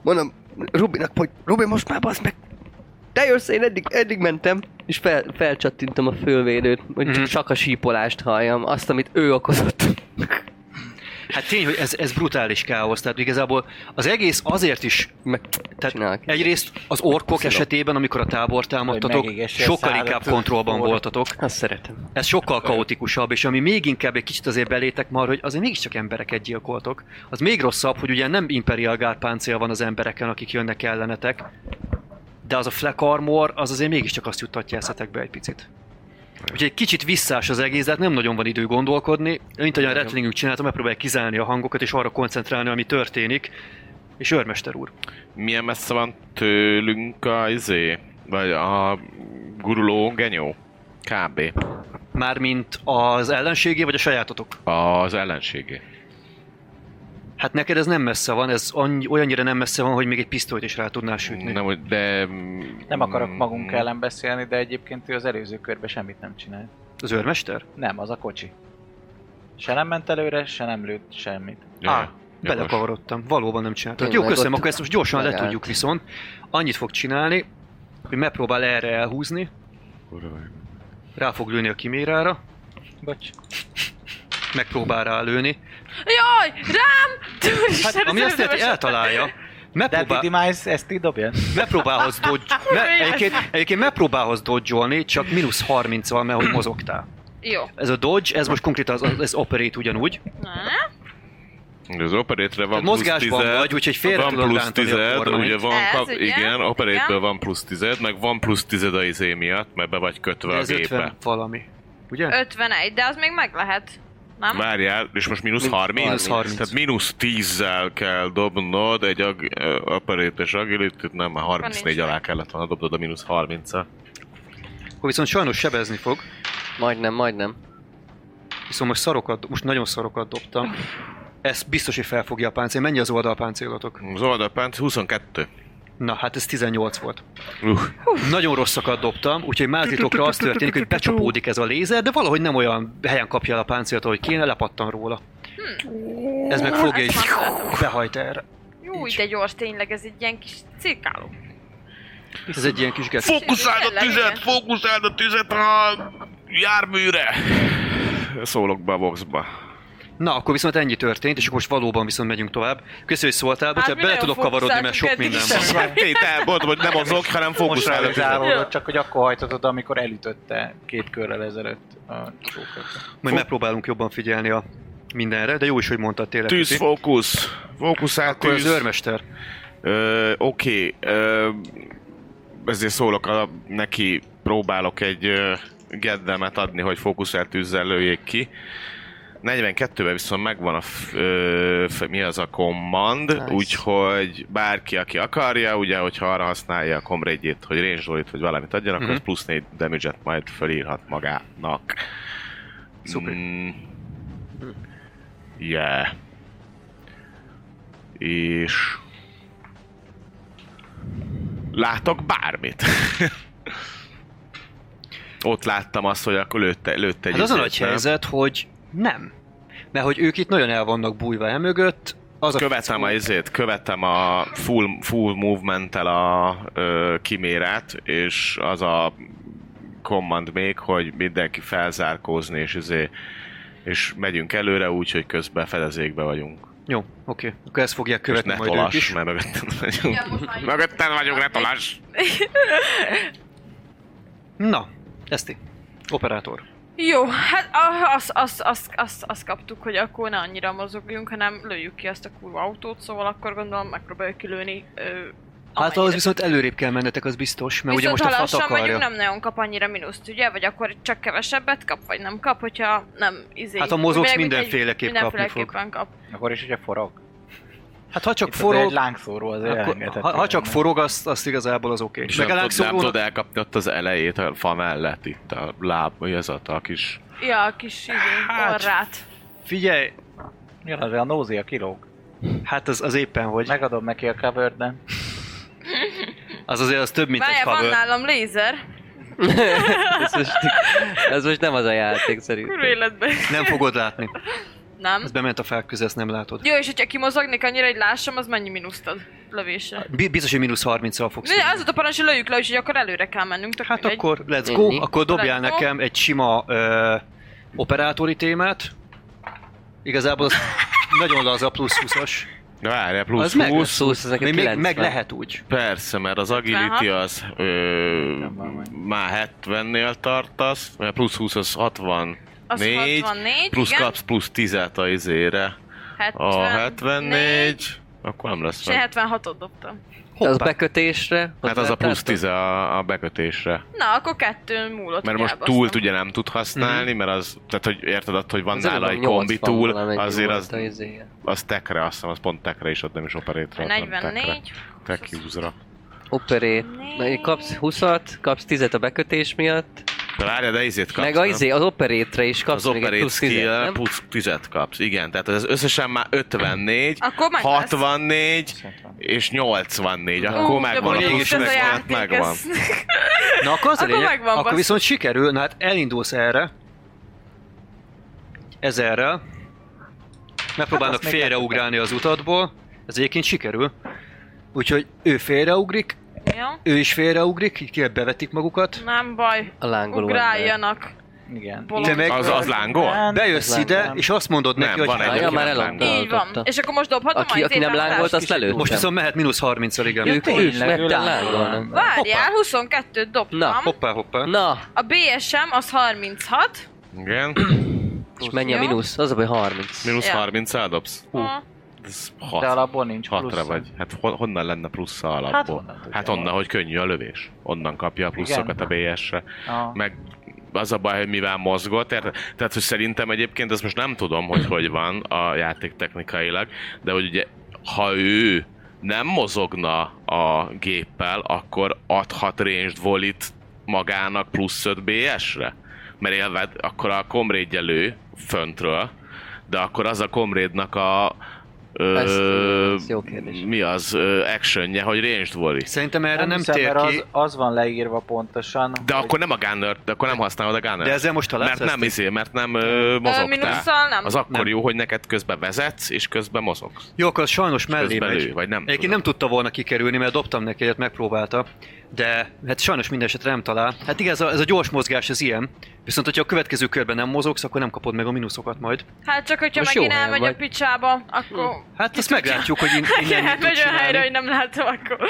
Speaker 4: Mondom Rubinak, hogy Rubi most már basz meg! Te jössz, én eddig, eddig mentem, és fel, felcsattintom a fölvédőt, hogy
Speaker 3: Mhm.
Speaker 4: csak, csak a sípolást halljam, azt, amit ő okozott.
Speaker 3: Hát tény, hogy ez, ez brutális káosz, tehát igazából az egész azért is
Speaker 4: Meg
Speaker 3: Tehát
Speaker 4: csinálok.
Speaker 3: egyrészt az orkok esetében, amikor a tábor
Speaker 7: Hogy
Speaker 3: támadtatok,
Speaker 7: megégesse a
Speaker 3: sokkal
Speaker 7: szádat.
Speaker 3: inkább kontrollban voltatok.
Speaker 4: Azt szeretem.
Speaker 3: Ez sokkal kaotikusabb, és ami még inkább egy kicsit azért belétek már, hogy azért mégiscsak embereket gyilkoltok. Az még rosszabb, hogy ugye nem Imperial Guard páncél van az embereken, akik jönnek ellenetek, de az a Flak Armor, az azért mégiscsak azt juttatja eszetekbe egy picit. Úgyhogy egy kicsit visszás az egész, de hát nem nagyon van idő gondolkodni. Mint ahogyan Rettlingünk csináltam, megpróbálják kizárni a hangokat és arra koncentrálni, ami történik. És őrmester úr.
Speaker 5: Milyen messze van tőlünk a izé? Vagy a guruló genyó? Kb.
Speaker 3: Mármint az ellenségé, vagy a sajátotok?
Speaker 5: Az ellenségé.
Speaker 3: Hát neked ez nem messze van, ez annyi, olyannyira nem messze van, hogy még egy pisztolyt is rá tudnál sütni.
Speaker 5: Nem, hogy- de...
Speaker 7: Nem akarok
Speaker 3: Mhm.
Speaker 7: magunk
Speaker 5: Mm,
Speaker 7: ellen beszélni, de egyébként ő az előző körben semmit nem csinált.
Speaker 3: Az őrmester?
Speaker 7: Nem, az a kocsi. Se nem ment előre, se nem lőtt semmit.
Speaker 5: jaj,
Speaker 3: Á,
Speaker 5: jogos.
Speaker 3: Belekavarodtam, valóban nem csináltad. Jó,
Speaker 4: Tényleg,
Speaker 3: köszönöm,
Speaker 4: ott
Speaker 3: akkor ezt most gyorsan
Speaker 4: megállt.
Speaker 3: letudjuk viszont. Annyit fog csinálni, hogy megpróbál erre elhúzni,
Speaker 5: Kurva.
Speaker 3: rá fog lőni a kimérára,
Speaker 7: Bocs.
Speaker 3: megpróbál rá lőni.
Speaker 6: Jaj, rám!
Speaker 3: Hát, ami azt jelenti, eltalálja. Megpróbál,
Speaker 7: Deputy Mice ezt így dobja?
Speaker 3: megpróbálhoz dodge, me, egyébként, egyébként megpróbálhoz dodge csak mínusz 30 van, mert hogy mozogtál.
Speaker 6: Jó.
Speaker 3: Ez a dodge, ez most konkrétan az, az, ez operate ugyanúgy.
Speaker 6: Na,
Speaker 5: Az operétre
Speaker 3: Tehát
Speaker 5: van plusz
Speaker 3: mozgásban
Speaker 5: 10,
Speaker 3: vagy, úgyhogy félre
Speaker 5: van
Speaker 3: tudod
Speaker 5: plusz
Speaker 3: rántani a
Speaker 5: 10,
Speaker 3: kormányt.
Speaker 5: ugye van,
Speaker 6: Ez,
Speaker 5: kap,
Speaker 6: ugye?
Speaker 5: igen, operétből
Speaker 6: Igen.
Speaker 5: van plusz 10, meg van plusz 10 a izé miatt, mert be vagy kötve
Speaker 3: De
Speaker 5: a
Speaker 3: ez
Speaker 5: gépe.
Speaker 3: 50 valami. Ugye?
Speaker 6: 51, de az még meg lehet. Nem?
Speaker 5: Várjál, és most mínusz
Speaker 4: Mínusz
Speaker 5: 30?
Speaker 4: Mínusz
Speaker 3: 30.
Speaker 5: Tehát mínusz 10-zel kell dobnod egy ag- ö, operate és agility nem, már 34
Speaker 6: nincs.
Speaker 5: alá kellett volna dobnod a mínusz 30 -a.
Speaker 3: Akkor viszont sajnos sebezni fog,
Speaker 4: Majdnem, majdnem.
Speaker 3: viszont most szarokat, most nagyon szarokat dobtam. Ez biztos, hogy felfogja a páncél. Mennyi az oldalpáncélotok?
Speaker 5: Az oldalpánc 22.
Speaker 3: Na, hát ez 18 volt.
Speaker 5: Uh,
Speaker 3: Nagyon rosszakat dobtam, úgyhogy mázitokra az történik, hogy becsapódik ez a lézer, de valahogy nem olyan helyen kapja el a páncélt, ahogy kéne, lepattan róla. Ez meg fogja és
Speaker 6: Ezt használtam.
Speaker 3: behajt erre.
Speaker 6: Jó, de gyors tényleg, ez egy ilyen kis cirkáló.
Speaker 3: Ez egy ilyen kis gec.
Speaker 5: fókuszáld a tüzet, fókuszáld a tüzet a járműre! Szólok be a boxba.
Speaker 3: Na, akkor viszont ennyi történt, és akkor most valóban viszont megyünk tovább. Köszönjük, hogy szóltál, bocsánat,
Speaker 6: mi
Speaker 3: bele
Speaker 6: nagyon
Speaker 3: tudok kavarodni, mert sok
Speaker 6: fókuszáltunk
Speaker 3: minden
Speaker 6: eddig
Speaker 3: van.
Speaker 6: is.
Speaker 5: Két elmondtam, hogy nem azok, hanem
Speaker 7: Most
Speaker 5: fókuszáld a tüzet.
Speaker 7: rázáródott, csak hogy akkor hajtottad, amikor elütötte két körrel ezelőtt a csókot.
Speaker 3: Majd megpróbálunk jobban figyelni a mindenre, de jó is, hogy mondtad tényleg. Pici.
Speaker 5: Tűzfókusz. Fókuszáld
Speaker 3: Akkor az
Speaker 5: tűz.
Speaker 3: őrmester.
Speaker 5: Ö, Oké, ö, ezért szólok a, neki, próbálok egy ö, geddemet adni, hogy fókuszált tűzzel lőjék ki. 42-ben viszont megvan a, f, ö, f, mi az a command, nice. úgyhogy bárki, aki akarja, ugye, hogyha arra használja a komrédjét, hogy range vagy valamit adjon, akkor
Speaker 3: Mhm.
Speaker 5: az plusz 4 damage majd fölírhat magának.
Speaker 3: Szuper.
Speaker 5: Mm. Yeah. És... Látok bármit. Ott láttam azt, hogy akkor lőtte, lőtte egy
Speaker 3: Hát az a
Speaker 5: izét,
Speaker 3: nagy
Speaker 5: nem?
Speaker 3: helyzet, hogy nem. Mert hogy ők itt nagyon el vannak bújva emögött, az a
Speaker 5: Követem a izét, követem a full, full movementtel a ö, kimérát, és az a command még, hogy mindenki felzárkózni, és izé, és megyünk előre úgy, hogy közben fedezékbe vagyunk.
Speaker 3: Jó, oké. Akkor ezt fogják
Speaker 5: És
Speaker 3: követni
Speaker 5: ne
Speaker 3: majd ők
Speaker 5: tolass,
Speaker 3: is.
Speaker 5: mert mögöttem vagyunk.
Speaker 6: Igen, most már így-
Speaker 5: Mögöttem vagyunk, ne tolass!
Speaker 3: Na, Eszti. Operátor.
Speaker 6: Jó, hát a- azt az, az, az, az kaptuk, hogy akkor ne annyira mozogjunk, hanem lőjük ki azt a kurva autót, szóval akkor gondolom megpróbáljuk kilőni. Ö,
Speaker 3: Hát
Speaker 6: amennyire
Speaker 3: ahhoz viszont előrébb kell mennetek, az biztos, mert ugye
Speaker 6: Viszont
Speaker 3: most
Speaker 6: ha
Speaker 3: a fat
Speaker 6: lassan
Speaker 3: akarja.
Speaker 6: vagyunk, nem nagyon kap annyira mínuszt, ugye? Vagy akkor csak kevesebbet kap, vagy nem kap, hogyha nem izé...
Speaker 3: Hát ha mozogsz,
Speaker 6: Meg, úgyhogy
Speaker 3: mindenféleképp kapni fog.
Speaker 6: mindenféleképpen kap.
Speaker 7: Akkor is, hogyha forog.
Speaker 3: Hát ha csak
Speaker 7: Itt forog. egy
Speaker 3: forog,
Speaker 7: lángszóró az
Speaker 3: akkor,
Speaker 7: elengedhetetlen.
Speaker 3: ha, ha csak forog, azt, azt igazából az oké.
Speaker 5: És
Speaker 3: Meg a
Speaker 5: nem, tud, nem
Speaker 3: lángszórónak-
Speaker 5: tud elkapni ott az elejét, a fa mellett, itt a láb, vagy ez a, a kis...
Speaker 6: Ja, a kis izé,
Speaker 3: Hát.
Speaker 6: orrát.
Speaker 3: Figyelj,
Speaker 7: Mi az a nózia kilóg?
Speaker 3: hát az, az éppen, hogy
Speaker 7: Megadom neki a covered, nem?
Speaker 3: az azért az több, mint egy
Speaker 6: Várjál, van
Speaker 3: cover.
Speaker 6: nálam lézer.
Speaker 4: ez, most, ez most nem az a játék szerintem.
Speaker 6: Kurva életben.
Speaker 3: Nem fogod látni.
Speaker 6: Nem.
Speaker 3: Ez bement a fák közé, ezt nem látod.
Speaker 6: Jó, és hogyha kimozognék annyira, hogy lássam, az mennyi mínuszt ad lövésre?
Speaker 3: Bi- Biztos, hogy mínusz 30-al fogsz.
Speaker 6: De
Speaker 3: tudni.
Speaker 6: az volt a parancs, hogy lőjük le, úgyhogy akkor előre kell mennünk, tök
Speaker 3: Hát
Speaker 6: mindegy.
Speaker 3: akkor let's go,
Speaker 4: Mhm.
Speaker 3: akkor dobjál
Speaker 6: Let's go.
Speaker 3: nekem egy sima ö, operátori témát. Igazából az nagyon laza plusz 20-as.
Speaker 5: Na várjál, plusz
Speaker 3: Az
Speaker 5: 20,
Speaker 3: meg
Speaker 4: Plusz 20, ez neked
Speaker 3: Még, még
Speaker 4: 90.
Speaker 3: meg lehet úgy.
Speaker 5: Persze, mert az agility
Speaker 6: 56.
Speaker 5: az ö, már 70-nél tartasz, mert plusz 20 az 60.
Speaker 6: Az 64,
Speaker 5: plusz
Speaker 6: igen.
Speaker 5: kapsz plusz 10-et a izére. A 74, akkor nem lesz
Speaker 6: És én
Speaker 5: meg.
Speaker 6: 76-ot dobtam.
Speaker 4: Az bekötésre.
Speaker 5: Hát az a plusz
Speaker 4: beletártad?
Speaker 5: 10 a, a bekötésre.
Speaker 6: Na, akkor kettő múlott.
Speaker 5: Mert
Speaker 6: hogy
Speaker 5: most
Speaker 6: elbasztam.
Speaker 5: túlt ugye nem tud használni,
Speaker 6: Mhm.
Speaker 5: mert az, tehát hogy érted ott, hogy van
Speaker 4: Az
Speaker 5: nála egy
Speaker 4: előbb
Speaker 5: kombi
Speaker 4: 80
Speaker 5: túl,
Speaker 4: valamennyi
Speaker 5: azért
Speaker 4: volt izé.
Speaker 5: az,
Speaker 4: a izéje.
Speaker 5: az tekre, azt hiszem, az pont tekre is, ott nem is operétre, hanem tekre.
Speaker 6: 44.
Speaker 5: Tech user
Speaker 4: Operét. Na, így kapsz 20-at, kapsz 10-et a bekötés miatt,
Speaker 5: De várjál, de izét kapsz,
Speaker 4: meg a
Speaker 5: nem?
Speaker 4: izé, az operétre is kapsz
Speaker 5: az hát
Speaker 4: még egy
Speaker 5: operate
Speaker 4: plusz 10
Speaker 5: skill
Speaker 4: nem?
Speaker 5: plusz 10 kapsz, igen. Tehát ez összesen már 54,
Speaker 6: Akkor meg lesz.
Speaker 5: 64 és 84, akkor
Speaker 6: Ú, de
Speaker 5: megvan.
Speaker 6: mondjuk
Speaker 5: plusz
Speaker 6: ez a
Speaker 5: meg- hát
Speaker 6: játék,
Speaker 5: megvan.
Speaker 6: ez-
Speaker 3: Na akkor az a
Speaker 6: Akkor
Speaker 3: lényeg,
Speaker 6: megvan,
Speaker 3: akkor
Speaker 6: basszus.
Speaker 3: viszont sikerül, na hát elindulsz erre. Ezerrel. Megpróbálnak
Speaker 7: azt még
Speaker 3: félreugrálni az utatból. Ez egyébként sikerül. Úgyhogy ő félreugrik,
Speaker 6: Jó?
Speaker 3: ő is félreugrik, így kell bevetik magukat.
Speaker 6: Nem baj.
Speaker 4: A lángoló. ember.
Speaker 6: Ugráljanak.
Speaker 7: Igen.
Speaker 6: Bolond.
Speaker 3: Te meg
Speaker 5: Az, az lángol?
Speaker 3: bejössz
Speaker 4: Ez
Speaker 3: ide,
Speaker 7: lángol.
Speaker 3: és azt mondod
Speaker 5: Nem,
Speaker 3: neki, hogy
Speaker 5: van
Speaker 3: hány.
Speaker 5: egy,
Speaker 4: Ah, ja,
Speaker 5: aki
Speaker 4: már
Speaker 5: nem lángol.
Speaker 4: ellángol.
Speaker 6: Így van. És akkor most dobhatom
Speaker 4: Aki,
Speaker 6: az
Speaker 4: aki nem lángolt, azt lelőttem.
Speaker 3: Most viszont mehet mínusz 30 al igen.
Speaker 4: Ők is,
Speaker 7: tényleg,
Speaker 4: mert
Speaker 7: ő
Speaker 4: te
Speaker 7: lángol.
Speaker 4: lángolnak.
Speaker 6: Várjál, 22-t dobtam.
Speaker 4: Na,
Speaker 3: Hoppá, hoppá.
Speaker 4: Na,
Speaker 6: A BSM az 36.
Speaker 5: Igen.
Speaker 4: és mennyi a
Speaker 6: Jó.
Speaker 4: mínusz? Az a baj 30.
Speaker 5: Mínusz
Speaker 6: Ja.
Speaker 5: 30 eldobsz? Hú,
Speaker 6: Ha.
Speaker 5: ez
Speaker 7: De
Speaker 5: 6.
Speaker 7: alapból nincs plusz.
Speaker 5: 6-ra vagy. Hát hon- honnan lenne plusz a alapból?
Speaker 7: Hát honnan tudja.
Speaker 5: Hát onnan, hogy könnyű a lövés. Onnan kapja a pluszokat a BS-re.
Speaker 7: Ah.
Speaker 5: Meg az a baj, hogy mivel mozgott, érted? Tehát, hogy szerintem egyébként, ezt most nem tudom, hogy hogy van a játék technikailag, de hogy ugye, ha ő nem mozogna a géppel, akkor adhat ranged volit magának plusz 5 BS-re. Mert élved, akkor a komrédje lő föntről, de akkor az a komrédnak a ö,
Speaker 4: Ez- ez jó kérdés.
Speaker 5: mi az ö, actionje, hogy ranged volley.
Speaker 3: Szerintem erre nem,
Speaker 7: hiszem,
Speaker 3: tér
Speaker 7: mert
Speaker 3: ki.
Speaker 7: az, az van leírva pontosan.
Speaker 5: De akkor nem a gunner, de akkor nem használod a gunner.
Speaker 3: De ezzel most találsz
Speaker 5: mert nem
Speaker 3: ezt?
Speaker 5: izé, mert nem ö,
Speaker 6: Ö,
Speaker 5: mozogtál.
Speaker 6: minusszal nem.
Speaker 5: Az akkor
Speaker 3: Nem.
Speaker 5: jó, hogy neked közben vezetsz, és közben mozogsz.
Speaker 3: Jó, akkor az sajnos mellé
Speaker 5: közben
Speaker 3: megy.
Speaker 5: lő, vagy nem
Speaker 3: Egyébként
Speaker 5: tudom.
Speaker 3: nem tudta volna kikerülni, mert dobtam neki egyet, megpróbálta. De hát sajnos minden esetre nem talál. Hát igen, ez a, ez a gyors mozgás, ez ilyen. Viszont, hogyha a következő körben nem mozogsz, akkor nem kapod meg a minuszokat majd.
Speaker 6: Hát csak, hogyha
Speaker 4: Most jó
Speaker 6: megint
Speaker 4: helyen
Speaker 6: elmegy a
Speaker 4: vagy.
Speaker 6: picsába, akkor...
Speaker 3: Hát ezt meglátjuk, hogy in, innen mit
Speaker 6: Hát
Speaker 3: tud
Speaker 6: megy olyan helyre, hogy
Speaker 3: csinálni.
Speaker 6: nem látom, akkor...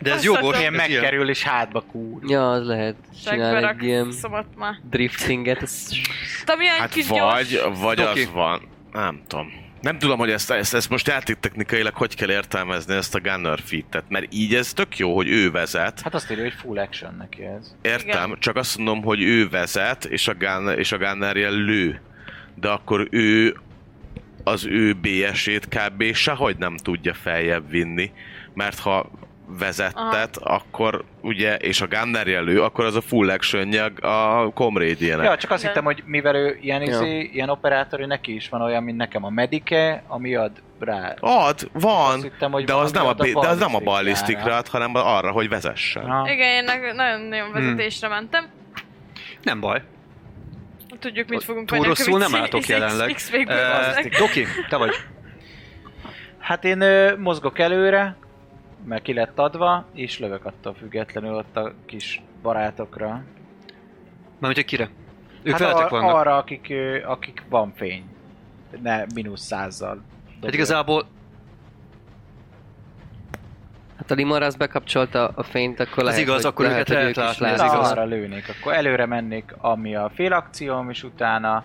Speaker 3: De ez jogos,
Speaker 6: Basszatom.
Speaker 7: Ilyen
Speaker 3: ez ilyen.
Speaker 7: megkerül és hátba kúr.
Speaker 4: Ja, az lehet. Csinál
Speaker 6: Segberak
Speaker 4: egy ilyen
Speaker 6: szobat már.
Speaker 4: driftinget. Ez...
Speaker 6: Tudom, ilyen
Speaker 5: Hát
Speaker 6: kis
Speaker 5: vagy,
Speaker 6: gyors...
Speaker 5: vagy
Speaker 3: Doki.
Speaker 5: az van. Nem tudom. Nem tudom, hogy ezt, ezt, ezt most játéktechnikailag hogy kell értelmezni ezt a gunner fittet, mert így ez tök jó, hogy ő vezet,
Speaker 7: Hát azt írja, hogy full action neki ez.
Speaker 5: értem,
Speaker 6: Igen.
Speaker 5: csak azt mondom, hogy ő vezet, és a, gunner, és a gunnerje lő, de akkor ő az ő BS-ét kb. sehogy nem tudja feljebb vinni, mert ha vezettet, akkor ugye, és a gunnerje lő, akkor az a full action a komrédjének.
Speaker 7: Ja, csak azt
Speaker 6: Igen.
Speaker 7: hittem, hogy mivel ő ilyen,
Speaker 4: Ja.
Speaker 7: izé, ilyen operátor, ő neki is van olyan, mint nekem a medike, ami ad rá.
Speaker 5: Ad, van,
Speaker 7: Azt hittem, hogy
Speaker 5: de, az
Speaker 7: valami
Speaker 5: nem a,
Speaker 7: ad a
Speaker 5: ba- de az nem a ballisztikra
Speaker 7: ballisztikára.
Speaker 5: ad, hanem arra, hogy vezessen.
Speaker 7: Na,
Speaker 6: Igen, én ne- nagyon-nagyon vezetésre mentem.
Speaker 3: Nem baj.
Speaker 6: Tudjuk, mit fogunk
Speaker 3: Túl
Speaker 6: majd a
Speaker 3: rosszul nem
Speaker 6: következő-
Speaker 3: álltok
Speaker 6: X-
Speaker 3: jelenleg.
Speaker 6: X- X- végbe
Speaker 3: Eh,
Speaker 6: bazzeg.
Speaker 3: Doki, te vagy.
Speaker 7: Hát én ö, mozgok előre, mert ki lett adva, és lövök attól függetlenül ott a kis barátokra.
Speaker 3: Mármint, hogy kire? Ők
Speaker 7: hát
Speaker 3: veletek
Speaker 7: ar-
Speaker 3: vannak.
Speaker 7: arra, akik, ö, akik van fény. Ne, mínusz százzal.
Speaker 3: Hát igazából
Speaker 4: Hát a limar az bekapcsolta a fényt, akkor
Speaker 3: Ez
Speaker 4: lehet,
Speaker 3: igaz,
Speaker 4: hogy,
Speaker 3: akkor
Speaker 4: lehet,
Speaker 3: őket
Speaker 4: hogy ők
Speaker 3: lehet
Speaker 4: is
Speaker 3: látni, ez
Speaker 4: látnak.
Speaker 3: igaz.
Speaker 7: Arra lőnék, akkor előre mennék, ami a fél akcióm, és utána...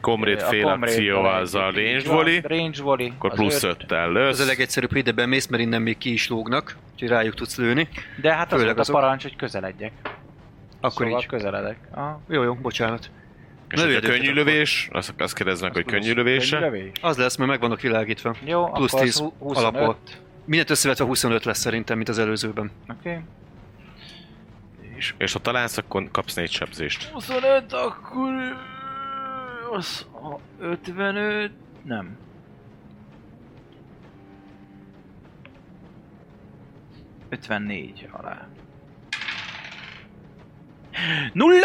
Speaker 5: Komrét
Speaker 7: ö, a
Speaker 5: fél
Speaker 7: comrade-val
Speaker 5: akció az
Speaker 7: együtt.
Speaker 5: a
Speaker 7: Így
Speaker 5: range
Speaker 7: van,
Speaker 5: volley,
Speaker 7: Range volley.
Speaker 5: akkor
Speaker 7: az
Speaker 5: plusz
Speaker 7: öt.
Speaker 5: 5-tel
Speaker 3: az a
Speaker 5: lősz.
Speaker 3: legegyszerűbb, hogy ide bemész, mert innen még ki is lógnak, úgyhogy rájuk tudsz lőni.
Speaker 7: De hát az
Speaker 3: Főleg
Speaker 7: volt a
Speaker 3: azok.
Speaker 7: parancs, hogy közeledjek.
Speaker 3: Akkor
Speaker 7: szóval
Speaker 3: így.
Speaker 7: közeledek. Aha.
Speaker 3: Jó, jó, bocsánat.
Speaker 5: És hogyha
Speaker 3: Lövjed őket
Speaker 5: könnyű
Speaker 3: akkor.
Speaker 5: lövés, azt, azt kérdeznek, hogy könnyű
Speaker 7: Könnyű
Speaker 5: lövése.
Speaker 7: lövés.
Speaker 3: Az lesz, mert meg vannak világítva.
Speaker 7: Jó,
Speaker 3: Plusz
Speaker 7: akkor
Speaker 3: 10
Speaker 7: az hu- 25.
Speaker 3: alapból. Mindent összevetve 25 lesz szerintem, mint az előzőben.
Speaker 7: Oké. Okay.
Speaker 5: És, és ha találsz, akkor kapsz négy sebzést.
Speaker 7: 25, akkor... Az a 55... Nem. Ötvennégy alá. 09,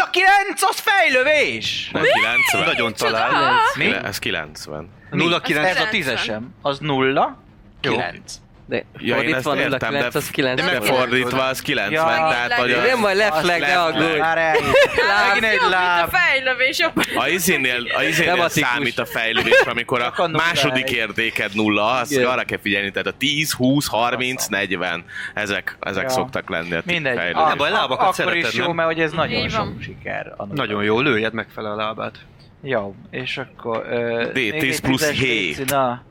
Speaker 7: az fejlövés!
Speaker 5: Nem, 90.
Speaker 3: Nagyon talál.
Speaker 4: Kilenc.
Speaker 7: Mi?
Speaker 5: Ez 90.
Speaker 3: 0,9
Speaker 7: Ez a tízesem. Az nulla,
Speaker 3: Jó.
Speaker 7: kilenc.
Speaker 4: De
Speaker 5: Ja, én ezt
Speaker 4: fordítva nulla
Speaker 5: értem, de,
Speaker 4: kilenc, az
Speaker 5: de
Speaker 4: 9.
Speaker 5: fordítva az 90,
Speaker 7: Ja,
Speaker 5: tehát
Speaker 6: lett-
Speaker 5: hogy az-
Speaker 4: Nem baj, left
Speaker 7: Azt
Speaker 4: flag, ne
Speaker 5: left
Speaker 4: aggódj.
Speaker 5: leg.
Speaker 7: Már el.
Speaker 6: Láb,
Speaker 7: Megint egy
Speaker 6: láb.
Speaker 7: láb.
Speaker 6: A fejlövés, jobb.
Speaker 5: A izénél, a izénél
Speaker 4: Tematikus.
Speaker 5: számít a fejlődés, amikor
Speaker 7: Csak a
Speaker 5: a
Speaker 7: nulla
Speaker 5: második
Speaker 7: egy.
Speaker 5: értéked nulla, azt
Speaker 4: Igen.
Speaker 5: arra kell figyelni, tehát a 10, 20, 30, 40, ezek, ezek
Speaker 7: Ja.
Speaker 5: szoktak lenni a ti
Speaker 7: Mindegy. Ah,
Speaker 5: fejlődés.
Speaker 3: Nem baj, lábakat
Speaker 7: Akkor
Speaker 3: szereted,
Speaker 7: is jó,
Speaker 3: nem?
Speaker 7: mert hogy ez nagyon
Speaker 6: Így van.
Speaker 7: sok siker. a nulla.
Speaker 3: Nagyon jó, lőjed meg fel a lábát.
Speaker 7: Jó, és akkor... Uh,
Speaker 5: D, 10 plusz hét.
Speaker 7: Na,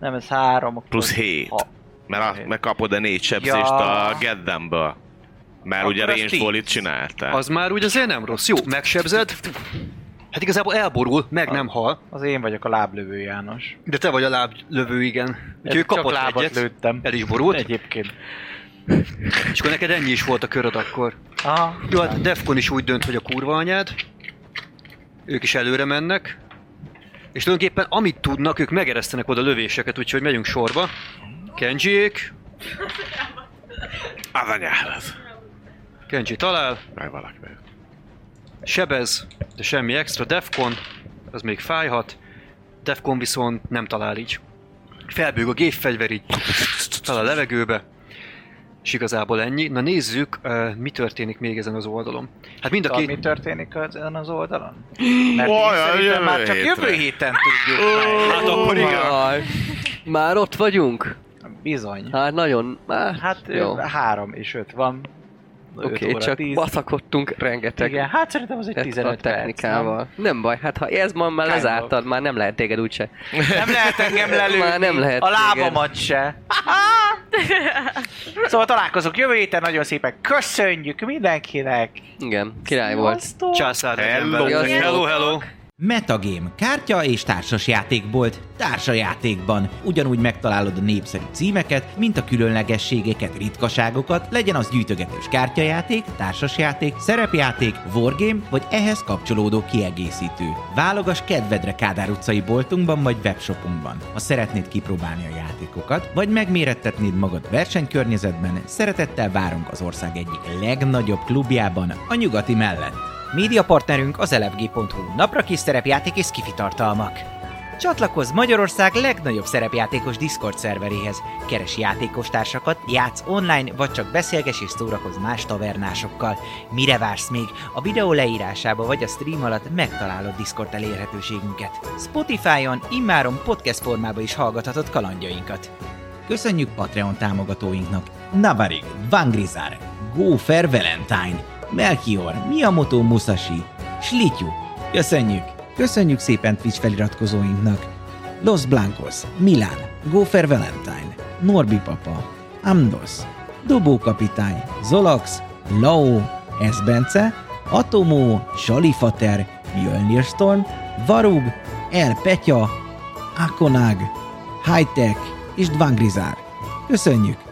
Speaker 7: nem, ez 3. Akkor
Speaker 5: Plusz 7.
Speaker 7: Ha,
Speaker 5: Mert, a, mert kapod a négy sebzést
Speaker 7: Ja.
Speaker 5: a Geddemből. Mert
Speaker 3: Akkor
Speaker 5: ugye
Speaker 3: az
Speaker 5: range
Speaker 3: tíz.
Speaker 5: volley csináltál.
Speaker 3: Az már úgy azért nem rossz. Jó, megsebzed. Hát igazából elborul, meg nem hal,
Speaker 7: az én vagyok a láblövő János.
Speaker 3: de te vagy a láblövő, igen. Úgyhogy ő
Speaker 7: Ezt
Speaker 3: kapott
Speaker 7: csak lábat
Speaker 3: egyet,
Speaker 7: lőttem.
Speaker 3: el is borult,
Speaker 7: Egyébként.
Speaker 3: és akkor neked ennyi is volt a köröd akkor.
Speaker 7: Aha.
Speaker 3: Jó, hát Defcon is úgy dönt, hogy a kurva anyád. Ők is előre mennek. És tulajdonképpen amit tudnak, ők megeresztenek oda lövéseket, úgyhogy megyünk sorba. Kenjiék.
Speaker 5: az anyád.
Speaker 3: Kenji talál,
Speaker 5: Meg valaki.
Speaker 3: sebez, de semmi extra. Defcon, az még fájhat. Defcon viszont nem talál így. Felbőg a gépfegyver így, talál a levegőbe. És igazából ennyi. Na nézzük, eh, mi történik még ezen az oldalon. Hát mind a
Speaker 7: Tudod,
Speaker 3: két...
Speaker 7: mi történik ezen az oldalon? Mert én
Speaker 5: Olyan,
Speaker 7: szerintem
Speaker 5: jövő
Speaker 7: már csak
Speaker 5: hétre.
Speaker 7: jövő héten tudjuk.
Speaker 3: Hát akkor igen.
Speaker 4: Jaj. Már ott vagyunk?
Speaker 7: Bizony.
Speaker 4: Hát nagyon, már
Speaker 7: Hát
Speaker 4: jó.
Speaker 7: ö, három és öt van. Öt
Speaker 4: Oké, okay,
Speaker 7: óra
Speaker 4: csak
Speaker 7: tíz.
Speaker 4: baszakodtunk rengeteg
Speaker 7: Igen, hát szerintem az egy
Speaker 4: lett
Speaker 7: 15
Speaker 4: a technikával.
Speaker 7: Perc,
Speaker 4: nem? baj, hát ha ez ma már
Speaker 7: Kind
Speaker 4: lezártad, már nem lehet téged úgyse.
Speaker 7: nem? nem lehet engem lelőni.
Speaker 4: Már nem lehet
Speaker 7: A lábamat se. Szóval találkozunk jövő héten, nagyon szépen köszönjük mindenkinek.
Speaker 4: Igen, király volt.
Speaker 7: Sziasztok.
Speaker 3: Császár legyen
Speaker 5: Hello.
Speaker 3: veled. hello, hello.
Speaker 1: Metagame, kártya és társasjátékbolt, társajátékban. Ugyanúgy megtalálod a népszerű címeket, mint a különlegességeket, ritkaságokat, legyen az gyűjtögetős kártyajáték, társasjáték, szerepjáték, wargame, vagy ehhez kapcsolódó kiegészítő. Válogass kedvedre Kádár utcai boltunkban vagy webshopunkban. Ha szeretnéd kipróbálni a játékokat, vagy megmérettetnéd magad versenykörnyezetben, szeretettel várunk az ország egyik legnagyobb klubjában, a nyugati mellett.
Speaker 2: Média partnerünk az elefg.hu, napra kis szerepjáték és skifi tartalmak. Csatlakozz Magyarország legnagyobb szerepjátékos Discord szerveréhez. Keres játékostársakat, játsz online, vagy csak beszélges és szórakozz más tavernásokkal. Mire vársz még? A videó leírásába vagy a stream alatt megtalálod Discord elérhetőségünket. Spotify-on immáron podcast formában is hallgathatod kalandjainkat.
Speaker 1: Köszönjük Patreon támogatóinknak! Navarig, Vangrizar, Gófer Valentine, Melchior, Miyamoto Musashi, Slityu. Köszönjük! Köszönjük szépen Twitch feliratkozóinknak! Los Blancos, Milán, Gófer Valentine, Norbi Papa, Amdos, Dobó Kapitány, Zolax, Lao, Esbence, Atomó, Salifater, Mjölnir Storm, Varug, El Petya, Akonag, Hightech és Dvangrizár. Köszönjük!